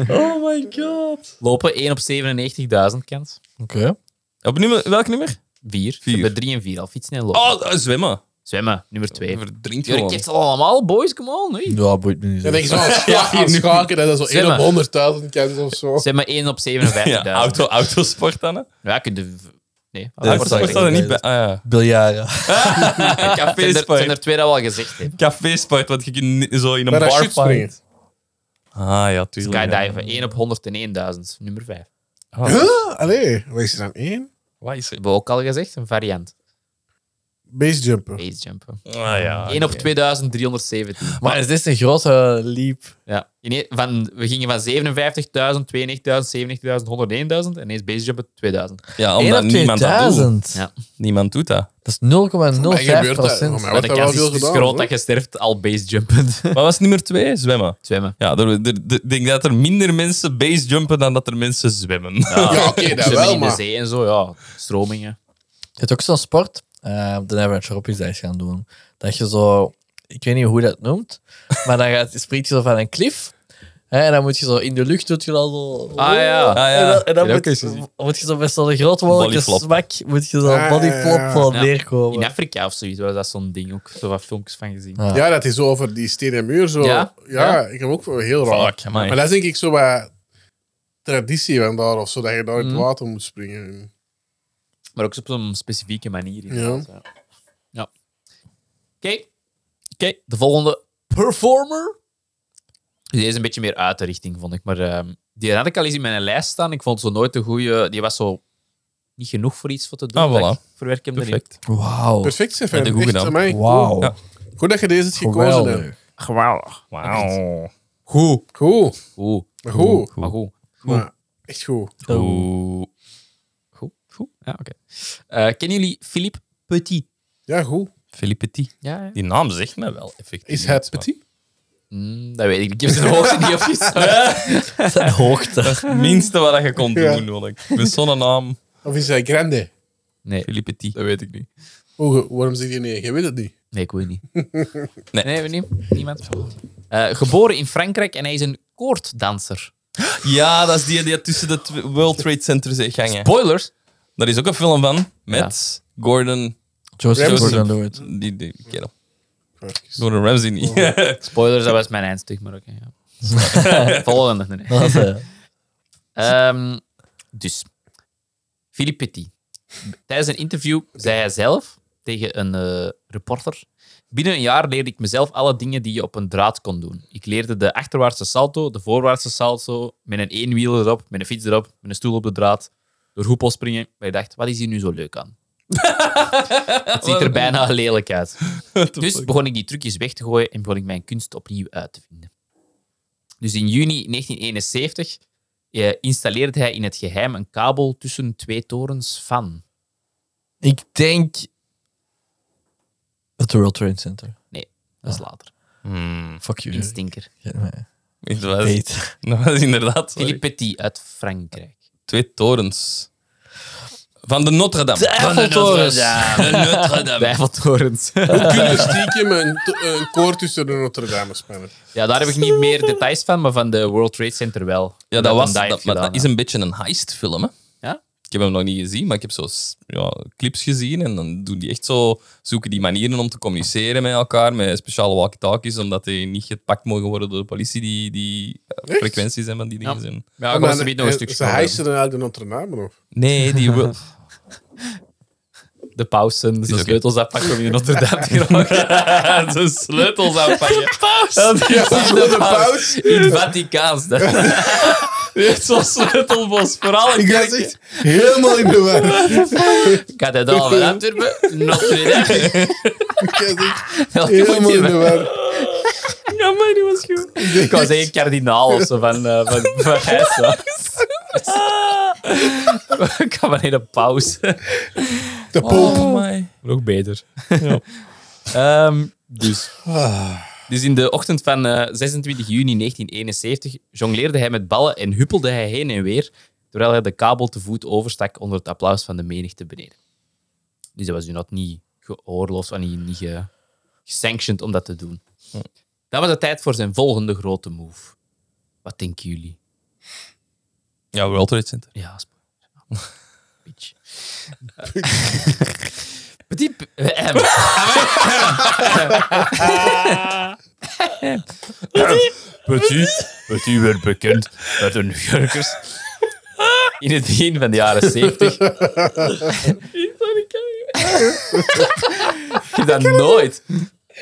Oh my god. *laughs* Lopen, 1 op 97.000 kans. Oké. Op nummer, welk nummer? 4. Vier. Bij 3 en 4 al fietsen en lopen. Oh, eh, zwemmen. Zwemmen, nummer 2. Verdrinkt Jullie gewoon. kent het allemaal, boys, come on. hé. Ja, Nou, boeit me niet. Ja, denk je zo aan scha- aan schaken, dat is zo Zeg maar. 1 op 100.000 kans of zo. Zeg maar 1 op 57.000. Ja, auto, autosport dan. hè? Ja, kun je... Nee, Autosport *laughs* staat er niet bij. Ah, ja. Biljaren. Zijn er, zijn er Cafésport. twee dat we al gezegd *laughs* hebben. Cafésport, want je kunt ni- zo in een bar Parachute springen. fight. Ah ja, Dus tuurlijk. Skydiven, 1 op 101.000, nummer 5. Ah, Huh? Allee, wat is er dan één? wat is er? Hebben we ook al gezegd, een variant. Basejumper. Basejumpen. Ah ja. 1 op oké. 2317. Maar is dit een grote leap? Ja. Ineens- e- van, we gingen van 57.000, 92.000, 97.000, 101.000 en ineens basejumpen 2000. Ja, 1 omdat op niemand dat doet. 2000. Ja. Niemand doet dat. Dat is 0,05 Mij gebeurt dat. Voor mij Maar wordt de dat wel kans is, veel is gedaan. groot hoor. dat je sterft al basejumpend. Wat was nummer twee? Zwemmen. *laughs* Zwemmen. Ja, er- er- er- ik denk dat er minder mensen basejumpen dan dat er mensen zwemmen. Ja, oké, dat Zwemmen wel, in de maar... zee en zo, ja. Stromingen. Je hebt ook zo'n sport, eh dan hebben we het erop eens eens gaan doen, dat je zo, ik weet niet hoe je dat noemt, *laughs* maar dan gaat, springt je zo van een klif, hè, en dan moet je zo in de lucht, doet je dan zo... Ah, ja. *laughs* Ah, ja. En dan, en dan Ja, moet, oké, zo- moet je zo best wel een groot mogelijke Bodyflop. smak, moet je zo Ah, ja, bodyflop ja, ja. wel Ja. neerkomen. In Afrika of zoiets was dat zo'n ding ook. Zo wat filmpjes van gezien. Ah. Ja, dat is zo over die stenen muur. Zo. Ja? Ja? ik heb ook wel heel raar. Fuck, amai. Maar dat is denk ik zo wat traditie van daar of zo, dat je daar Mm. in het water moet springen. Maar ook op zo'n specifieke manier. inderdaad, ja. Ja. Oké. Oké, de volgende performer. Die is een beetje meer uit de richting, vond ik. Maar ehm, die had ik al eens in mijn lijst staan. Ik vond zo nooit een goede. Die was zo niet genoeg voor iets voor te doen. Ah, voilà. Dat ik Verwerk hem erin. Perfect. Wauw. Perfect, Ja, Stefan. dat goed Echt, gedaan. amai, cool. Wauw. Ja. Goed dat je deze hebt gekozen Geweldig. hebt. Geweldig. Wauw. Goed. Goed. Goed. Maar goed. Maar goed. Maar echt goed. Oeh. Goed. Goed. Ja, oké. Eh, kennen jullie Philippe Petit? Ja, goed. Philippe Petit. Ja, ja. Die naam zegt mij wel effectief. Is hij iets, maar- petit? Mm, dat weet ik niet. Ik heb zijn hoogte niet *laughs* opgezocht. *laughs* Zijn Dat hoogte. is het minste wat je kon *laughs* Ja. doen, wil ik. Met zo'n naam, Of is hij grande? Nee, Philippe Petit. dat weet ik niet. Oh, ge- waarom zeg je nee? Je weet het niet. Nee, ik weet niet. *laughs* Nee. Nee, we niet. Niemand. Eh, geboren in Frankrijk en hij is een koorddanser. Ja, dat is die die tussen de tw- World Trade Centers is gangen. Spoilers. Daar is ook een film van, met Gordon... Joseph Ramsey. Gordon-Levitt. Die, die kerel. *laughs* Even. Gordon Ramsay niet. *laughs* Spoilers, dat was mijn eindstuk, maar oké. ja. Volgende. Nee, nee. Dat is, eh, Ehm, dus, Philippe Petit. Tijdens een interview zei hij zelf tegen een eh, reporter: Binnen een jaar leerde ik mezelf alle dingen die je op een draad kon doen. Ik leerde de achterwaartse salto, de voorwaartse salto, met een eenwiel erop, met een fiets erop, met een stoel op de draad, door hoepel springen. Maar ik dacht: wat is hier nu zo leuk aan? Het ziet er bijna lelijk uit. Dus begon ik die trucjes weg te gooien en begon ik mijn kunst opnieuw uit te vinden. Dus in juni 1971 eh, installeerde hij in het geheim een kabel tussen twee torens van. Ik denk... Het World Trade Center. Nee, dat Ah. is later. Hm. Hmm, Fuck you. Instinker. dat, was, Weet. dat was inderdaad... sorry. Philippe Petit uit Frankrijk. Twee torens. Van de Notre-Dame. De Eiffeltorens. De *laughs* Notre-Dame. Bijveltorens. Hoe kun je stiekem een, to- een koord tussen de Notre-Dame spannen? ja, daar heb ik niet meer details van, maar van de World Trade Center wel. Ja, dat, was, hem heeft dat, maar gedaan, dat is een beetje een heistfilm, hè? Ja? Ik heb hem nog niet gezien, maar ik heb zo ja, clips gezien. En dan doen die echt zo, zoeken die manieren om te communiceren met elkaar, met speciale walkie-talkies, omdat die niet gepakt mogen worden door de politie, die, die eh, Echt? frequenties en van die dingen zijn. Ja, ik was er niet nog een eh, stuk Ze sneller. hijsen dan uit de Notre-Dame nog. Nee, die *laughs* wil... De pausen, de oké. sleutels afpakken om je Notre-Dame *laughs* te geraken. de sleutels aanpakken. De Ja, voor de pauze. In het Vaticaans. *laughs* Dat Zo'n sleutelbos, vooral in Ik was echt helemaal in de war. Kathedraal van Antwerpen, Notre-Dame. Ik was echt Welke moet helemaal je in de war. Ja, maar die was goed. Ik was een kardinaal of zo van, eh van, van *laughs* Gijs, hoor. Ik had maar in de pauze. De poop. Oh Nog *laughs* beter. dus. dus in de ochtend van eh, 26 juni 1971 jongleerde hij met ballen en huppelde hij heen en weer, terwijl hij de kabel te voet overstak onder het applaus van de menigte beneden. Dus dat was nu nog niet geoorloofd, of niet, niet ge- gesanctioned om dat te doen. Dat was de tijd voor zijn volgende grote move. Wat denken jullie? Ja, World Trade Center. Ja, spoiler. Bitch. *laughs* Petit... p- *laughs* eh, ehm. Petit... Petit werd bekend met een jurkers. In het begin van de jaren 70. Ik heb dat nooit.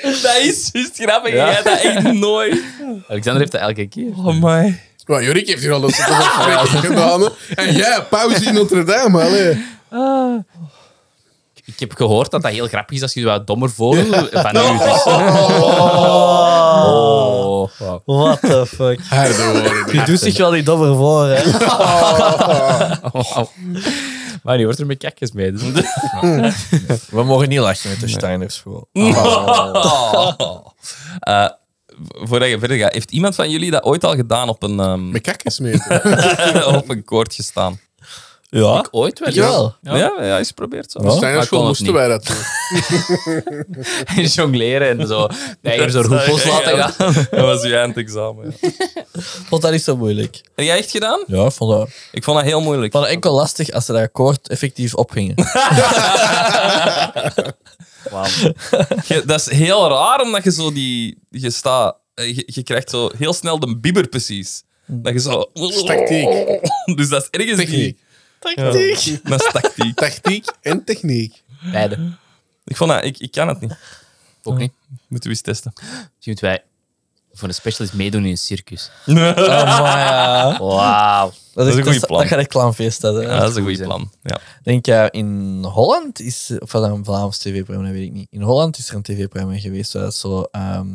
Dat is juist grappig. Ja. jij dat echt nooit. Alexander heeft dat elke keer. Oh my. Maar Jorik heeft hier al dat soort *laughs* gesprekken gedaan. hè. En jij, pauze in Notre-Dame. allee. Ik heb gehoord dat dat heel grappig is als je je wat dommer voordoet van nu. Oh. What the fuck. Harde woorden. *laughs* Je doet zich wel niet dommer voor, hè. Oh. Maar nu wordt er met kakjes mee. Dus. We mogen niet lachen met de Steiners gewoon. Eh, voordat je verder gaat, heeft iemand van jullie dat ooit al gedaan op een, ehm, *laughs* *laughs* Met kakkers meten. op een koord gestaan? Ja? Ooit wel. Jawel. Ja, ja, hij is geprobeerd zo. Ja. Zijn Maar kon school het moesten niet. wij dat doen. *laughs* En jongleren en zo. Nee, er zo roepels laten gaan. *laughs* Dat was je eindexamen. Ja. Vond dat niet zo moeilijk. Heb jij echt gedaan? Ja, ik vond dat, ik Ik vond dat heel moeilijk. vond dat enkel lastig als ze dat akkoord effectief opgingen. Eh, Je- dat is heel raar, omdat je zo die... Je staat... eh, Je, je krijgt zo heel snel de bibber precies. Dat je zo... *laughs* Tactiek. Dus dat is ergens Techniek. die... Tactiek. *laughs* Dat is tactiek. Tactiek en techniek. Beide. Ik vond dat... Ik, ik kan het niet. Ook niet. Moeten we eens testen. Misschien moeten wij Voor een special is meedoen in een circus. ja. Wauw. eh, Dat, is een echt- goeie plan. Dat gaat echt clown feest hebben. Ja, dat is een goed zijn. plan. Ja. Ik denk eh, in Holland is, of was dat een Vlaams tv-programma, dat weet ik niet. In Holland is er een tv-programma geweest waar dat zo ehm,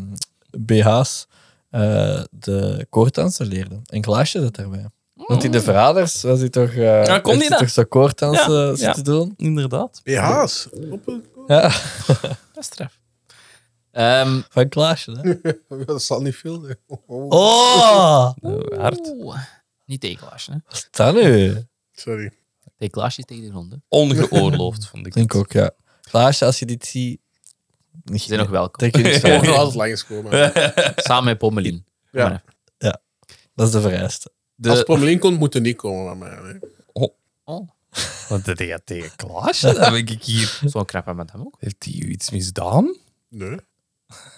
BH's eh, de koorddansen leerden. En Glaasje dat daarbij. Want in de verraders was hij toch, eh Mm. Ja, kon die heeft hij dat? toch zo koorddansen Ja, zitten doen. Inderdaad. BH's. Op een- Ja, Dat is straf. Ehm, van Glaasje. Hè? *laughs* Dat zal niet veel zijn. Oh, oh. Oh, Eh, hard. oeh. Niet tegenlaasje, hè? wat is dat nu? Sorry. Tegenlaasje is tegen de grond. hè. Ongeoorloofd, vond ik. Denk ook, ja. Glaasje, als je dit ziet... Ze zijn nog welkom. denk je niks van. Volgende was het langskomen. Samen met Pommelien. Ja. Maar, *laughs* Dat is de vereiste. de- Als Pommelien komt, moet er niet komen van mij. hè. Want dat gaat tegen Klaasje, dan ben ik hier. Zo'n knappe madame ook. Heeft hij u iets misdaan? Nee.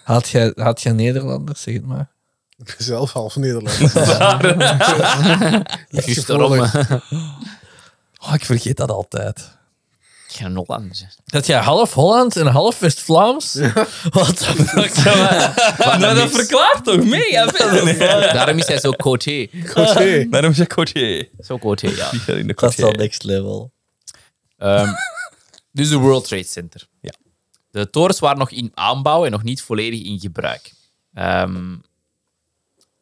Haat jij, haat jij Nederlanders, zeg het maar. Ik ben zelf half *laughs* Nederlander. *laughs* Dat is daarom. gevoelig. eh, Oh, ik vergeet dat altijd. Geen Hollandse. Dat jij half Holland en half West-Vlaams? *laughs* Wat de fuck? Ah, nou, dat verklaart toch mee? hè, *laughs* Ben? Daarom is hij zo coaché. Goed, hé. Daarom zeg ik coaché. Zo coaché, ja. Die gaat in de Dat is coaché. wel next *laughs* level. Ehm, dus de World Trade Center. Ja. De torens waren nog in aanbouw en nog niet volledig in gebruik. Ehm,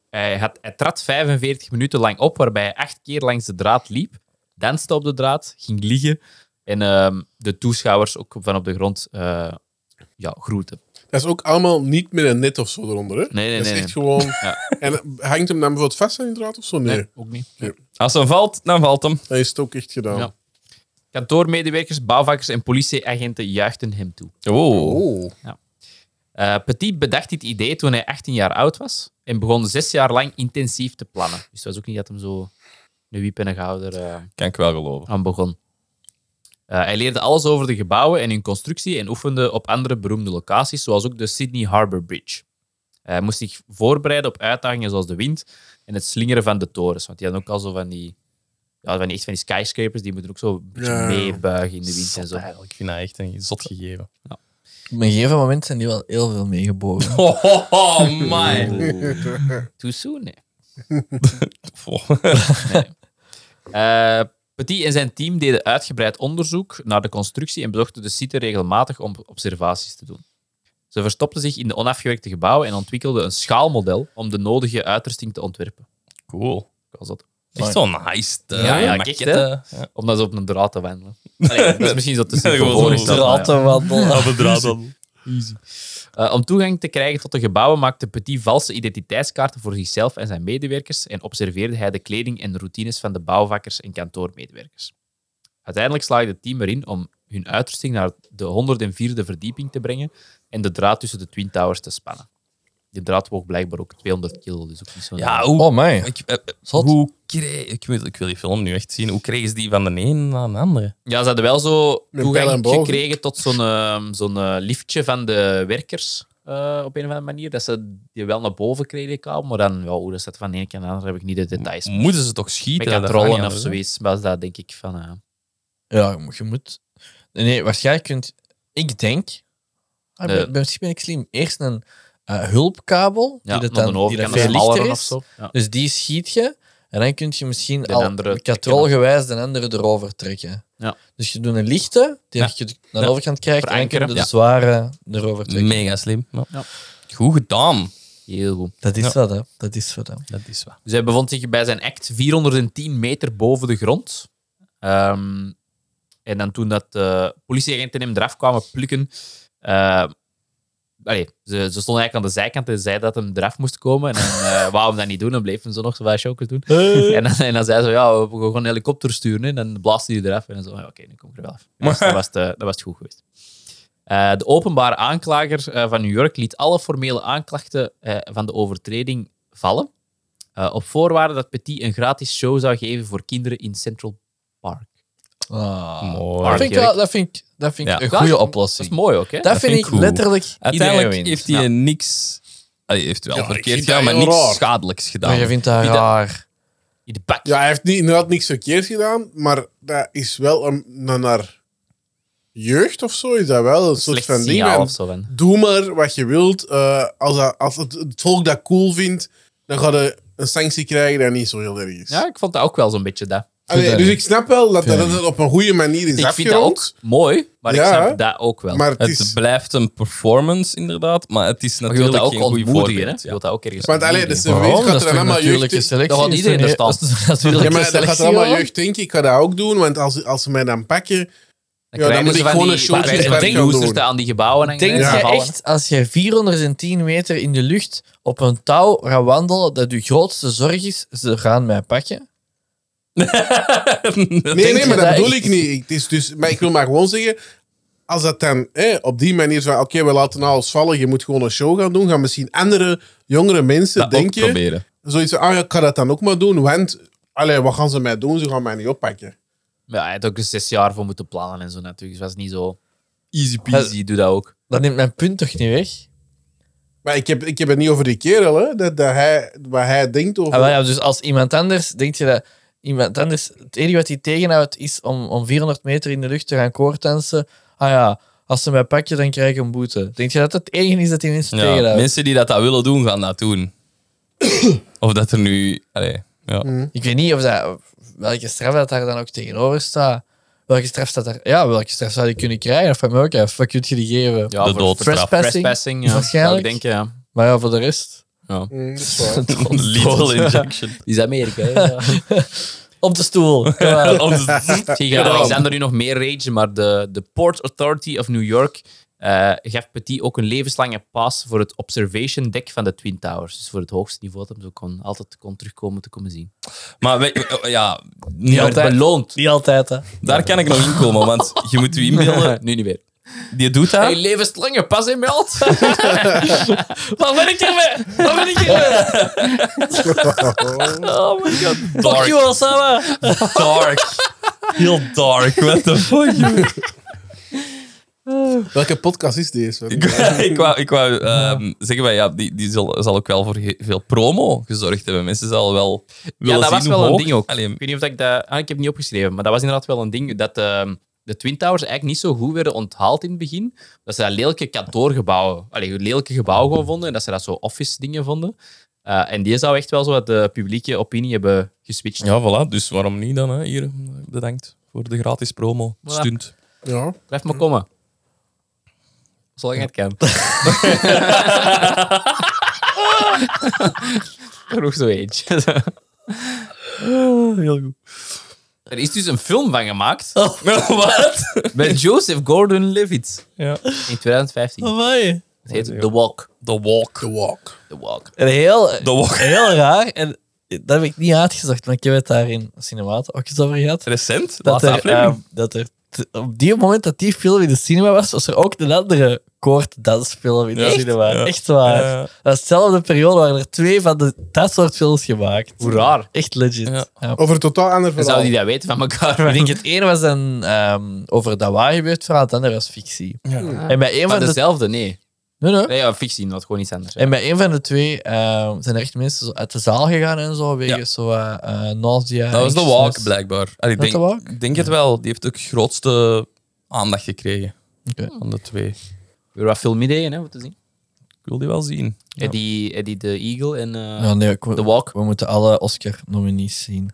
hij, had, hij trad 45 minuten lang op, waarbij hij acht keer langs de draad liep, danste op de draad, ging liggen en ehm, de toeschouwers ook van op de grond eh ja, groeten. Dat is ook allemaal niet met een net of zo eronder. Hè? nee, dat is nee, echt gewoon. *laughs* Ja. En eh, hangt hem dan bijvoorbeeld vast aan die draad of zo? Nee. ook niet. Als hem valt, dan valt hem. Dan is het ook echt gedaan. Ja. Kantoormedewerkers, bouwvakkers en politieagenten juichten hem toe. Oh. Oh. Eh, Petit bedacht dit idee toen hij 18 jaar oud was en begon zes jaar lang intensief te plannen. Dus het was ook niet dat hem zo een wiep en een gouder eh, Kan ik wel geloven. aan begon. Eh, hij leerde alles over de gebouwen en hun constructie en oefende op andere beroemde locaties, zoals ook de Sydney Harbour Bridge. Hij moest zich voorbereiden op uitdagingen zoals de wind en het slingeren van de torens. Want die hadden ook al zo van die, ja, van die, echt van die skyscrapers, die moeten ook zo een beetje Ja. meebuigen in de wind en zo. Ik vind dat echt een zot gegeven. Op een gegeven moment zijn die wel heel veel *laughs* meegebogen. Oh, oh, oh, *laughs* my. Too soon, hè. Oh. Eh, Petit en zijn team deden uitgebreid onderzoek naar de constructie en bezochten de site regelmatig om observaties te doen. Ze verstopten zich in de onafgewerkte gebouwen en ontwikkelden een schaalmodel om de nodige uitrusting te ontwerpen. Cool. Ik was dat. Echt zo nice. eh, Ja, ja, maquette. kijk, Om dat zo op een draad te wandelen. Allee, dat is misschien zo te simpel Gewoon Voor Sorry, de dat- voorgesteld, maar *laughs* ja. straat te wandelen. Ja, de *laughs* draad dan. Eh, om toegang te krijgen tot de gebouwen maakte Petit valse identiteitskaarten voor zichzelf en zijn medewerkers en observeerde hij de kleding en routines van de bouwvakkers en kantoormedewerkers. Uiteindelijk slaagde het team erin om hun uitrusting naar de 104e verdieping te brengen en de draad tussen de Twin Towers te spannen. Die draad woog blijkbaar ook 200 kilo, dus ook niet zo'n... Ja, hoe... Oh my. Ik, eh, eh, hoe kreeg... Ik, wil- ik wil die film nu echt zien. Hoe kregen ze die van de een naar de andere? Ja, ze hadden wel zo Met bel en toegang boog. gekregen tot zo'n ehm, zo'n eh, liftje van de werkers. eh, op een of andere manier. Dat ze die wel naar boven kregen, die kabel. Maar dan, ja, hoe dat zat van de ene kant naar de andere, heb ik niet de details. Maar Moeten ze toch ik schieten? kan Mm. Dat rollen kan of niet zoiets. Was dat denk ik van. eh, Ja, je moet... Nee, waarschijnlijk kunt... Ik denk... Ah, Nee. ben- Misschien ben ik slim. Eerst een eh, hulpkabel, ja, die die dat dan, die dat overkant, dat veel lichter smaller of is. zo. Ja. Dus die schiet je. En dan kun je misschien De andere al katrolgewijs de andere erover trekken. Ja. Dus je doet een lichte, die Ja. je naar de overkant krijgt. En dan kun je de Verankeren. zware erover trekken. Mega slim. Ja. Ja. Goed gedaan. Heel goed. Dat is Ja. wat, hè. Dat is wat, hè. Dat is waar. Dus hij bevond zich bij zijn act 410 meter boven de grond. Ehm, en dan toen dat de politieagenten hem eraf kwamen plukken... eh, allee, ze, ze stonden eigenlijk aan de zijkant en zei dat hem eraf moest komen. En dan eh *laughs* wou hem dat niet doen en bleef hem zo nog zo wat shockers doen. *laughs* En dan, en dan zei ze, ja, we gaan gewoon een helikopter sturen. hè. En dan blaasde hij eraf. En dan zo, ja, oké, nu kom ik er wel af. Dus dat was het, eh, dat was het goed geweest. Eh, de openbare aanklager eh, van New York liet alle formele aanklachten eh, van de overtreding vallen. Eh, op voorwaarde dat Petit een gratis show zou geven voor kinderen in Central Park. Ah. Mooi. Dat vind, ik wel- dat vind ik, dat vind ik Ja. een goede Ja, oplossing. Dat is mooi ook, hè? Dat, vind vind ik ik goed. letterlijk. Uiteindelijk iedereen heeft wint. hij niks... Hij heeft wel Ja, ik verkeerd vind gedaan, dat maar heel niks raar. schadelijks Maar je gedaan. vindt dat Wie dat- raar. In de bak. Ja, hij heeft niet, inderdaad niks verkeerd gedaan, maar dat is wel een, een naar jeugd of zo is dat wel een soort Slecht van ding. signaal van, of zo. ehm, van. Doe maar wat je wilt. Eh, als dat, als het, het volk dat cool vindt, dan ga je een sanctie krijgen dat niet zo heel erg is. Ja, ik vond dat ook wel zo'n beetje dat. Allee, dus ik snap wel dat Ja. dat het op een goede manier is Ik vind dat ook afgerond. mooi, maar ik Ja. snap dat ook wel. Maar het Het is... blijft een performance, inderdaad, maar het is Maar je wilt natuurlijk dat ook geen goed ontmoedigen, hè? voorbeeld. Je wilt dat ook ergens Want allee, ontmoedigen. dus de weet gaat er allemaal jeugd... in- selectie. Dat gaat is iedereen toch er niet- staan. dat is natuurlijk Ja, maar een dat gaat er selectie, allemaal hoor. jeugd denken. Ik ga dat ook doen, want als, als ze mij dan pakken... Ja, dan krijgen moet ze ik van gewoon die- een showtje krijgen ze erbij van die gaan roosters doen. te aan die gebouwen hangen. Ja. Denk jij Gebouwen. echt, als je 410 meter in de lucht op een touw gaat wandelen, dat je grootste zorg is, ze gaan mij pakken? Nee, *laughs* Denk nee, je maar dat dat bedoel echt? ik niet. Ik- het is dus, maar ik wil maar gewoon zeggen, als dat dan hè, op die manier van, oké, we laten alles vallen, je moet gewoon een show gaan doen, gaan misschien andere, jongere mensen Dat ook denken, proberen. zoiets van, ah ja, ik ga dat dan ook maar doen, want, allee, wat gaan ze mij doen? Ze gaan mij niet oppakken. Ja, hij had ook eens zes jaar voor moeten plannen en zo natuurlijk. Dus dat was niet zo easy peasy. Doe dat ook. Dat neemt mijn punt toch niet weg? Maar ik heb, ik heb het niet over die kerel, hè, dat, dat hij, wat hij denkt over... Ah, wel ja, dus als iemand anders, denk je dat iemand anders, het enige wat hij tegenhoudt is om, om 400 meter in de lucht te gaan koortansen. Ah ja, als ze mij pakken, dan krijg ik een boete. Denk je dat dat het enige is dat die mensen Ja, tegenhoudt? mensen die dat, dat willen doen, gaan dat doen. of dat er nu... Allee, ja. Mm. Ik weet niet of dat, welke straf dat daar dan ook tegenover staat. Welke straf staat er? Ja, welke straf zou je kunnen krijgen? Dat vraag ik me ook af. Wat kun je die geven? Ja, De voor doodstraf. Trespassing? Trespassing, ja. Waarschijnlijk. Zou Ik denk, ja. Maar ja, voor de rest. Mm, dat is waar. *laughs* Lethal injection. Die is Amerika, hè. *laughs* Ja. Op de *laughs* stoel. Kom maar. *laughs* Zie je, Alexander nu nog meer rage, maar de, de Port Authority of New York eh gaf Petit ook een levenslange pass voor het observation deck van de Twin Towers. Dus voor het hoogste niveau dat hem zo kon, altijd kon terugkomen te komen zien. Maar we- ja, niet Die werd altijd- beloond. Niet altijd, hè. daar kan ik nog in komen, want je moet je inbeelden, *laughs* nu niet meer. die doet Hey, dat. levenslange pas in meld. *laughs* Wat ben ik ermee? Wat ben ik ermee? oh my god. Fuck you, Osama. Dark. Heel dark, what the fuck, joh. Welke podcast is deze? Ik, ik wou, ik wou ehm, zeggen, maar ja, die, die zal, zal ook wel voor ge- veel promo gezorgd hebben. Mensen zal wel Ja, willen dat zien was wel hoe een hoog- ding ook. Allee, Ik weet niet of dat ik dat... Ah, ik heb het niet opgeschreven, maar dat was inderdaad wel een ding dat ehm, de Twin Towers eigenlijk niet zo goed werden onthaald in het begin. Dat ze dat lelijke kantoorgebouwen, allee, lelijke gebouwen gewoon vonden en dat ze dat zo office dingen vonden. Eh, en die zou echt wel zo wat de publieke opinie hebben geswitcht. ja, voilà. Dus waarom niet dan, hè? Hier, bedankt voor de gratis promo. Stunt. Ja. Blijf maar komen. Zolang het kan. *laughs* Er ook zo eentje. heel goed. Er is dus een film van gemaakt *laughs* Wat? met Joseph Gordon-Levitt Ja. in 2015. Oh. Amai. Het heet The Walk. The walk. The Walk. The Walk. En heel, The walk. heel raar. En dat heb ik niet uitgezocht, maar ik heb het daar in Cinemata ook eens over gehad. Recent, de dat laatste er, aflevering. ehm, dat er t- op die moment dat die film in de cinema was, was er ook een andere koorddansfilm in de Ja. Echt? cinema. Ja. Echt waar. Ja, ja. Dat was dezelfde periode waren er twee van de, dat soort films gemaakt. Hoe raar. Echt legit. Ja. Ja. Over een totaal ander Dan verhaal. zou die dat weten van elkaar. Ik denk het ene was dan ehm, over dat waar gebeurd verhaal, het andere was fictie. En bij *laughs* een Maar van de... dezelfde, nee. Nee, nee. Nee, ja, fictie, dat is gewoon iets anders. hè. En bij een van de twee ehm, zijn er echt mensen zo uit de zaal gegaan en zo, wegens zo eh eh, nausea. Dat was The anxiousness. Walk, blijkbaar. Allee, ik Was denk, The Walk? ik denk het wel. Die heeft ook grootste aandacht gekregen Oké. van de twee. Weer wat filmideeën, hè, om te zien. Ik wil die wel zien. Eddie, Eddie the Eagle en... eh, Ja, nee, ik- The Walk. We moeten alle Oscar-nominees zien.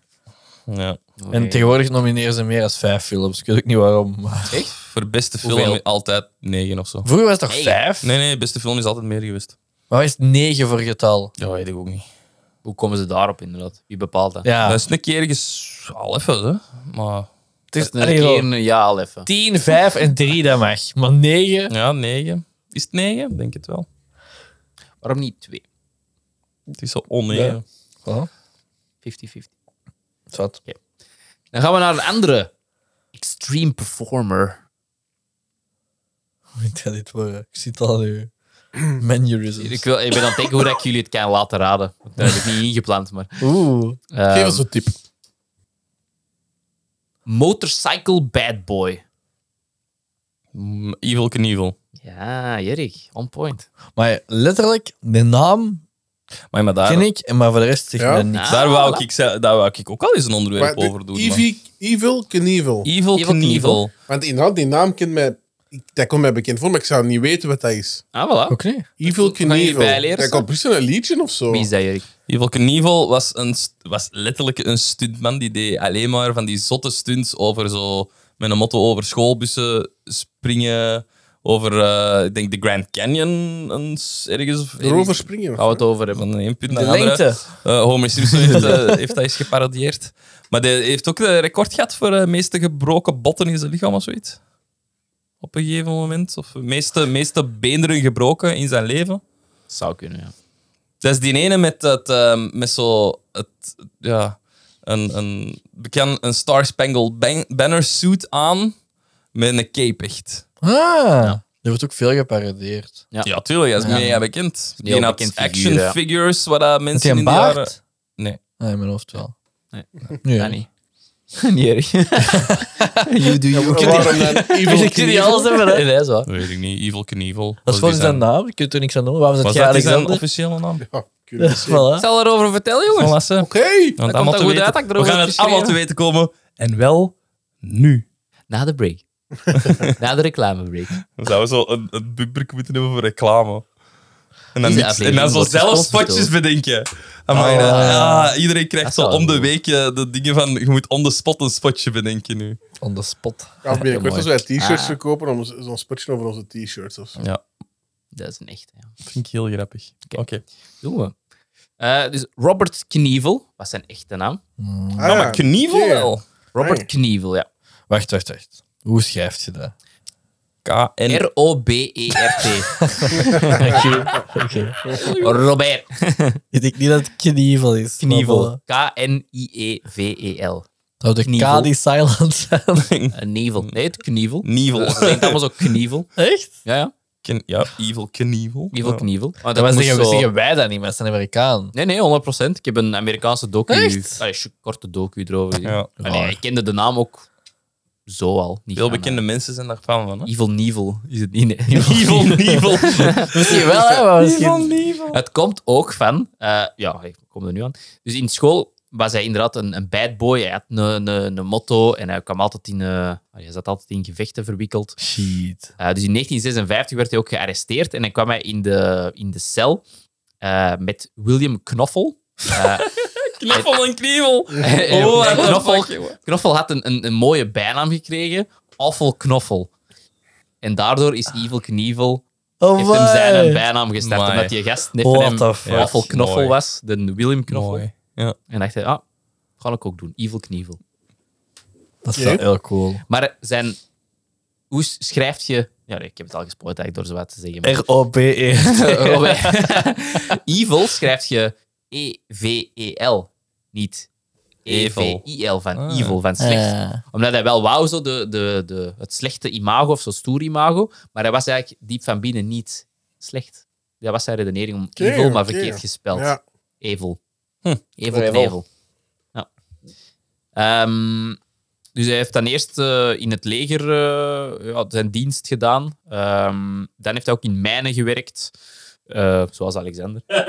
Ja. Oké. En tegenwoordig nomineren ze meer dan vijf films. Ik weet ook niet waarom. maar- Voor beste film Hoeveel? altijd negen of zo. Vroeger was het toch Nee. vijf? Nee, nee, beste film is altijd meer geweest. Maar wat is het negen voor getal? Ja, weet ik ook niet. Hoe komen ze daarop, inderdaad? Wie bepaalt dat? Ah. Ja, Dat is een keer ergens al even, hè. Maar het is Dat is een keer een ja al even. tien, vijf en drie, dat mag. Maar negen? ja, negen. Is het negen? Ik Denk het wel. Waarom niet twee? Het is zo onnegen. 50-50. Zat. Dan gaan we naar een andere. Extreme Performer. Moet dat dit worden? Ik zie het al nu. Manurisms. Ik, wil, ik ben aan het denken hoe dat ik jullie het kan laten raden. Want Dat heb ik niet ingepland, *laughs* maar... Oeh. ehm, Geef ons een tip. Motorcycle Bad Boy. Mm, Evil Knievel. Ja, Jerik. On point. Maar letterlijk, de naam Maar, maar daar, Ken ik, maar voor de rest zegt Ja. me dat niks. daar, wou ik, ze- daar wou ik ook al eens een Ah, Maar onderwerp de- over doen. maar- Evil, Evil Knievel. Evil Evil Knievel. Want inderdaad, die naam kent mij, ik- dat komt mij bekend voor, maar ik zou niet weten wat dat is. Ah, voilà. Oké. Evil Kan je hierbij Knievel. leren, Dat Sam? komt precies een liedje of zo. Wie is dat, Jurk? Evil Knievel was, een, st- was letterlijk een stuntman die deed alleen maar van die zotte stunts over zo... Met een motto over schoolbussen springen, over, eh, ik denk, de Grand Canyon eens ergens. of- Erover springen we. Gaan we het over hebben. Van de een punt naar De de andere. lengte. Eh, Homer Simpson heeft, eh, heeft dat eens geparodieerd. Maar die heeft ook een record gehad voor de meeste gebroken botten in zijn lichaam of zoiets. Op een gegeven moment. Of de meeste, meeste beenderen gebroken in zijn leven. Zou kunnen, ja. Dat is die ene met, dat, ehm, met zo... Het, ja, een, een, bekend, een Star Spangled Ban- Banner suit aan. Met een cape echt. Ah, er wordt ook veel geparodeerd. Ja. Ja, tuurlijk. Dat is Ja. mega bekend. een heel Die had bekend action figuur, ja. figures, waar dat Met mensen die een in de baard? jaren... Nee. Nee, Ah, in mijn hoofd wel. Nee. Nee. Dat niet. *laughs* niet erg. you do you. Maar waarom dan *laughs* Evil Ik zie die alles Knievel? hebben, hè? Nee, dat is waar. Weet ik niet. Evil Knievel. Dat is volgens Oh, zijn naam, je kunt er niks aan doen. Waarom zit Was jij dat die zijn Alexander? officiële naam? Ja, kunnen we zien. Voilà. Ik zal erover vertellen, jongens. Van Lassen. Oké. Want dat allemaal te goed weten- uit dat ik we erover gaan heb het allemaal te geschreven. weten komen. En wel nu. Na de *laughs* break. Na de reclamebreak. Dan zouden we zo een, een bumperk moeten hebben voor reclame. En dan, Deze niks, en aflevering dan zo wordt zelf gesponsord spotjes bedenken. Amai, dat- ah, iedereen krijgt Dat zo zou om de wel. week eh, de dingen van... Je moet on the spot een spotje bedenken nu. On the spot. Ja, of binnenkort Mooi. als wij t-shirts Ah. verkopen, om z- zo'n spotje over onze t-shirts of zo. Dat is een echt. Ja. Vind ik heel grappig. Oké. Ah, Oké. Doen we. Eh, dus Robert Knievel was zijn echte naam. Mm, Ah, nou, ja. Nou, Knievel Oké. wel. Robert Hey. Knievel, ja. Wacht, wacht, wacht. Hoe schrijft je dat? K-N... E R-O-B-E-R-T. Oké. Robert Ik denk niet dat het knievel is. Knievel. E K-N-I-E-V-E-l. Zou Oh, de Knievel. K die silent zijn? Een Knievel. Nee, het Knievel. Knievel. Dat klinkt allemaal zo Knievel. *laughs* Echt? Ja, ja. Ken- Ja, Evil Knievel. Knievel, Ja. Knievel. Maar Dat maar moest zeggen, zo- zeggen wij dat niet, maar het zijn *laughs* Amerikaan. Nee, nee, 100%. Ik heb een Amerikaanse docu. Echt? Allee, sh- korte docu erover. gezien. Ja. Maar nee, ik kende de naam ook zo al. Niet Veel van, bekende mensen zijn daar fan van. Hè? eh, Evil Knievel is het niet. nee. *laughs* Evil Knievel. *laughs* Misschien wel, hè? Maar misschien... Het komt ook van... eh, ja, ik kom er nu aan. Dus in school was hij inderdaad een, een bad boy. Hij had een, een, een motto en hij, kwam altijd in, eh, hij zat altijd in gevechten verwikkeld. Shit. Eh, dus in 1956 werd hij ook gearresteerd en dan kwam hij in de, in de cel eh, met William Knoffel. *laughs* Eh, Knuffel en knievel. en- *laughs* Oh, what en the Eh, Knoffel, fuck, jongen. Knoffel had een, een, een mooie bijnaam gekregen, Awful Knoffel. En daardoor is Evil Knievel Oh, heeft hem zijn een bijnaam gestart. Amai. Omdat die gast net What van the hem fuck. Waffel Knoffel Mooi. was. De William Knoffel. Mooi. Ja. En dacht hij, ah, ga ik ook doen. Evil Knievel. Dat is wel Oké. heel cool. Maar zijn... Hoe s- schrijft je... Ja, nee, ik heb het al gespoord eigenlijk door zo wat te zeggen. maar- R-O-B-E. *laughs* *laughs* Oh, wij- *laughs* evil schrijft je E E-V-E-L. Niet E Evil. E-V-I-L van Ah. evil, van slecht. Omdat hij wel wou, zo de, de, de, het slechte imago of zo stoer imago. Maar hij was eigenlijk diep van binnen niet slecht. Dat was zijn redenering om evil, maar oké. verkeerd gespeld. Ja. Evil. Hm. Evil Evil. Knievel. Ja. Ehm, dus hij heeft dan eerst eh, in het leger eh, ja, zijn dienst gedaan. Ehm, dan heeft hij ook in mijnen gewerkt. Eh, zoals Alexander. *laughs*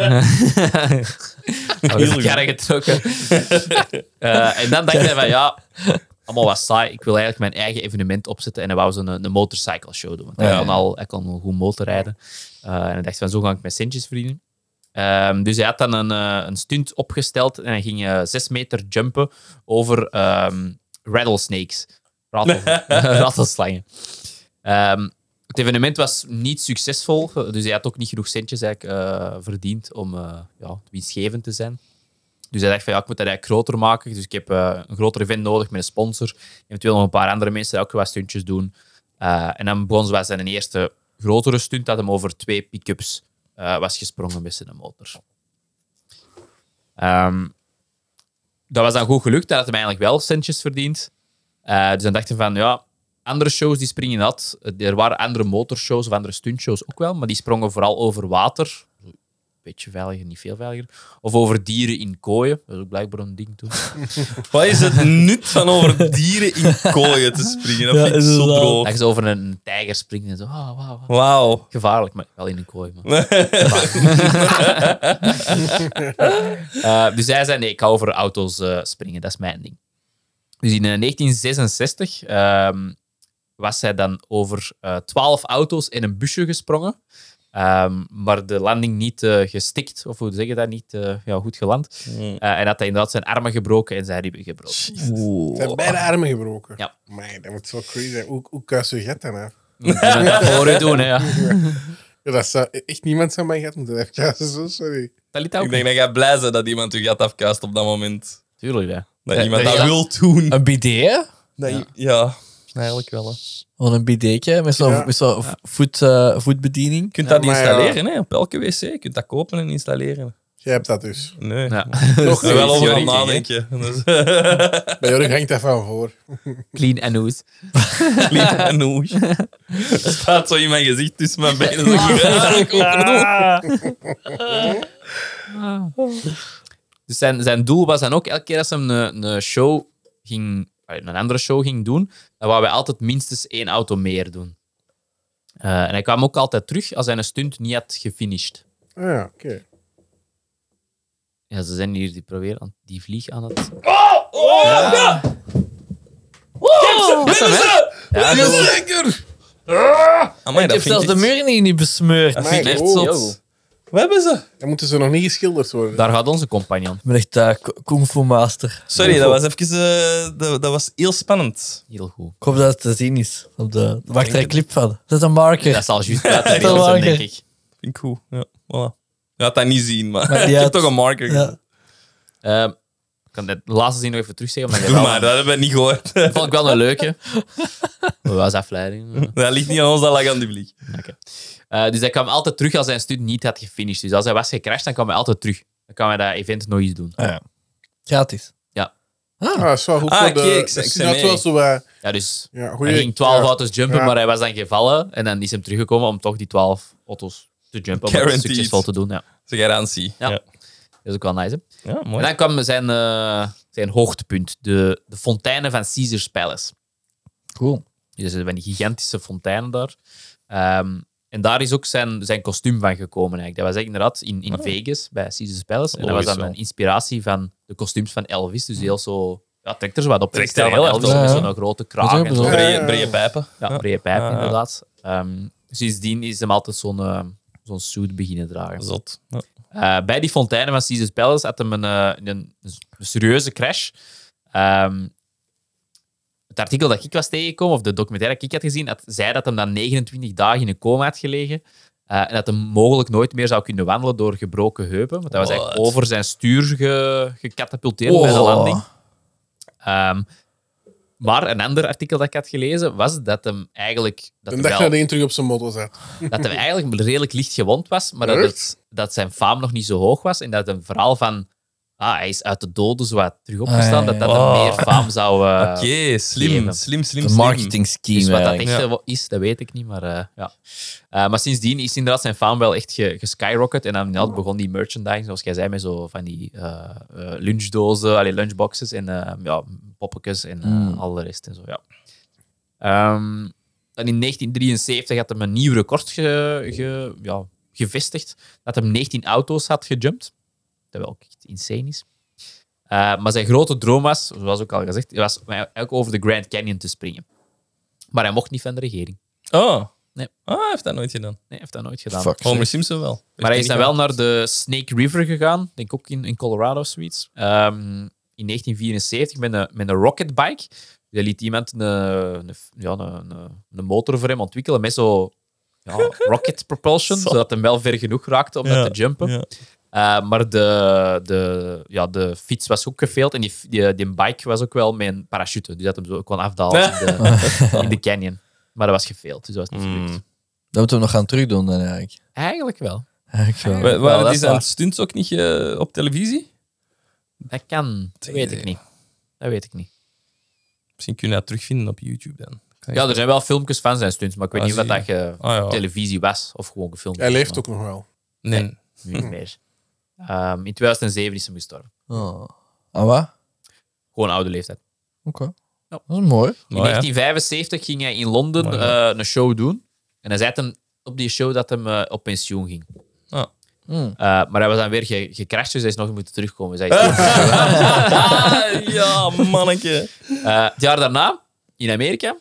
Heel goed. getrokken. Eh, en dan dacht hij van ja, allemaal wat saai. Ik wil eigenlijk mijn eigen evenement opzetten. En hij wou zo'n een motorcycle show doen. Want hij, Ja. kon al, hij kon al goed motorrijden. Eh, en hij dacht van zo ga ik mijn centjes verdienen. Ehm, dus hij had dan een, eh, een stunt opgesteld en hij ging eh, zes meter jumpen over ehm, rattlesnakes. Ratel, ratelslangen. Ehm, het evenement was niet succesvol, eh, dus hij had ook niet genoeg centjes eigenlijk, eh, verdiend om eh ja, winstgevend te zijn. Dus hij dacht van ja, ik moet dat eigenlijk groter maken. Dus ik heb eh, een groter event nodig met een sponsor. Eventueel nog een paar andere mensen die ook wat stuntjes doen. Eh, en dan begon ze bij zijn eerste grotere stunt dat hem over twee pick-ups eh, was gesprongen met zijn motor. Ehm, dat was dan goed gelukt. Dat had hem eigenlijk wel centjes verdiend. Eh, dus dan dachten we van ja, andere shows die springen had. Er waren andere motorshows of andere stuntshows ook wel, maar die sprongen vooral over water. beetje veiliger, niet veel veiliger. Of over dieren in kooien. Dat is ook blijkbaar een ding toen. Wat is het nut van over dieren in kooien te springen? Dat Ja, vind ik zo inderdaad. droog. Dat je zo over een tijger springt en zo. Ah, wauw, wauw. *laughs* Wauw. Gevaarlijk, maar wel in een kooi. *laughs* Maar. Eh, dus hij zei, nee, ik ga over auto's eh, springen. Dat is mijn ding. Dus in eh, 1966 ehm, was hij dan over eh, twaalf auto's in een busje gesprongen. Ehm, maar de landing niet eh, gestikt, of hoe zeg je dat, niet eh, ja, goed geland. Mm. Eh, en had hij inderdaad zijn armen gebroken en zijn ribben gebroken. Ze hebben beide armen gebroken. Ja. Man, dat moet zo crazy zijn. Hoe, hoe kuis je gat dan af? En dat voor u doen, hè. *laughs* Ja. *laughs* Ja, dat zou echt niemand zijn mijn gat moeten afkuisen. Zo, sorry. Dat liet hij ook Ik denk dat jij blij bent dat iemand je gat afkuist op dat moment. Tuurlijk, hè. Dat Ja, iemand dat dat je dat- wil doen. Een bidet? Dat je- ja, eigenlijk wel. Hè. Of een bidetje met zo'n Ja. met zo'n v- voet, eh, voetbediening. Je kunt dat Ja, maar ja. installeren hè, op elke wc. Je kunt dat kopen en installeren. Jij hebt dat dus. Nee. Ja. Nog Er wel niet. over aan Theorie, hè. nadenken. Dus, Bij Jorik hangt dat van voor. Clean and loose. Lieve en hoes. Staat zo in mijn gezicht tussen mijn benen. *laughs* Zo, ja, ik hoop het ook. *laughs* Dus zijn, zijn doel was dan ook, elke keer als hij een, een show ging, allee, een andere show ging doen, dan wou hij altijd minstens één auto meer doen. Eh, en hij kwam ook altijd terug als hij een stunt niet had gefinished. Ah, ja, oké. Ja, ze zijn hier die proberen aan die vlieg aan het... Ja, Ja, zo- zeker! Amai, Ik dat heb vind zelfs ik de echt- muur niet, niet besmeurd. dat vind ik Amai, echt wow. zot. Wat hebben ze? Dan moeten ze nog niet geschilderd worden. daar gaat onze compagnon. Ik ben echt eh, k- kung fu master. Sorry, dat was even... eh, dat, dat was heel spannend. Heel goed. Ik hoop dat het te zien is. Op de... Maak er een clip van. Zet een marker. Dat zal juist uit de is wel beeld zijn, lekker. denk ik. Vind ik goed. Ja, voilà. Je had dat niet zien, maar, *laughs* Maar die je hebt had- toch een marker. gezet. Ja. Ehm, ik kan het laatste zin nog even terugzeggen, maar Doe maar, dat hebben we niet gehoord. *laughs* dat vond ik wel een leuke. Dat was afleiding. Dat ligt niet aan ons, dat lag aan de publiek. Eh, dus hij kwam altijd terug als zijn studie niet had gefinished. Dus als hij was gecrashed, dan kwam hij altijd terug. Dan kan hij dat event nog eens doen. Ah, ja. Gratis. Ah, dat is wel goed Ah, voor de... kijk, ik dat is zei inderdaad mee. wel zo wat... Ja, dus Ja, goeie, hij ging 12 ja. auto's jumpen, Ja. maar hij was dan gevallen. En dan is hem teruggekomen om toch die 12 auto's te jumpen. Om het Guaranteed. succesvol te doen. Ja. Dat is een garantie. Ja. Dat is ook wel nice. hè. ja En mooi. dan kwam zijn, eh, zijn hoogtepunt: de, de fonteinen van Caesars Palace. Cool. Dus er zijn die gigantische fonteinen daar. Ehm, en daar is ook zijn, zijn kostuum van gekomen eigenlijk. Dat was eigenlijk inderdaad in, in Vegas, bij Caesars Palace. En dat was Logisch dan wel. een inspiratie van de kostuums van Elvis. Dus heel zo... Ja, trekt er zo wat op. Trekt Het stijl er van heel erg Elvis op. met Ja, ja. zo'n grote Dat kraag is en ook zo. bedoel. Brede, brede pijpen. Ja, brede pijp Ja, ja. inderdaad. Ehm, sindsdien is hem altijd zo'n eh, zo'n suit beginnen dragen. Zot. Ja. Eh, bij die fonteinen van Caesars Palace had hem een, eh, een, een serieuze crash. Ehm, het artikel dat ik was tegengekomen, of de documentaire dat ik had gezien, had, zei dat hem dan 29 dagen in een coma had gelegen. eh, en dat hij mogelijk nooit meer zou kunnen wandelen door gebroken heupen. Want hij was eigenlijk What? over zijn stuur ge, gecatapulteerd bij de Oh. landing. Ehm, maar een ander artikel dat ik had gelezen was dat hem eigenlijk. Dat Dan hij dacht wel- dat één terug op zijn motto zat. dat hij eigenlijk redelijk licht gewond was, maar dat, het- dat zijn faam nog niet zo hoog was. En dat een verhaal van, ah, hij is uit de doden zo wat terug opgestaan, Ah, ja, ja. dat dat hem Oh. meer faam zou... eh Oké, slim, geven. slim, slim, slim. De marketing scheme. Dus wat dat eigenlijk. echt Ja. eh, is, dat weet ik niet, maar eh, ja. Eh, maar sindsdien is inderdaad zijn faam wel echt ge- geskyrocket. En dan inderdaad begon die merchandising, zoals jij zei, met zo van die eh, eh, lunchdozen, allee, lunchboxes en eh, ja, poppetjes en eh, al de rest en zo, ja. Ehm, dan in 1973 had hij een nieuw record ge- ge- ja, gevestigd. Dat hij 19 auto's had gejumpt. Dat wel ook echt insane is. Eh, maar zijn grote droom was, zoals ook al gezegd, was om eigenlijk over de Grand Canyon te springen. Maar hij mocht niet van de regering. Oh. Nee. Ah, hij heeft dat nooit gedaan. Nee, heeft dat nooit gedaan. Fuck. Homer Simpson wel. Maar hij is dan dat wel naar de Snake River gegaan. Denk ook in, in Colorado of zoiets. Ehm, in 1974 met een, met een rocketbike. Daar liet iemand een, een, ja, een, een- een motor voor hem ontwikkelen met zo *laughs* ja, rocket propulsion. Zo. Zodat hem wel ver genoeg raakte om Ja, dat te jumpen. ja. Eh, maar de, de, ja, de fiets was ook gefaild en die, die, die bike was ook wel met een parachute. Dus dat hem zo kon afdalen in, *laughs* de, in de canyon. Maar dat was gefaild, dus dat was niet Hmm. gelukt. Dat moeten we nog gaan terugdoen dan eigenlijk. Eigenlijk wel. Eigenlijk wel. Wa- Wel, Waren dat die is zijn waar. stunts ook niet eh, op televisie? Dat kan. Dat weet ik niet. Dat weet ik niet. Misschien kun je dat terugvinden op YouTube dan. Kan je- Ja, er zijn wel filmpjes van zijn stunts, maar ik weet Ah, niet of zie dat je Ah, ja. televisie was of gewoon gefilmd Hij was, leeft maar- ook nog wel. Nee. Nu niet meer. Ehm, in 2007 is hem gestorven. Oh. Ah, wat? Gewoon oude leeftijd. Oké. Dat is mooi. In Mooi, hè? 1975 ging hij in Londen Ah, Mooi, hè? eh, een show doen. En hij zei hem op die show dat hij op pensioen ging. Ah. Hmm. Eh, maar hij was dan weer ge gecrashed, dus hij is nog moeten terugkomen. Dus hij *laughs* is Ah, ja, manneke. Eh, het jaar daarna, in Amerika,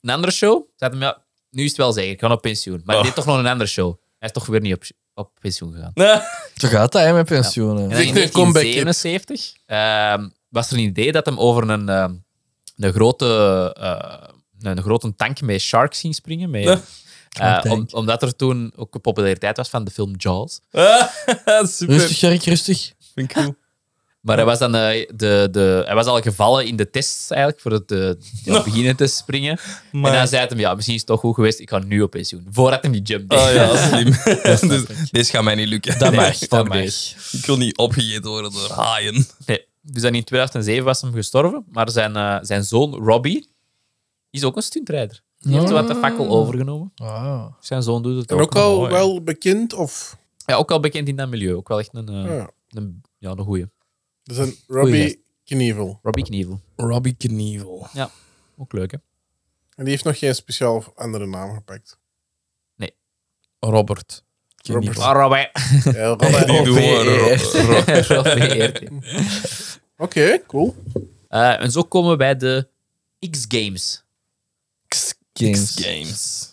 een andere show. Zei hem, ja, nu is het wel zeker, ik ga op pensioen. Maar hij Oh. deed toch nog een andere show. Hij is toch weer niet op, op pensioen gegaan. Zo gaat dat, hè, met *laughs* pensioenen. En dan in Zeg, de comeback hit. 1977 ehm, was er een idee dat hem over een, ehm, een, grote, eh, een grote tank met sharks ging springen. Met, Ja. eh, Een om- tank. omdat er toen ook een populariteit was van de film Jaws. Ah, Super. Rustig, Jerk, rustig. Vind ik *laughs* cool. Maar hij was, dan, eh, de, de, hij was al gevallen in de tests eigenlijk, voor het eh, *laughs* ja, beginnen te springen. Maar- En dan zei hij hem, ja, misschien is het toch goed geweest, ik ga nu op pensioen. Voordat hij die jump deed. Oh Ah, ja, slim. *laughs* dus, deze gaat mij niet lukken. Dat Nee, *laughs* mag, dat mag. Ik wil niet opgegeten worden door haaien. *laughs* Nee. Dus dan in 2007 was hij gestorven, maar zijn, eh, zijn zoon Robbie is ook een stuntrijder. Die heeft wat de fakkel overgenomen. Wow. Zijn zoon doet het En ook. ook al wel bekend, of... Ja, ook al bekend in dat milieu. Ook wel echt een, eh, Ja. een, ja, een goeie. Dat is een Goeie Robbie Knievel. Robbie Knievel. Robbie Knievel. Ook leuk, hè? En die heeft nog geen speciaal andere naam gepakt. Robert. Robert. Ah, Robbie. *laughs* Ja, Robbie. Die doen we, Robert. Ro- Ro- Robbie *laughs* Eert. Oké, cool. Eh, en zo komen we bij de X-Games. Games. Games.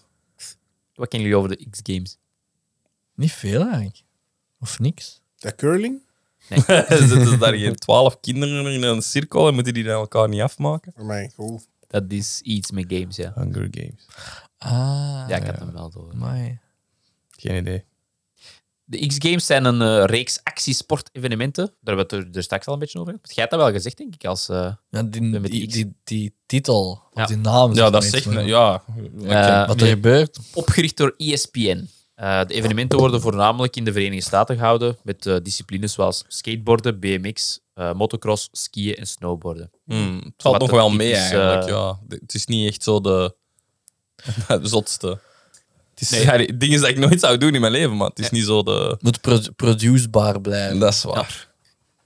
Wat kennen jullie over de X-Games? Niet veel eigenlijk. Of niks. Dat curling? *laughs* Zitten ze daar geen twaalf kinderen in een cirkel en moeten die dan elkaar niet afmaken? Voor mij, Oh cool. Dat is iets met games, ja. Hunger Games. Ah, Ja, ik had hem wel door. Amai. Geen idee. De X-Games zijn een eh, reeks actiesportevenementen. Daar hebben we het er- er straks al een beetje over gehad. Jij hebt dat wel gezegd, denk ik, als... eh, Ja, die, Met die, X. die, die titel, Ja. of die naam. Ja, dat me zegt me. iets, maar Ja. eh, Wat er gebeurt. opgericht door E ESPN. Eh, de evenementen worden voornamelijk in de Verenigde Staten gehouden met eh, disciplines zoals skateboarden, BMX, eh, motocross, skiën en snowboarden. Hmm, het valt Wat nog wel het mee is, eigenlijk. eh, Ja. De- Het is niet echt zo de, *laughs* de zotste. Het is Nee. ja, die- dingen dat ik nooit zou doen in mijn leven, maar het is niet zo de. Moet pro- producebaar blijven. Dat is waar.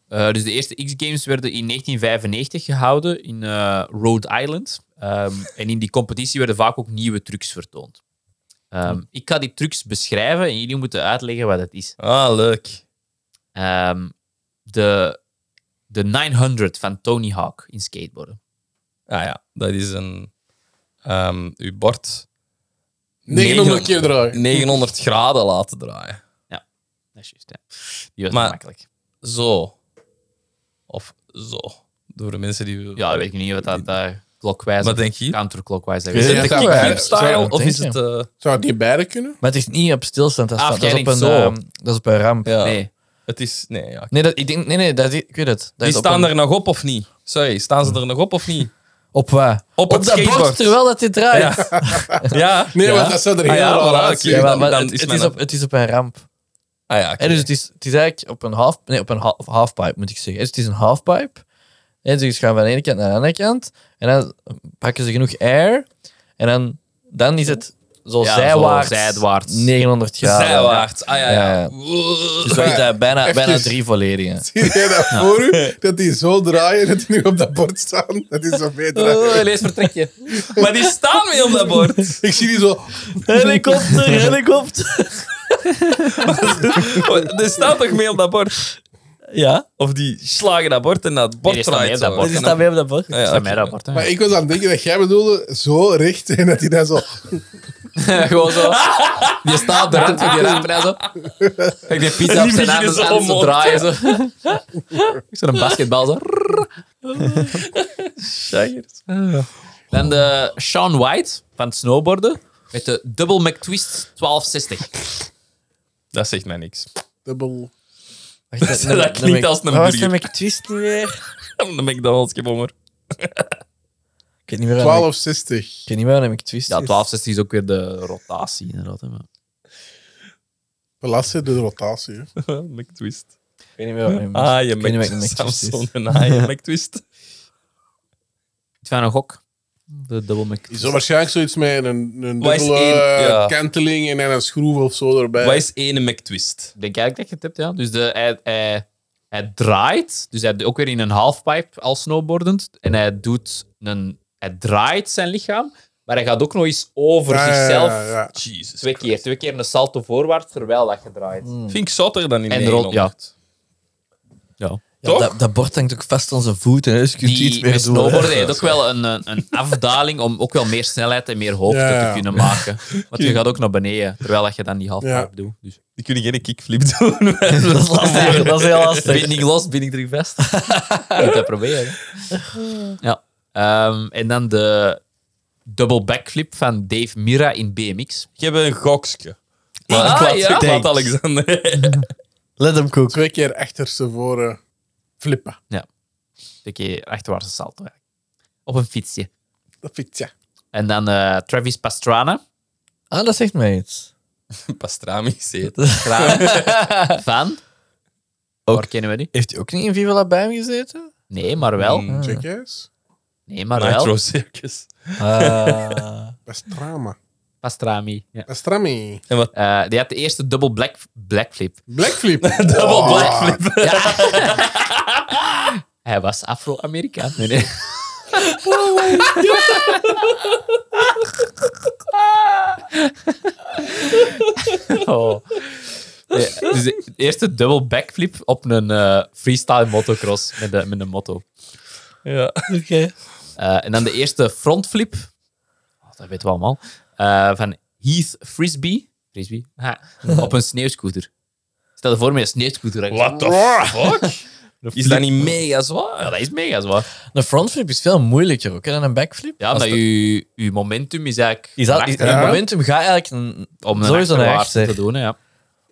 Eh, dus de eerste X-Games werden in 1995 gehouden in eh, Rhode Island. Ehm, *laughs* en in die competitie werden vaak ook nieuwe trucs vertoond. Ehm, ik ga die trucs beschrijven en jullie moeten uitleggen wat het is. Ah, leuk. Ehm, de, de 900 van Tony Hawk in skateboarden. Ah ja, dat is een. ehm uw bord 900 keer draaien. 900 graden laten draaien. Dat is juist, hè. Die was Maar- makkelijk. Zo. Of zo. Door de mensen die. Ja, weet ik niet wat dat eh klokwijs Wat of denk je? counterclockwise Is is. Ja, het de dat- kickflip style Zou- of is denk het. eh, Zou het niet beide kunnen? Maar het is niet op stilstand. Dat is, Ah, dat is op een, afkeiling, zo. ehm, dat is op een ramp. ja, Nee. Het is. Nee, ja. Nee, dat, ik denk, nee, nee dat, is- ik weet het. Dat Die is op staan een- er nog op of niet? Sorry, staan ze er nog op of niet? Op waar? Op het dat skateboard. bord, terwijl dat dit draait. *laughs* *laughs* Ja, Ja. Nee, ja. want dat zou er heel Ah, ja, raar voilà, uitzien. oké. maar, dan- maar dan het, is het mijn- is op, het is op een ramp. Ah ja, oké. Hè, dus het is, het is eigenlijk op een half... Nee, op een half, of halfpipe, moet ik zeggen. Dus het is een halfpipe. En ze gaan van de ene kant naar de andere kant. En dan pakken ze genoeg air. En dan, dan is het zo Ja, zo zijwaarts, zijwaarts. 900 graden. Zijwaarts. Ah ja, ja. Ja, ja. Dus zo is dat bijna, bijna Even- drie volledige. Zie jij *laughs* dat voor u? Dat die zo draaien, dat die nu op dat bord staan? Dat *laughs* is zo beter. Oh, lees vertrekje. *laughs* maar die staan mee op dat bord. Ik zie die zo... Helikopter, helikopter. Die staan toch mee op dat bord? Ja, Of die slagen dat bord en dat bord die staan mee draait op dat zo. bord. die staat mee op dat bord. Ah, ja, Dat is oké. mijn rapport. hè. Maar ik was aan het denken dat jij bedoelde zo recht en dat hij dan zo... Gewoon zo. Die staat de rand van die ramp en hij zo. Ik die pizza op Die zijn beginnen handen zo aan te omhoog. draaien. Zo. Ik zo'n basketbal zo. Shaggers. Dan de Sean White van het snowboarden. Met de Double McTwist 1260. Dat zegt mij niks. *laughs* Dubbel... Wacht, Dat klinkt als een Wat was burger. dat met twist nu weer? De McDonald's *laughs* kebommer. Ik weet niet meer waarom ik- 1260. ik weet niet meer waarom ik twist Ja, is. 1260 is ook weer de rotatie. Inderdaad, hè, maar. Belasten de rotatie. hè. McTwist. Ik weet niet meer waarom Ah, je Ah, ik weet niet meer waarom McTwist. ik twist is. Samson en ah, je McTwist. Iets van een gok. De double Mc. Is er waarschijnlijk zoiets met een, een Wat is dubbele één? Ja. kanteling en dan een schroef of zo erbij. Wat is ene McTwist? Ik denk eigenlijk dat je het hebt, ja. Dus de, hij, hij, hij draait, dus hij doet ook weer in een halfpipe al snowboardend. En hij, doet een, hij draait zijn lichaam, maar hij gaat ook nog eens over Ja, ja, ja, zichzelf ja. Jesus. twee keer. Twee keer een salto voorwaarts terwijl dat je draait. Vind ik zotter dan in En en de rol- Ja, Toch? dat, dat bord hangt ook vast aan zijn voeten. Hè, dus je kunt iets Die meer met doen. snowboarden heeft ook wel een, een, een afdaling om ook wel meer snelheid en meer hoogte Ja, ja. te kunnen maken. Want je gaat ook naar beneden, terwijl dat je dan die halfpipe Ja. doet. Dus. Die kunnen geen kickflip *laughs* doen. *laughs* Dat is lastig. Dat is heel lastig. Binding los, binding terug vast. *laughs* Moet dat proberen. Ja. Ehm, en dan de double backflip van Dave Mira in BMX. Ik heb een gokske. Ah, ik laat, ja? ik laat Thanks. Alexander. *laughs* Let hem cook. Twee keer achterstevoren eh, flippen. Een keer achterwaartse salto. eigenlijk. Op een fietsje. Dat vind ik, ja. En dan eh, Travis *laughs* Pastrana Ah, dat zegt mij iets. Pastrami zit. van... Ook- Waar kennen we die? Heeft hij ook niet in Viva La Bam gezeten? Nee, maar wel. Mm. Check eens. Nee, maar wel. Nitro Circus. Ah. Dat is drama. Pastrami. Ja. Dat is trammy. Eh, die had de eerste double black, blackflip. Blackflip. Double Oh. blackflip. Hij was Afro-Amerikaan. Nee, *laughs* nee. oh. Nee, dus de eerste double backflip op een eh, freestyle motocross met, de, met een motto. Ja. Oké. Eh, en dan de eerste frontflip. Oh, dat weten we allemaal. Eh, van Heath Frisbee. Frisbee? Ha. Op een sneeuwscooter. Stel je voor met een sneeuwscooter. What the fuck? *laughs* Is dat niet mega zwaar? Ja, dat is mega zwaar. Een frontflip is veel moeilijker ook hè, dan een backflip. Ja, omdat je, je momentum is eigenlijk... Is dat, is, krachtiger een Ja. momentum gaat eigenlijk een, om een sowieso naar achterwaartse achter. te doen. hè, Ja.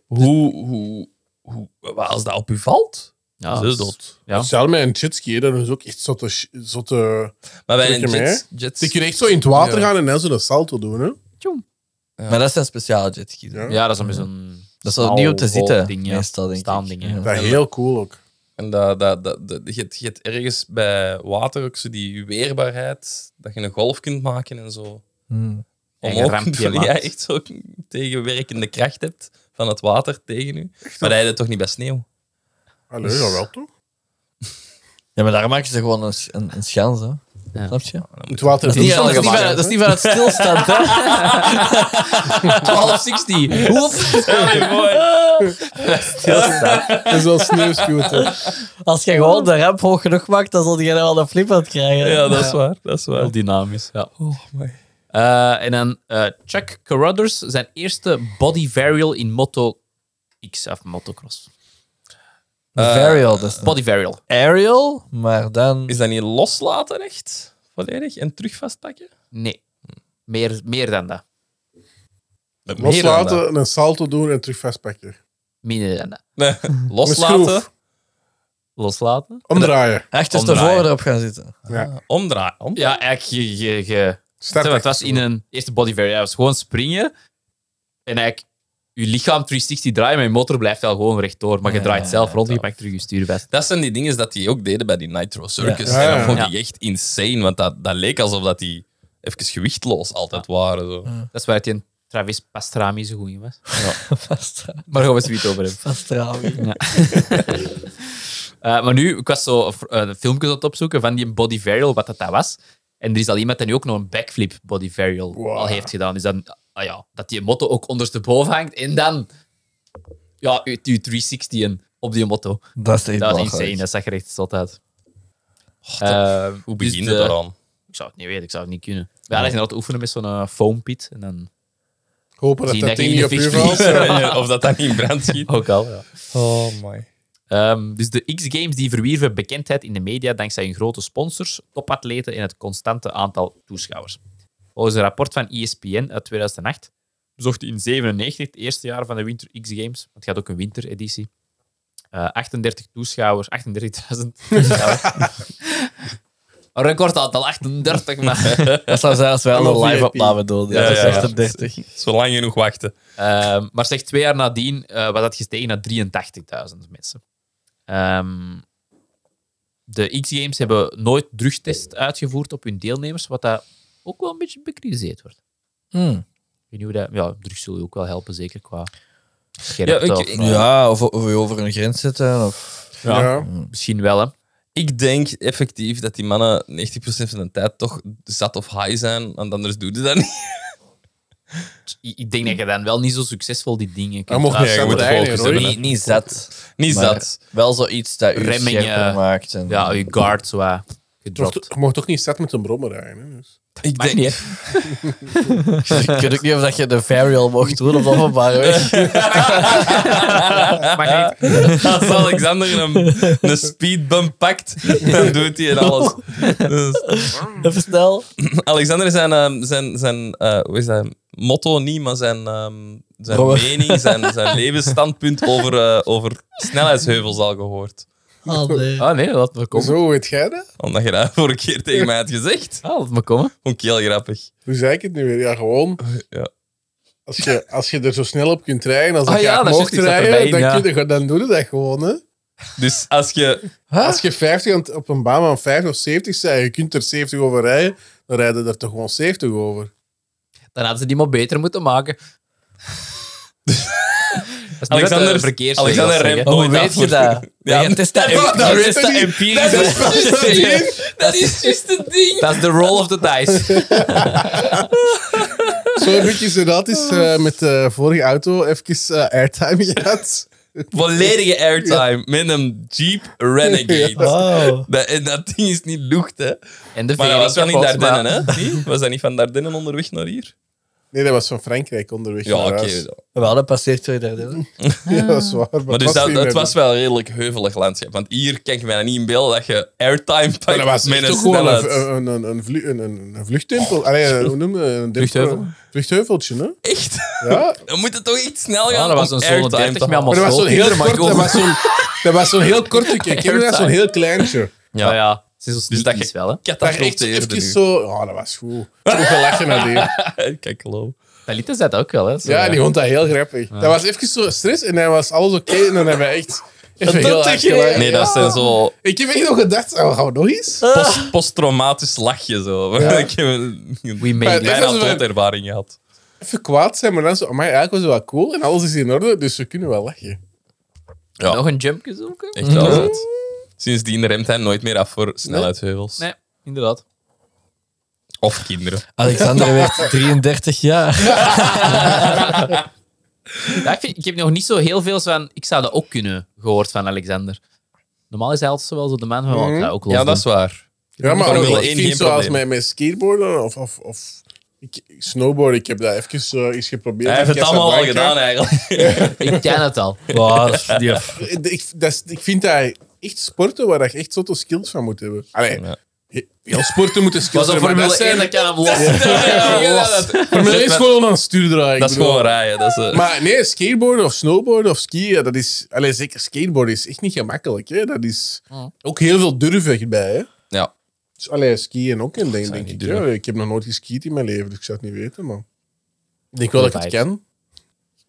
Hoe, hoe, hoe, wat als dat op u valt? Ja, Zo dat is- Ah, dat. Ja. Zelfs met een jetski, hè, dat is ook echt zotte... sh- zotte... Maar bij een Druk hem, jet, Die jet kunnen echt zo in het water gaan en dan zo'n salto doen. Hè? Maar dat zijn speciale jetskis. hè. Ja. Ja, dat is dan zo'n... Dat is wel niet op te smal, zitten, ding, ja. meestal denk ik. Staan ding, ja. Ja. Dat is heel cool ook. en dat, dat, dat, dat, je, hebt, je hebt ergens bij water ook zo die weerbaarheid, dat je een golf kunt maken en zo. Hmm. Eigen Omhoog rampje *laughs* kunt vliegen. Ja, maakt. echt zo tegenwerkende kracht hebt van het water tegen u. Maar dat heb je toch niet bij sneeuw? Allee, dat wel toch? Ja, maar daar maken ze gewoon een, sch- een, een schans, hè. Ja. Snap je? In het water Dat is, niet, dat, is niet van, dat is niet van het stilstand, hè. 1260. Oef. Dat is wel sneeuwscooter. *laughs* Als je gewoon de ramp hoog genoeg maakt, dan zal je wel een flip aan het krijgen. Ja, dat is waar. Dat is waar. Heel dynamisch, ja. Oh, my. Eh, en dan eh, Chuck Carruthers, zijn eerste body varial in Moto X of motocross. Varial, dus. dat is Body varial. Eh, *laughs* aerial, maar dan... Is dat niet loslaten echt? Volledig? En terug vastpakken? Nee, meer, meer dan dat. Meer dan dat. Loslaten, een salto doen en terug vastpakken. Minder dan dat. Nee, Een loslaten. schroef. Loslaten. Omdraaien. Achterstevoren omdraaien. erop gaan zitten. Ja. Omdraaien. Ja, eigenlijk je, je, je, Start Ah. het was in een eerste body variant. Het was gewoon springen. En eigenlijk, je lichaam 360 draaien, maar je motor blijft wel gewoon rechtdoor. Maar je Ja, draait ja, zelf ja, rond en je tof. pakt terug je stuur vast. Dat zijn die dingen dat die ook deden bij die Nitro Circus. Ja. En dat vond Ja. ik echt insane, want dat, dat leek alsof dat die even gewichtloos altijd waren. Zo. Dat is waar het in Travis Pastrami zo goed in was. *laughs* Vast, *laughs* Maar daar gaan we het zoiets over hebben. vast raam. Eh, maar nu, ik was zo eh, filmpjes aan het opzoeken van die body varial, wat dat, dat was. En er is al iemand die nu ook nog een backflip body varial Wow. al heeft gedaan. Dus dan, ah ja, dat die motto ook ondersteboven hangt. En dan, ja, je, je 360 en op die motto. *laughs* Dat is echt Dat is belachelijk. insane, dat zag er echt zot uit. dat- Eh, Hoe dus begin de- je daaraan? Ik zou het niet weten, ik zou het niet kunnen. We hadden inderdaad oefenen met zo'n eh, foam pit. En dan Hopen dat Zien dat dat je ding in niet de op fik u valt. vliegt. of dat dat niet in brand schiet. *laughs* ook al, ja. Oh my. Ehm, dus de X-Games die verwierven bekendheid in de media dankzij hun grote sponsors, topatleten en het constante aantal toeschouwers. Volgens een rapport van E ESPN uit 2008 bezochten in 1997, het eerste jaar van de Winter X-Games, want het gaat ook een wintereditie, eh 38 toeschouwers, 38.000 toeschouwers. een record aantal, 38, maar... Dat zou zijn als wij al Allemaal een live VIP. opname doen. Ja, Ja, dat ja, is ja. 38. Zolang genoeg wachten. Ehm, maar slechts twee jaar nadien eh, was dat gestegen naar 83.000 mensen. Ehm, de X-Games hebben nooit drugtest uitgevoerd op hun deelnemers, wat dat ook wel een beetje bekritiseerd wordt. Hmm. Ik weet niet hoe dat... Ja, drugs zullen je ook wel helpen, zeker qua Ja, scherpte. ik- of, ik- eh, Ja, of, of je over een grens zetten. Of... Ja. Ja. Misschien wel, hè. Ik denk effectief dat die mannen 90% van de tijd toch zat of high zijn, want anders doen ze dat niet. Ik ik denk dat je dan wel niet zo succesvol die dingen Hij kunt mocht Ja, niet je zijn moet met eieren, focussen, hoor. maar- Niet, *laughs* niet zat. Niet maar zat. Wel zoiets dat u Remmingen. scherper maakt. En, Ja, je guard zo eh, Je mocht- gedropt. je mocht toch niet zat met een brommer rijden. Hè? Dus. Ik Mag denk, niet, hè. *laughs* Ik weet ook niet of dat je de varial mocht doen op openbare weg. Mag *laughs* niet. als Alexander een, een speedbump pakt, dan doet hij en alles. Dus, Even snel. Alexander zijn, ehm, zijn, zijn eh, hoe is dat? motto niet, maar zijn, ehm, zijn Bro. mening, zijn, zijn levensstandpunt over, eh, over snelheidsheuvels al gehoord. Oh, nee. Ah nee, laat me komen. Zo, weet jij dat? Omdat je dat vorige keer tegen mij had gezegd. Ah, laat me komen. Vond ik heel grappig. Hoe zei ik het nu weer? Ja, gewoon. Ja. Als je, als je er zo snel op kunt rijden, als Ah, ik ja, graag dat mocht zit- ik zat erbij rijden, in, dan, ja. kun je, dan doe je dat gewoon. Hè? Dus als je Als je 50 aan het- op een baan van 50 of 70 zei, je kunt er 70 over rijden, dan rijden er toch gewoon 70 over. Dan hadden ze die maar beter moeten *laughs* maken. Dat is eh, Alexander- verkeers. Oh, Alexander remt Hoe nooit af weet je voor- dat? Ja, Ja, het is dat, dat- dat er weet is ik dat niet. empirisch. *laughs* Dat is juist het ding. Dat is de roll of the dice. Zo heb ik inderdaad eens eh, met de vorige auto even eh, airtime gehad. Volledige airtime met een Jeep Renegade. Dat, en dat ding is niet lucht, hè. En de Maar dat vering was wel niet kapot, maar- Dardenne, hè? Niet? Was dat niet van Dardenne onderweg naar hier? Nee, dat was van Frankrijk onderweg Ja, naar oké. huis. We hadden passeerd twee derde. Ja, dat is waar. Maar, Maar het dus dat, niet het meer- was wel een redelijk heuvelig landschap. Want hier kijk je mij niet in beeld dat je airtime Maar dat was pakt met echt een toch gewoon snelheid. Oh. een, een, een, een, vlie- een, een, een vluchttempel. Allee, een- hoe noem je dat? Een dempel- Vluchtheuvel. vluchtheuveltje, hè? Echt? *laughs* Ja. Dan moet het toch iets snel Ja, gaan dat was om een airtime zone 30 te met allemaal Maar dat was zo'n heel schoolkinderen, kort, dat maar was ik ook- zo'n, dat was zo'n heel *laughs* korte kick. Ik heb dat zo'n heel kleintje. Ja, ja. Ze is zo Dus dat sneaky je- wel, hè. Daar echt zo Catapulteerde even nu. zo... Oh, dat was goed. Ik moest wel lachen naar die. *laughs* Kijk, geloof. Talita zei dat ook wel, hè. Zo, Ja, ja. die vond dat heel grappig. Dat was even zo stress en hij was alles oké en dan hebben we echt even heel hard gelachen. Nee, dat zijn zo Ik heb echt nog gedacht, oh, gaan we nog eens? post- posttraumatisch lachje zo. *laughs* Ik heb een We made Maar it. dit is bijna een- doodervaring gehad. Even kwaad zijn, maar dan zo, maar eigenlijk was het wel cool en alles is in orde, dus we kunnen wel lachen. Ja. Nog een jumpje zoeken? Echt wel zot. Sindsdien remt hij nooit meer af voor snelheidsheuvels. Nee, inderdaad. Of kinderen. Alexander werd 33 jaar. Ja, ik, vind- ik heb nog niet zo heel veel van... Ik zou dat ook kunnen gehoord van Alexander. Normaal is hij altijd zo wel zo de man van... "Oh, ik ga ook Mhm. los Ja, dat doen." is waar. Ja, maar Formule ook één, ik geen vind zoals probleem. met, met skateboarden of, of, of ik, snowboarden, ik heb dat even eh, eens geprobeerd. Hij in heeft het allemaal al Casablanca. gedaan eigenlijk. Ik ken het al. Wow, dat is- ja. Ik, dat is- ik vind dat echt sporten waar je echt zotte skills van moet hebben. Allee, Ja. he- heel sporten *laughs* moeten skills Was een hebben, maar dat Formule 1, zijn... dan kan hem los. *laughs* Formule 1 is gewoon een stuurdraai. ik Dat is bedoel. gewoon rijden. Dat is, eh, Maar nee, skateboarden of snowboarden of skiën, dat is... Allee, zeker skateboarden is echt niet gemakkelijk. Hè? Dat is ook heel veel durven bij. Hè? Ja. Dus, allee, skiën ook in, denk, denk niet ik. durven. Ja. Ik heb nog nooit geskiet in mijn leven, dus ik zou het niet weten, man. Ik denk wel dat ik het Vibes.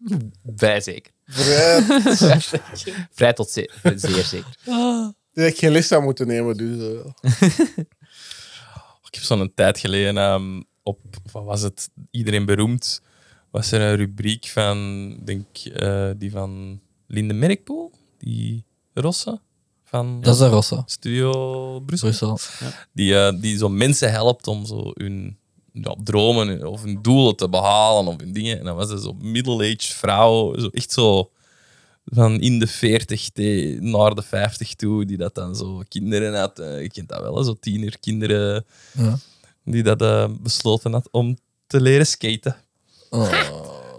ken. eh, Vrij zeker. Vrij- Vrij tot ze- zeer zeker. *laughs* dat ik geen les zou moeten nemen, dus... eh. Ik heb zo'n tijd geleden ehm, op, wat was het, iedereen beroemd, was er een rubriek van, ik denk eh, die van Linde Merkpoel, die Rosse van *laughs* Dat is een Rosso. Studio Brussel, Brussel. die, eh, die zo mensen helpt om zo hun ja, dromen of hun doelen te behalen of hun dingen. En dan was er zo'n middle-aged vrouw, zo echt zo van in de 40 te- naar de 50 toe, die dat dan zo kinderen had. eh, Je kent dat wel, hè, zo tienerkinderen Ja. die dat eh, besloten had om te leren skaten. Oh.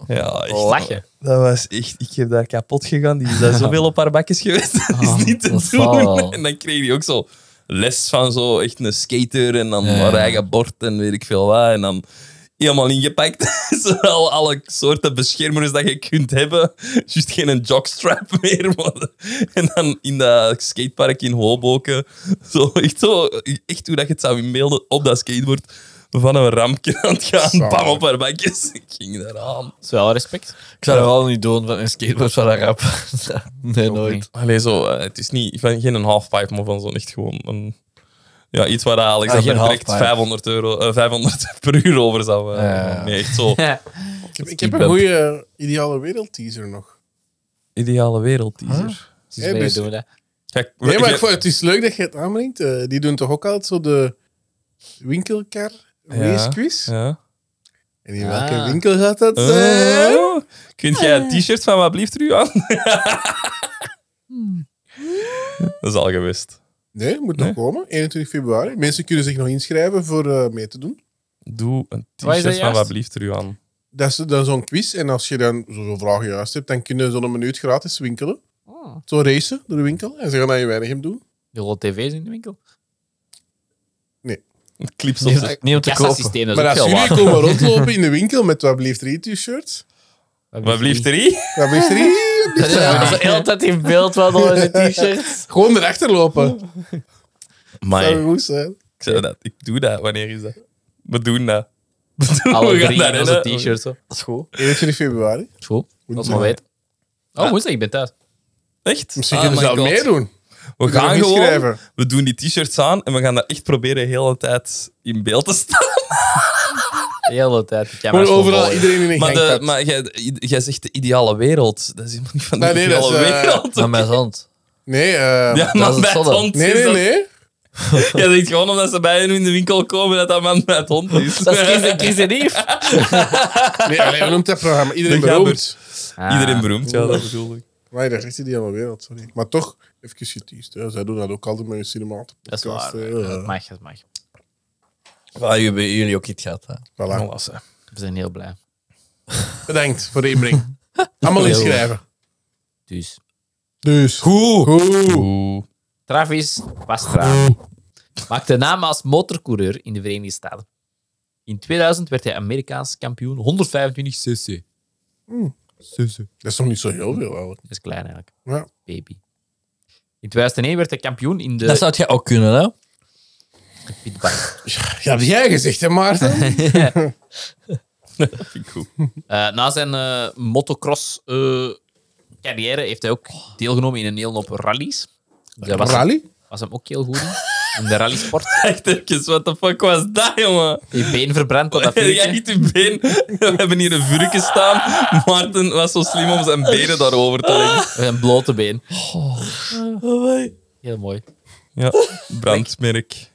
Ja, echt. Lachen. Dat was echt, ik heb daar kapot gegaan. Die is *laughs* daar zoveel op haar bakjes geweest. Dat is Ah, niet te dat zal doen. wel. En dan kreeg hij ook zo les van zo echt een skater en dan Ja, haar ja. eigen bord en weet ik veel wat. En dan helemaal ingepakt. *laughs* Zowel alle soorten beschermers dat je kunt hebben. Juist geen jockstrap *laughs* meer. maar- En dan in dat skatepark in Hoboken. Zo, echt, zo, echt hoe dat je het zou inbeelden op dat skateboard. Van een rampje aan het gaan. Zalig. Bam op haar bakjes. Ik ging daar aan. Dat is wel respect. Ik zou dat wel niet doen van een skateboard van een rap. *laughs* nee, nooit. Allee, zo, eh, het is niet, van geen een halfpipe, maar van zo'n echt gewoon een, Ja, iets waar Alex Ah, dan geen direct halfpipe. 500, euro, eh, 500 *laughs* per uur over zou... eh, Ja. Nee, echt zo. Ik heb, ik heb een goede eh, ideale wereldteaser nog. Ideale wereldteaser. Hey, dus- doen we dat. Kijk, Nee, maar ik- ik vond- het is leuk dat je het aanbrengt. Eh, die doen toch ook altijd zo de winkelkar race quiz? Ja. En in Ah. welke winkel gaat dat zijn? Eh, kunt jij een t-shirt van wat blieft er u *laughs* aan? *laughs* Dat is al geweest. Nee, moet Nee. nog komen. 21 februari. Mensen kunnen zich nog inschrijven voor eh, mee te doen. Doe een Wat is dat t-shirt van wat juist? blieft er u aan. Dat is dan zo'n quiz. En als je dan zoveel vragen juist hebt, dan kunnen ze zo'n minuut gratis winkelen. Zo racen door de winkel. En ze gaan dat in Weinigem doen. Je rolt tv's in de winkel. Clips op Niet, de... niet om te kopen. Kassasysteem, dat is maar ook als veel jullie waard. komen *laughs* rondlopen in de winkel met wat blieft er hier t-shirts. Wat blieft er i? Wat blieft er hier? Wat blieft er hier? Ja, zo heel tijd in beeld wandelen in een t-shirt. Gewoon erachter lopen. Dat zou Amai. goed zijn. Ik, zou dat, ik doe dat. Wanneer is dat? We doen dat. *laughs* Alle We gaan drie daar in onze rennen. t-shirts. hoor. Dat is goed. 21 februari. Dat is goed. Dat maar Woensdag. weten. Oh, woensdag, ik ben thuis. Echt? Misschien Ah, kunnen ze my dat God. meedoen. We Kunnen gaan nog gewoon... inschrijven. We doen die t-shirts aan en we gaan dat echt proberen de hele tijd in beeld te *laughs* staan. De hele tijd. de camera's Gewoon overal volgen. iedereen in een Maar, de, gangpad. maar jij, jij zegt de ideale wereld. Dat is helemaal niet van de Nee, nee, dat ideale is, eh, wereld. Aan mijn zand. Nee, eh, *laughs* ja, dat man is het bij het zonde. hond nee, is nee, dat- nee. Jij denkt gewoon omdat ze bij je in de winkel komen dat dat man bij het hond is. Dat *laughs* is Chris en Chris en Yves. Nee, alleen, hoe noemt dat programma? Iedereen De beroemd. Ah. Iedereen beroemd, ja, dat bedoel ik. Nee, dat is die hele wereld, sorry. Maar toch, even geteased. Hè. Zij doen dat ook altijd eh, met hun cinemaat. Dat is waar. Dat mag, dat mag. Ah. Waar jullie ook iets gehad, hè. Voilà. We zijn heel blij. Oh, Bedankt voor de *laughs* inbreng. Allemaal inschrijven. Dus. Dus. Goed. Oeh. Travis Pastrana maakte naam als motorcoureur in de Verenigde Staten. In 2000 werd hij Amerikaans kampioen 125 cc. Dat is nog niet zo heel veel, eigenlijk. Dat is klein eigenlijk. Ja. Baby. In 2001 werd hij kampioen in de Dat zou jij ook kunnen, hè? pitbank. Ja, heb jij gezegd, hè, *laughs* Maarten? Dat vind ik goed. Eh, na zijn eh, motocross eh, carrière heeft hij ook deelgenomen in een hele hoop rallies. Dus dat was, hem- Rally? was hem ook heel goed in. In de rallysport. Echt even, what the fuck was dat, jongen? Die been *laughs* verbrand op dat Jij vuurtje. niet je been. *laughs* We hebben hier een vurken staan. Maarten was zo slim om zijn benen daarover te leggen. Een blote been. Heel mooi. *laughs* Ja, brandmerk.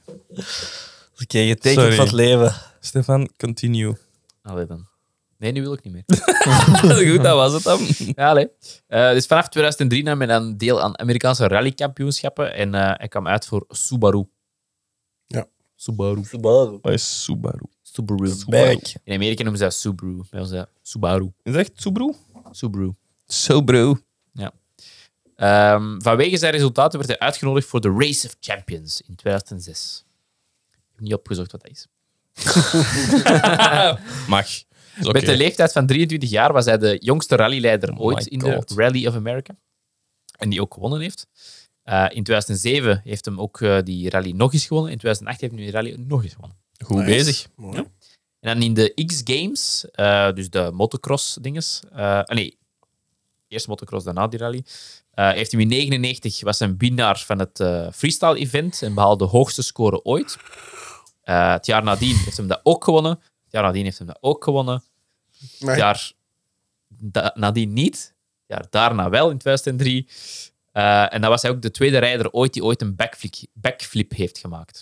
Oké, je tekent Sorry. van het leven. Stefan, continue. Allee dan. Nee, nu wil ik niet *laughs* meer. Goed, dat was het dan. Ja, allee. Eh, dus vanaf 2003 nam hij dan deel aan Amerikaanse rallykampioenschappen en eh, hij kwam uit voor Subaru. Ja. Subaru. *laughs* Wat is Subaru? Subaru. Back. In Amerika noemen ze dat Subaru. Bij ons is dat Subaru. Is het echt Subaru? Subaru. Subaru. Ehm, vanwege zijn resultaten werd hij uitgenodigd voor de Race of Champions in 2006. Ik heb niet opgezocht wat dat is. Mag. Is oké. Oh Met de leeftijd van 23 jaar was hij de jongste rallyleider ooit my in God. de Rally of America. En die ook gewonnen heeft. Eh, in 2007 heeft hem ook eh, die rally nog eens gewonnen. In 2008 heeft hij die rally nog eens gewonnen. Goed bezig. Mooi. En dan in de X-Games, eh, dus de motocross-dinges. eh, ah nee, eerst motocross, daarna die rally. Eh, heeft hij in 99 was een winnaar van het eh, freestyle-event en behaalde de hoogste score ooit. Eh, het jaar nadien heeft hem dat ook gewonnen. Het jaar nadien heeft hem dat ook gewonnen. Maar Het jaar da- nadien niet. Het jaar daarna wel, in 2003. Eh, en dat was hij ook de tweede rijder ooit die ooit een backflip, backflip heeft gemaakt.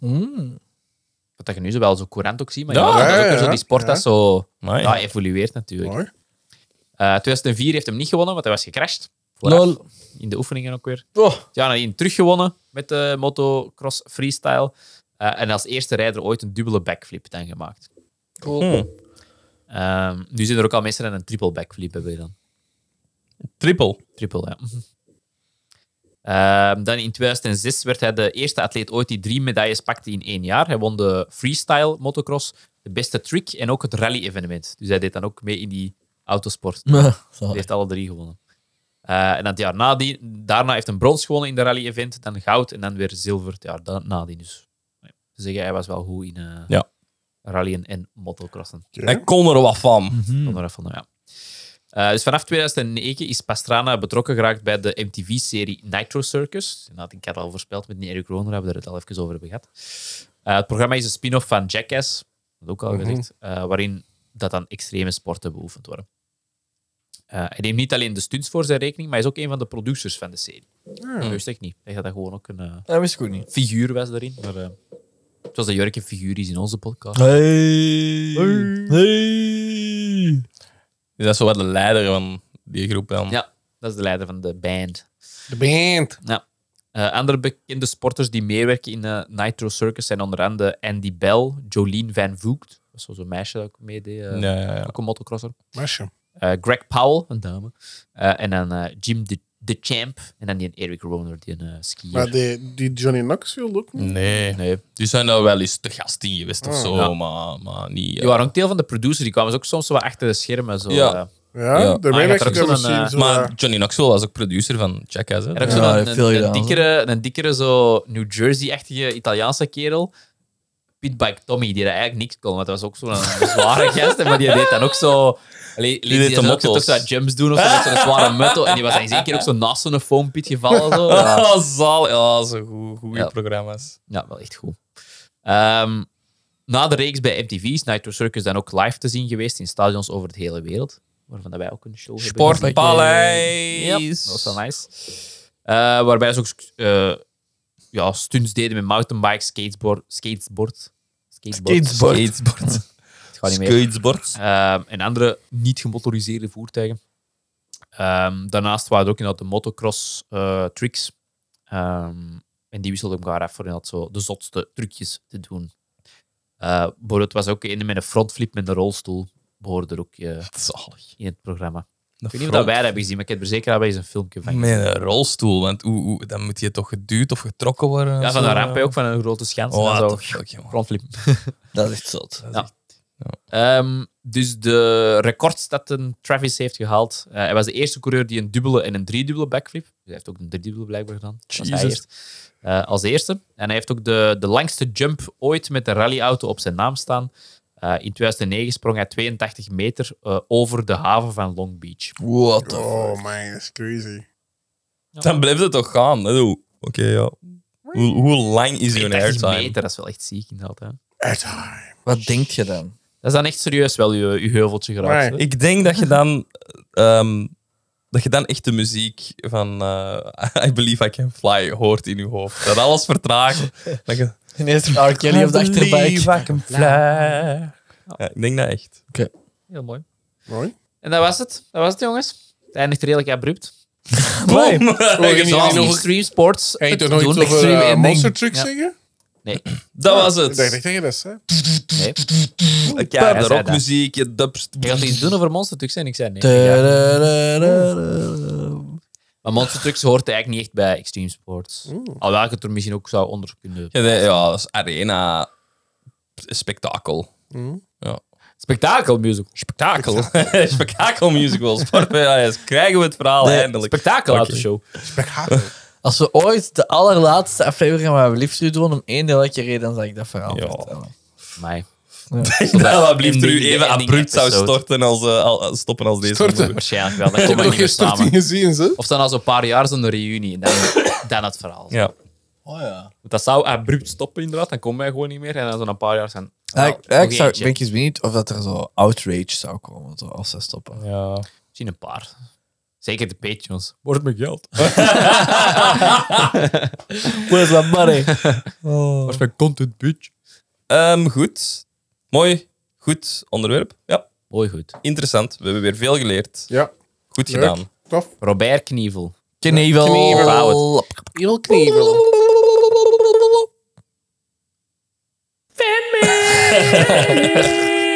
Wat dat je nu zo wel zo courant ook ziet, maar Ja, ja, dat is Hmm. ja, ook weer ja. zo die sport dat Ja. zo Amai. ja, evolueert natuurlijk. mooi. Eh, 2004 heeft hem niet gewonnen, want hij was gecrashed. Vooraf, Lol. In de oefeningen ook weer. Oh. Ja, nadien teruggewonnen met de motocross freestyle. Eh, en als eerste rijder ooit een dubbele backflip dan gemaakt. Hm. Ehm, nu zijn er ook al mensen die een triple backflip hebben dan. Triple. Triple, ja. *laughs* Ehm, dan in 2006 werd hij de eerste atleet ooit die drie medailles pakte in één jaar. Hij won de freestyle motocross, de beste trick en ook het rally-evenement. Dus hij deed dan ook mee in die autosport. Hij heeft alle drie gewonnen. Eh, en dat jaar nadien, daarna heeft hij een brons gewonnen in de rally-event, dan goud en dan weer zilver het jaar da- nadien. Dus nee, ze zeggen, hij was wel goed in eh Ja. rallyen en motocrossen. Hij kon er wat van. Onder van, ja. Eh, dus vanaf 2009 is Pastrana betrokken geraakt bij de MTV-serie Nitro Circus. En dat had ik had al voorspeld met die Eric Rohner, hebben we er het al even over hebben gehad. Eh, het programma is een spin-off van Jackass, dat ook al gezegd, eh, waarin dat dan extreme sporten beoefend worden. Eh, hij neemt niet alleen de stunts voor zijn rekening, maar hij is ook een van de producers van de serie. Dat wist ik niet. Hij had dat gewoon ook een eh, Dat wist ik ook niet. figuur was daarin. Maar, eh, zoals dat Jurk een figuur is in onze podcast. Oh Hey. Is dat zo wat de leider van die groep dan? Ja, dat is de leider van de band. De band. Ja. Eh, andere bekende sporters die meewerken in eh, Nitro Circus zijn onder andere Andy Bell, Jolene Van Voogd, dat was zo- zo'n meisje dat ook meedeed, eh, Ja, ja, ja. ook een motocrosser. Masje. Eh, Greg Powell, een dame. Eh, en dan eh, Jim de, de Champ. En dan die een Eric Rohner, die een eh, skier. Maar die, die Johnny Knoxville ook niet. Nee. Die zijn daar wel eens te gast in geweest of zo, Oh. Ja. maar, maar niet... eh, Die waren ook deel van de producer, die kwamen dus ook soms wel achter de schermen. Zo, Ja. eh. Ja, Mm. Ja. Ah, daarmee je werd had je er dat ook zo'n, misschien eh, zo... Maar Johnny Knoxville was ook producer van Jackass, hè? En ook Ja, zo dan heeft veel een, een, gedaan, dikkere, een dikkere zo New Jersey-achtige Italiaanse kerel. Pitbike Tommy, die daar eigenlijk niks kon. Want dat was ook zo'n *laughs* zware gast. hè, Maar die deed dan ook zo... Allee, die deed deed de dan ook zo, toch motto's. zo jumps doen of zo, met zo'n zware muttel. En die was dan eens één keer ook zo naast zo'n foampit gevallen. Zo. Ja. Oh, zal. *laughs* Ja, zo goed, goede Ja. programma's. Ja, wel echt goed. Ehm, na de reeks bij MTV is Nitro Circus dan ook live te zien geweest in stadions over de hele wereld. Waarvan dat wij ook een show hebben. gezien. Sportpaleis. Ja, dat was wel nice. Eh, waarbij ze ook eh, ja, stunts deden met mountainbikes, skateboard, skateboard, skateboard, Skateboard. Skateboard. het gaat niet meer. Skateboard. Ehm, en andere niet gemotoriseerde voertuigen. Ehm, daarnaast waren er ook inderdaad de motocross eh, tricks. Ehm, en die wisselden elkaar af voor inderdaad zo de zotste trucjes te doen. Eh bijvoorbeeld was er ook een met een frontflip met een rolstoel. Behoorde er ook eh, Zalig. in het programma. Een Ik weet niet of dat front- wij dat hebben gezien, maar ik heb er zeker al bij eens een filmpje van Met een rolstoel, want hoe, hoe, dan moet je toch geduwd of getrokken worden. en Ja, van zo. een ramp hè, ook, van een grote schans. Oh, en what zo. the fuck, jongen. Frontflip. Dat is echt zot. Ehm, dus de records dat een Travis heeft gehaald. eh, hij was de eerste coureur die een dubbele en een driedubbele backflip. Dus hij heeft ook een driedubbele blijkbaar gedaan. Dat was hij Jesus. eerst. Eh, als eerste. En hij heeft ook de, de langste jump ooit met een rallyauto op zijn naam staan. Eh, in 2009 sprong hij 82 meter eh, over de haven van Long Beach. What the Oh man, dat is crazy. fuck. Dan blijft het toch gaan. hè, doe. Oké, ja. Hoe, hoe lang is uw 82 airtime? meter, dat is wel echt ziek inderdaad. Hè? Airtime. Wat denk je dan? Dat is dan echt serieus wel je, je heuveltje geraakt. Maar- hè? Ik denk dat je dan... ehm, dat je dan echt de muziek van eh, *laughs* I Believe I Can Fly hoort in je hoofd. Dat alles vertraagt. Dat je, Ineens R. Kelly op de achterbike. I can fly. Ja, ik denk dat echt. Heel mooi. *laughs* Mooi. En dat was het. Dat was het, jongens. Het eindigt redelijk abrupt. Boom! je niet Zoals nog- Extreme Sports. Ga je het toch nog iets doen, over extreme eh, ending. Monster Truck Ja. zeggen? *laughs* Dat was Ik dacht het. echt dat je dat zei. Nee. Ik Ja, heb hij de zei rockmuziek, je dubs. Je gaat iets doen over Monster Trucks en ik zei nee. Ja. Tadadadada. Maar Monster Trucks hoort eigenlijk niet echt bij Extreme Sports. Alhoewel ik het er misschien ook zou onder kunnen. Ja, nee, ja, dat is arena spektakel. Spektakel musical. Spektakel. *laughs* spektakel musical. *laughs* Sportpaleis. Krijgen we het verhaal eindelijk. Spektakel Oké. uit de show. *laughs* Als we ooit de allerlaatste aflevering van Mijn Liefde doen om één welke reden, dan zal ik dat verhaal Ja. vertellen. Maar Ik denk dat we alblieft Ending- er u de even ending abrupt zou episode. storten als, eh, al- al- stoppen als deze. Storten. onderwerp. waarschijnlijk wel. Dat Ik komt er heb nog niet meer geen storting samen. gezien, ze. Of dan al zo'n paar jaar zo'n reunie. Dan, dan het verhaal. Ja. Oh ja. Want Dat zou abrupt stoppen inderdaad. Dan komen wij gewoon niet meer. En dan zo'n paar jaar zijn... ik nog ik zou, eentje. ben ik eens benieuwd of dat er zo outrage zou komen zo, als ze stoppen. ja. Misschien een paar. Zeker de Patreons. Wordt mijn geld. Where's my *laughs* money? Wordt mijn content, bitch. Ehm, goed. Mooi. Goed onderwerp. Ja. Mooi goed. Interessant. We hebben weer veel geleerd. Ja, Goed Leuk. gedaan. tof. Robert Knievel. Knievel. Knievel. Heel knievel.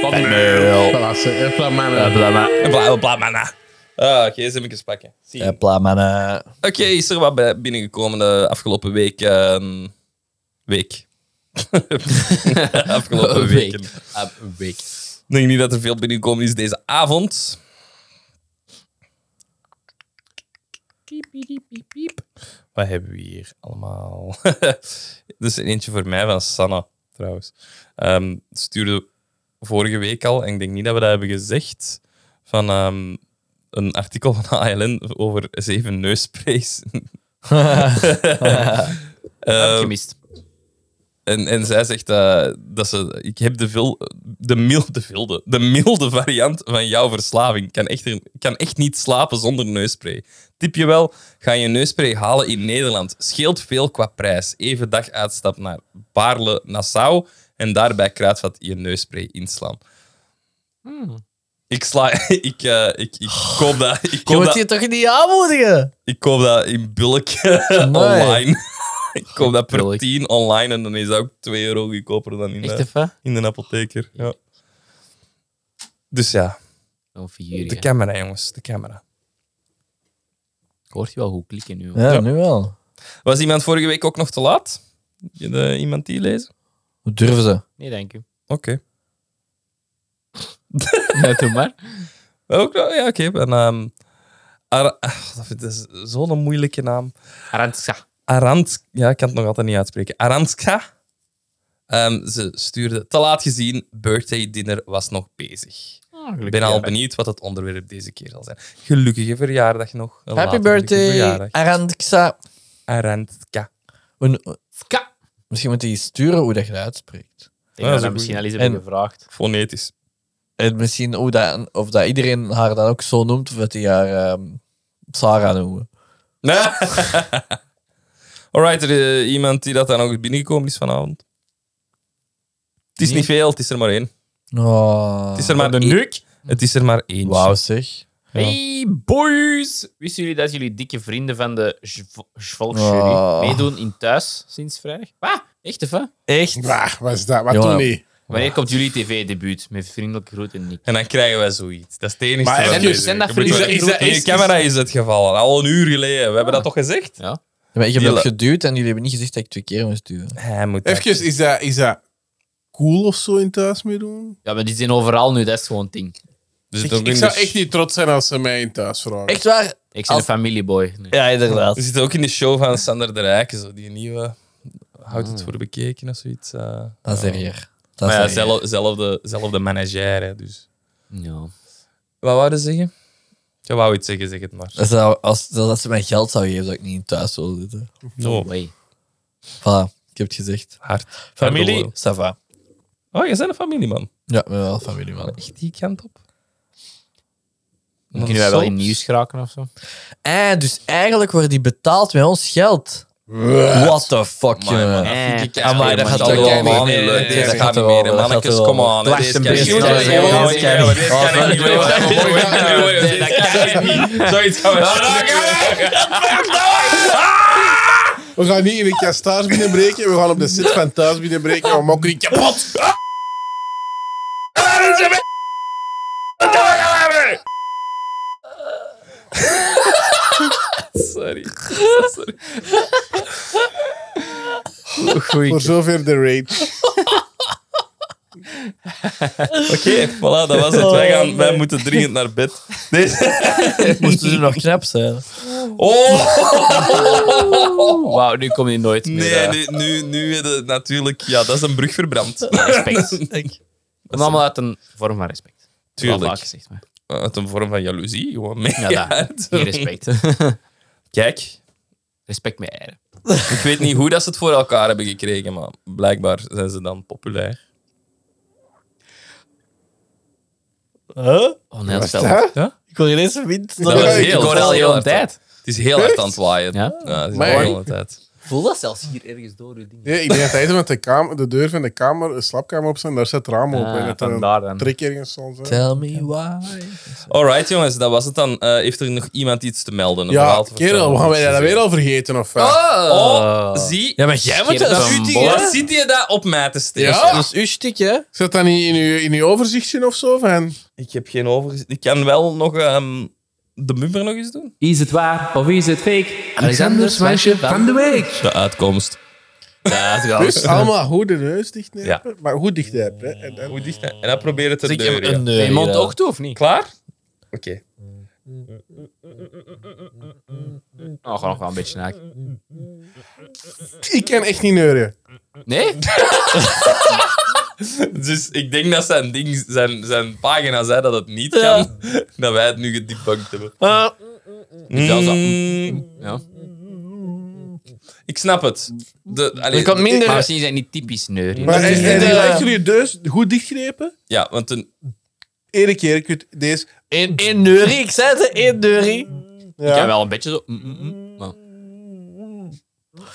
Voilà, ze. Erpla mannen. En Eh, bla bla bla bla. Ah, gsm'tjes pakken. Zie. je. Hopla, mannen. Oké, is er wat bij- binnengekomen de afgelopen week? ehm, week. *laughs* afgelopen *laughs* Een week. weken. Ah, Een week. Ik denk niet dat er veel binnengekomen is deze avond. Wat hebben we hier allemaal? *laughs* dus eentje voor mij van Sanna, trouwens. Ehm stuurde vorige week al, en ik denk niet dat we dat hebben gezegd, van ehm, een artikel van ALN over zeven neussprays. Dat heb ik Ehm, gemist. en, en zij zegt eh, dat ze... Ik heb de, vil, de, milde, vilde, de milde variant van jouw verslaving. Ik kan echt, ik kan echt niet slapen zonder neusspray. Tip je wel, ga je neusspray halen in Nederland. Scheelt veel qua prijs. Even dag uitstap naar Baarle-Nassau en daarbij kruidvat je neusspray inslaan. Ik sla... *laughs* Ik, eh, ik, ik koop dat... Ik Je koop moet dat, je toch niet aanmoedigen? ik koop dat in bulk *laughs* online. *laughs* Ik koop dat per Bulk. 10 online en dan is dat ook 2 euro goedkoper dan in de Echt even? in de apotheker. Ja. Dus ja, Zo'n Oh, figuur. de hè. camera, jongens, de camera. Ik hoor je wel goed klikken nu. hoor. Ja, nu wel. Was iemand vorige week ook nog te laat? Je de- iemand die lezen? Hoe durven ze? Nee, dank u. *laughs* Oké. Ja, doe maar. Ook nog? Ja, Oh, oké. En, ehm, Ar- ah, dat vind- dat is zo'n moeilijke naam. Arantxa. Arant... Ja, ik kan het nog altijd niet uitspreken. Arantska. Ehm, ze stuurde te laat gezien. Birthday dinner was nog bezig. Ik ben al benieuwd wat het onderwerp deze keer zal zijn. Gelukkige verjaardag nog. Een Happy late gelukkige birthday, verjaardag. Arantxa. Arantka. Een- Ska. Misschien moet je die sturen hoe dat je dat uitspreekt. Ik denk Ja, dat dat is dat een misschien goeie. al eens hebben En- gevraagd. Fonetisch. En misschien hoe dat, of dat iedereen haar dan ook zo noemt, of dat die haar ehm, Sarah noemen. *laughs* Nee. Alright, er is iemand die dat dan ook binnengekomen is vanavond. Het is Nee. niet veel, het is er maar één. Oh. Het is er maar de één. nuk. Het is er maar één. Wauw zeg. Hey boys! Wisten jullie dat jullie dikke vrienden van de Zvolksjury Ah. Oh. meedoen in thuis sinds vrijdag? Wat? Echt even? Echt? Waar, wat is dat? Wat Jongen. doen die? Wanneer komt jullie tv-debuut? Met vriendelijke groeten, Nick. En dan krijgen wij zoiets. Dat is het enige. Maar wat even, we zijn dat doen. Je voor moet- die- is dat- is- Nee, camera is het gevallen. Al een uur geleden. We hebben dat toch gezegd? Ja? Maar ik heb Die dat la- geduwd en jullie hebben niet gezegd dat ik twee keer moest duwen. Hij moet dat- Even, is dat, is dat cool of zo in thuis mee doen? ja, maar die zijn overal nu, dat is gewoon een ding. Dus Ik, dan ik doen zou dus- echt niet trots zijn als ze mij in thuis vragen. Echt waar? Ik ben Als- een familieboy. Nee. Ja, inderdaad. We zitten ook in de show van Sander de Rijken. Zo, die nieuwe... Houdt het voor bekeken of zoiets. eh. Dat is er hier. Dat maar is ja, er hier. zelf, zelfde, zelfde manager, dus... Ja. Wat wou je zeggen? Je wou iets zeggen, zeg het maar. Dat zou- als, zelfs als ze mij geld zou geven, zou ik niet in thuis willen zitten. No Oh, way. Voilà, ik heb het gezegd. hard. Familie? Ça va. Oh, je bent een familieman. Ja, ik ben wel familie, man. Echt die kant op. Dan kunnen wij wel in nieuws geraken of zo. Eh, dus eigenlijk wordt die betaald met ons geld. What the fuck, jongen. Eh, ah, Amai, dat gaat Ah, Dat toch is allemaal helemaal niet niet leuk. leuk. Deze Dat gaat gaat niet er meer. wel, hè. dat gaat Mannetjes, er wel. kom aan. Dwars Deze een kan ik beetje. niet Dat is helemaal Deze kan ik niet. niet meer. Deze kan ik niet meer. Oh, Deze kan ik niet meer. Deze kan ik niet Nou, meer. Zoiets gaan we We gaan niet in de kast thuis binnenbreken. We gaan op de set van thuis binnenbreken. en We maken die kapot. Sorry. Sorry. Voor zover de rage. Oké, voilà, dat was het. Wij, gaan, wij moeten dringend naar bed. Deze. Moesten ze nog knap zijn? Oh! Oh. Wauw, nu kom je nooit meer. Nee, eh, nu, nu, nu eh, natuurlijk. Ja, dat is een brug verbrand. Eh, Respect. Dat allemaal uit een vorm van respect. Wel vaak Tuurlijk. gezegd, maar. Uit een vorm van jaloezie, gewoon mee. Ja, *laughs* dat. Geen respect. Kijk, Respect met eieren. ik weet niet hoe dat ze het voor elkaar hebben gekregen, maar blijkbaar zijn ze dan populair. Oh, nee, dat is wel- Ik wil ineens een wind. Dat was Ja, ik heel, hoor het was al heel heel een hard aan- tijd. Het is heel hard aan het waaien. Ja? het is Maar- heel hard aan het tijd. voel dat zelfs hier ergens door uw ding. Ja, ik denk dat hij met de, kamer, de deur van de kamer, de slaapkamer op zijn. Daar zit raam op. en Ah, dat er een vandaar dan. trek ergens zal zijn. Tell me why. Alright, jongens, dat was het dan. Eh, heeft er nog iemand iets te melden? Een verhaal Ja, te vertellen? kerel, we gaan wij dat weer al vergeten? Of, eh? Oh, zie. Ja, maar jij moet dat Schiet shooting, hem Wat hè? zit je daar op mij te steken? Ja. Dat is uw stik, hè? Zit dat niet in uw, in uw overzichtje of zo? Van? Ik heb geen overzicht. Ik kan wel nog ehm, de bumper nog eens doen. Is het waar of is het fake? Alexander Smansje van de Week. De uitkomst. Dus allemaal goed de neus dichtknijpen. Maar goed dichtknijpen. hè. En dan- Hoe dicht? En dan probeer het te Ik heb deuren. ja. een Je mond neus. ook toe, of niet? Klaar? Oké. Oh, gewoon nog wel een beetje naak. Ik kan echt niet neuren. Nee? *laughs* Dus ik denk dat zijn, ding, zijn, zijn pagina zei dat het niet kan, *laughs* dat wij het nu gedebunked hebben. Ah. Dus ja, zo- Mm. ja. Ik snap het. De, allee, Er komt minder... Maar maar- misschien zijn die typisch neurie. Maar Dat hij is hij niet, die eh, lijkt jullie dus goed dichtgrepen. ja, want een, Eén keer, ik weet deze. Eén één neurie, ik zei het, één neurie. Ik heb Ja. wel een beetje zo... mm, mm, mm, maar-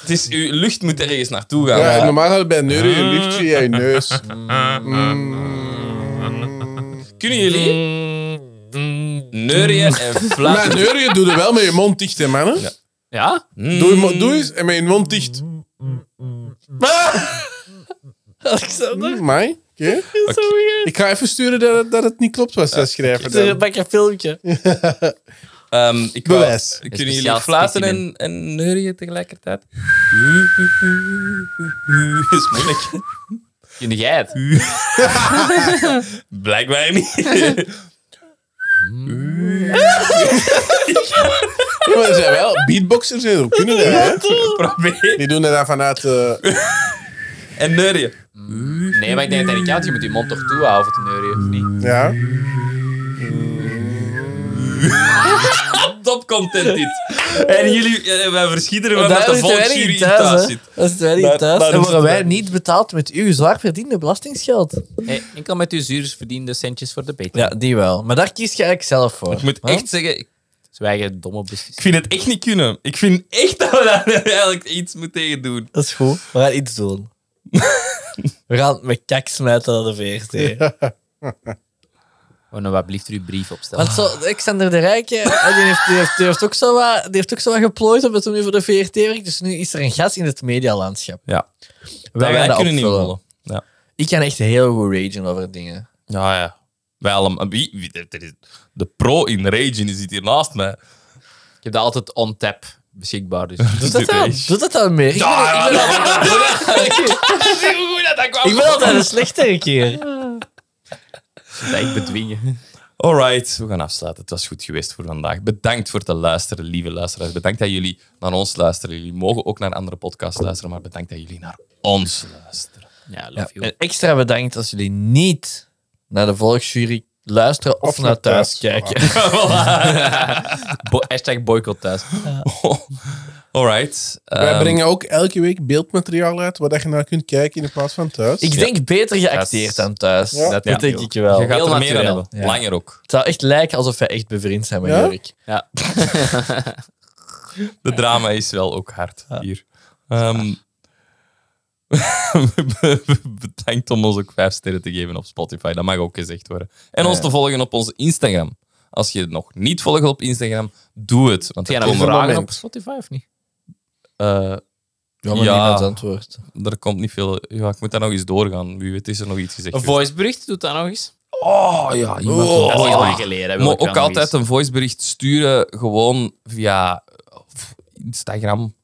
het is, uw lucht moet ergens naartoe gaan. Ja, normaal hadden we bij neuren je luchtje in je neus. Mm. Kunnen jullie mm. neurien en Maar fluiten? neuren doe je wel met je mond dicht, hè, mannen. Ja? Hmm. Doe, je mo- doe eens en met je mond dicht. Alexander, Mm, Mai, oké. sorry. Ik ga even sturen dat, het- dat het niet klopt wat ze schrijven. Het is een dan. lekker filmpje. Ehm, ik wou- Bewijs. Een Kunnen speciaal jullie fluiten en, specimen. en neurien tegelijkertijd? *laughs* Dat is moeilijk. Kun jij het? Blijkbaar niet. *laughs* *laughs* Ja, maar er zijn wel beatboxers die erop kunnen. hè, Hè? Probeer. Die doen dat dan vanuit... eh, En neurien. Nee, maar ik denk dat hij niet kan. Je moet je mond toch toehouden of het neurie of niet. ja. Top content dit. En jullie, eh, wij verschieten ervan dat Daar de zitten wij volksjury in niet thuis, thuis hè. zit. Dat zitten wij niet Daar- thuis. daar En zitten worden wij wij. niet betaald met uw zwaar verdiende belastingsgeld. Hey, enkel met uw zuur verdiende centjes voor de beter. Ja, die wel. Maar daar kies je eigenlijk zelf voor. Ik moet Huh? echt zeggen, ik Zwijgen, domme beslissingen. vind het echt niet kunnen. Ik vind echt *laughs* dat we daar eigenlijk iets moeten tegen doen. Dat is goed. We gaan iets doen. We gaan met kak smijten naar de VRT. Oh, nou, wat blieft er uw brief opstellen. Want zo, Alexander de Rijke, eh, die heeft, die heeft, die heeft ook zo wat, die heeft ook zo wat geplooid omdat hij nu voor de VRT werkt. Dus nu is er een gat in het medialandschap. Ja. Wij, dat gaan wij dat kunnen niet opvullen. rollen. Ja. Ik kan echt heel goed ragen over dingen. Ja, ja. Wij allemaal, wie, wie- er- er is- de pro in Rage die zit hier naast mij. *laughs* Ik heb dat altijd on tap beschikbaar. Dus. Doe dat dan. Doe dat dan meer. Ik ben, ik ben, *laughs* ik ben altijd een slechtere keer. dat ik bedwingen. Alright, we gaan afsluiten. Het was goed geweest voor vandaag. Bedankt voor het luisteren, lieve luisteraars. Bedankt dat jullie naar ons luisteren. Jullie mogen ook naar andere podcasts luisteren, maar bedankt dat jullie naar ons luisteren. *laughs* Ja, love you. En extra bedankt als jullie niet naar de volksjury luisteren of, Of naar naar thuis, thuis. kijken. Bo- hashtag boycott thuis. Alright. Wij ehm, brengen ook elke week beeldmateriaal uit waar dat je naar kunt kijken in plaats van thuis. Ik denk beter geacteerd dan thuis. Ja. Dat, Ja. denk ik wel. je gaat heel er meer aan natuurlijk. hebben. Ja. Langer ook. Het zou echt lijken alsof wij echt bevriend zijn met Ja? Jurk. Ja. De drama is wel ook hard hier. Ehm, *laughs* bedankt om ons ook vijf sterren te geven op Spotify. Dat mag ook gezegd worden. En ons te volgen op onze Instagram. Als je het nog niet volgt op Instagram, doe het. Want Heb jij er nou komen, vragen moment. op Spotify of niet? eh, Ja, maar Ja. niemand antwoordt. er komt niet veel... Ja, ik moet daar nog eens doorgaan. Wie weet is er nog iets gezegd. Een voicebericht, doet dat nog eens. Oh ja, je mag dat is een heel lang voicebericht. geleden. wil Maar ik wel ook nog altijd eens. een voicebericht sturen, gewoon via Instagram.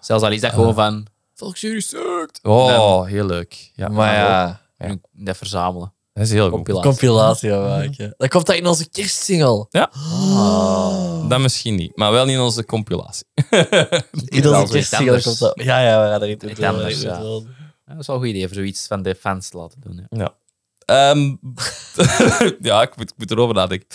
Zelfs al is dat gewoon van... Volksjury sukt. Oh, heel leuk. Ja, Maar ja, Ja. Dat verzamelen. Dat is heel goed. Compilatie. compilatie gaan maken. Dat komt dat in onze kerstsingle. Dat misschien niet, maar wel in onze compilatie. *laughs* Dat In is onze iets kerstsingle anders. komt dat. Ja, ja, we gaan erin Iets doen, we gaan anders, erin ja. doen. Ja, dat is wel een goed idee, voor zoiets van de fans te laten doen. Ja. Ehm, *laughs* ja, ik moet, ik moet erover nadenken.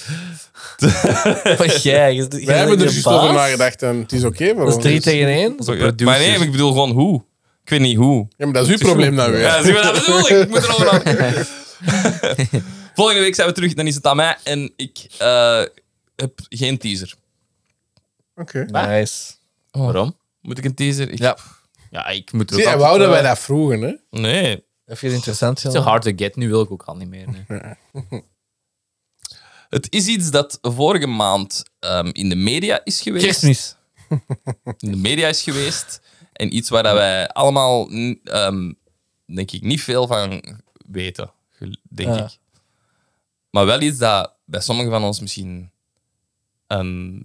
Wat jij, je- je- Wij hebben je er juist baas? over nagedacht en het is oké voor Dat is ons. drie tegen één. Maar nee, ik bedoel gewoon hoe. Ik weet niet hoe. Ja, maar dat is uw probleem dan weer. Ja, zie je wat dat bedoel ik? Ik moet erover nadenken. Volgende week zijn we terug, dan is het aan mij. En ik eh, heb geen teaser. Oké. Nice. Waarom? Moet ik een teaser? Ik- Ja. Ja, ik moet Zie, het hij altijd- wou dat wij dat vroegen, hè? Nee. Heb je het interessant Zo gevonden? hard to get, nu wil ik ook al niet meer. *laughs* nee. Het is iets dat vorige maand ehm, in de media is geweest. Kerstmis. in de media is geweest. En iets waar dat wij allemaal, n- ehm, denk ik, niet veel van weten, gel- denk Ja. ik. Maar wel iets dat bij sommigen van ons misschien een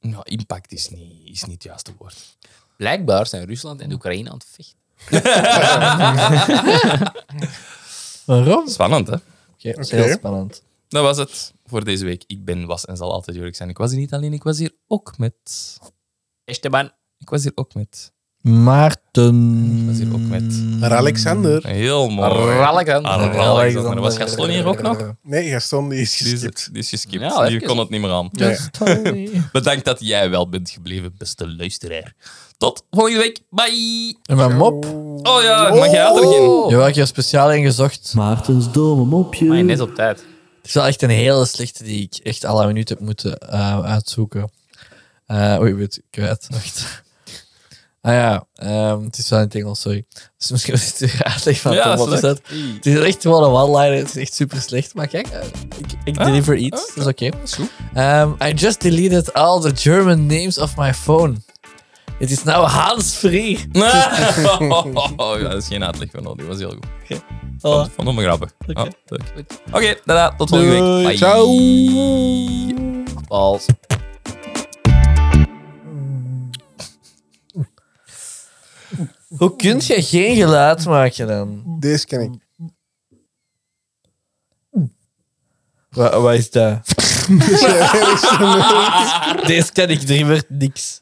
ja, impact is niet, is niet het juiste woord. *laughs* Blijkbaar zijn Rusland en Oekraïne aan het vechten. Waarom? Spannend, hè? Oké, Heel spannend. Dat was het voor deze week. Ik ben, was en zal altijd Jurk zijn. Ik was hier niet alleen, ik was hier ook met... Esteban, Ik was hier ook met... Maarten. Dat is hier ook met- Naar Alexander. Heel mooi. Alexander. Alexander. Was Gaston hier ook nog? Nee, Gaston, die is Die is, geskipt. die is geskipt. Ja, Die even. kon het niet meer aan. Nee. *laughs* Bedankt dat jij wel bent gebleven, beste luisteraar. Tot volgende week. Bye. En mijn mop? Oh ja, maar jij had er geen. Jawel, ik heb er speciaal in gezocht. Maartens domme mopje. Maar net op tijd. Het is wel echt een hele slechte die ik echt alle minuut heb moeten eh, uitzoeken. Eh oei, ik ben het kwijt. Wacht. Ah ja, ehm, het is wel in het Engels, sorry. Dus misschien *laughs* was het de uitleg van Ja, Tom wat is is dat? Het is echt gewoon een one-liner, het is echt super slecht. Maar kijk, eh, ik, ik Ah, deliver iets, oh, dat is oké. *laughs* Ehm, I just deleted all the German names of my phone. It is now hands-free. Oh, *laughs* ja, dat is geen uitleg van Die was heel goed. Oh. Vond hem grappig. Oh, leuk. Oké, daarna. Tot volgende week. Bye. Pals. Hoe kun je geen geluid maken dan? Deze ken ik. *laughs* Wat, wat is dat? Deze ken ik, er gebeurt niks.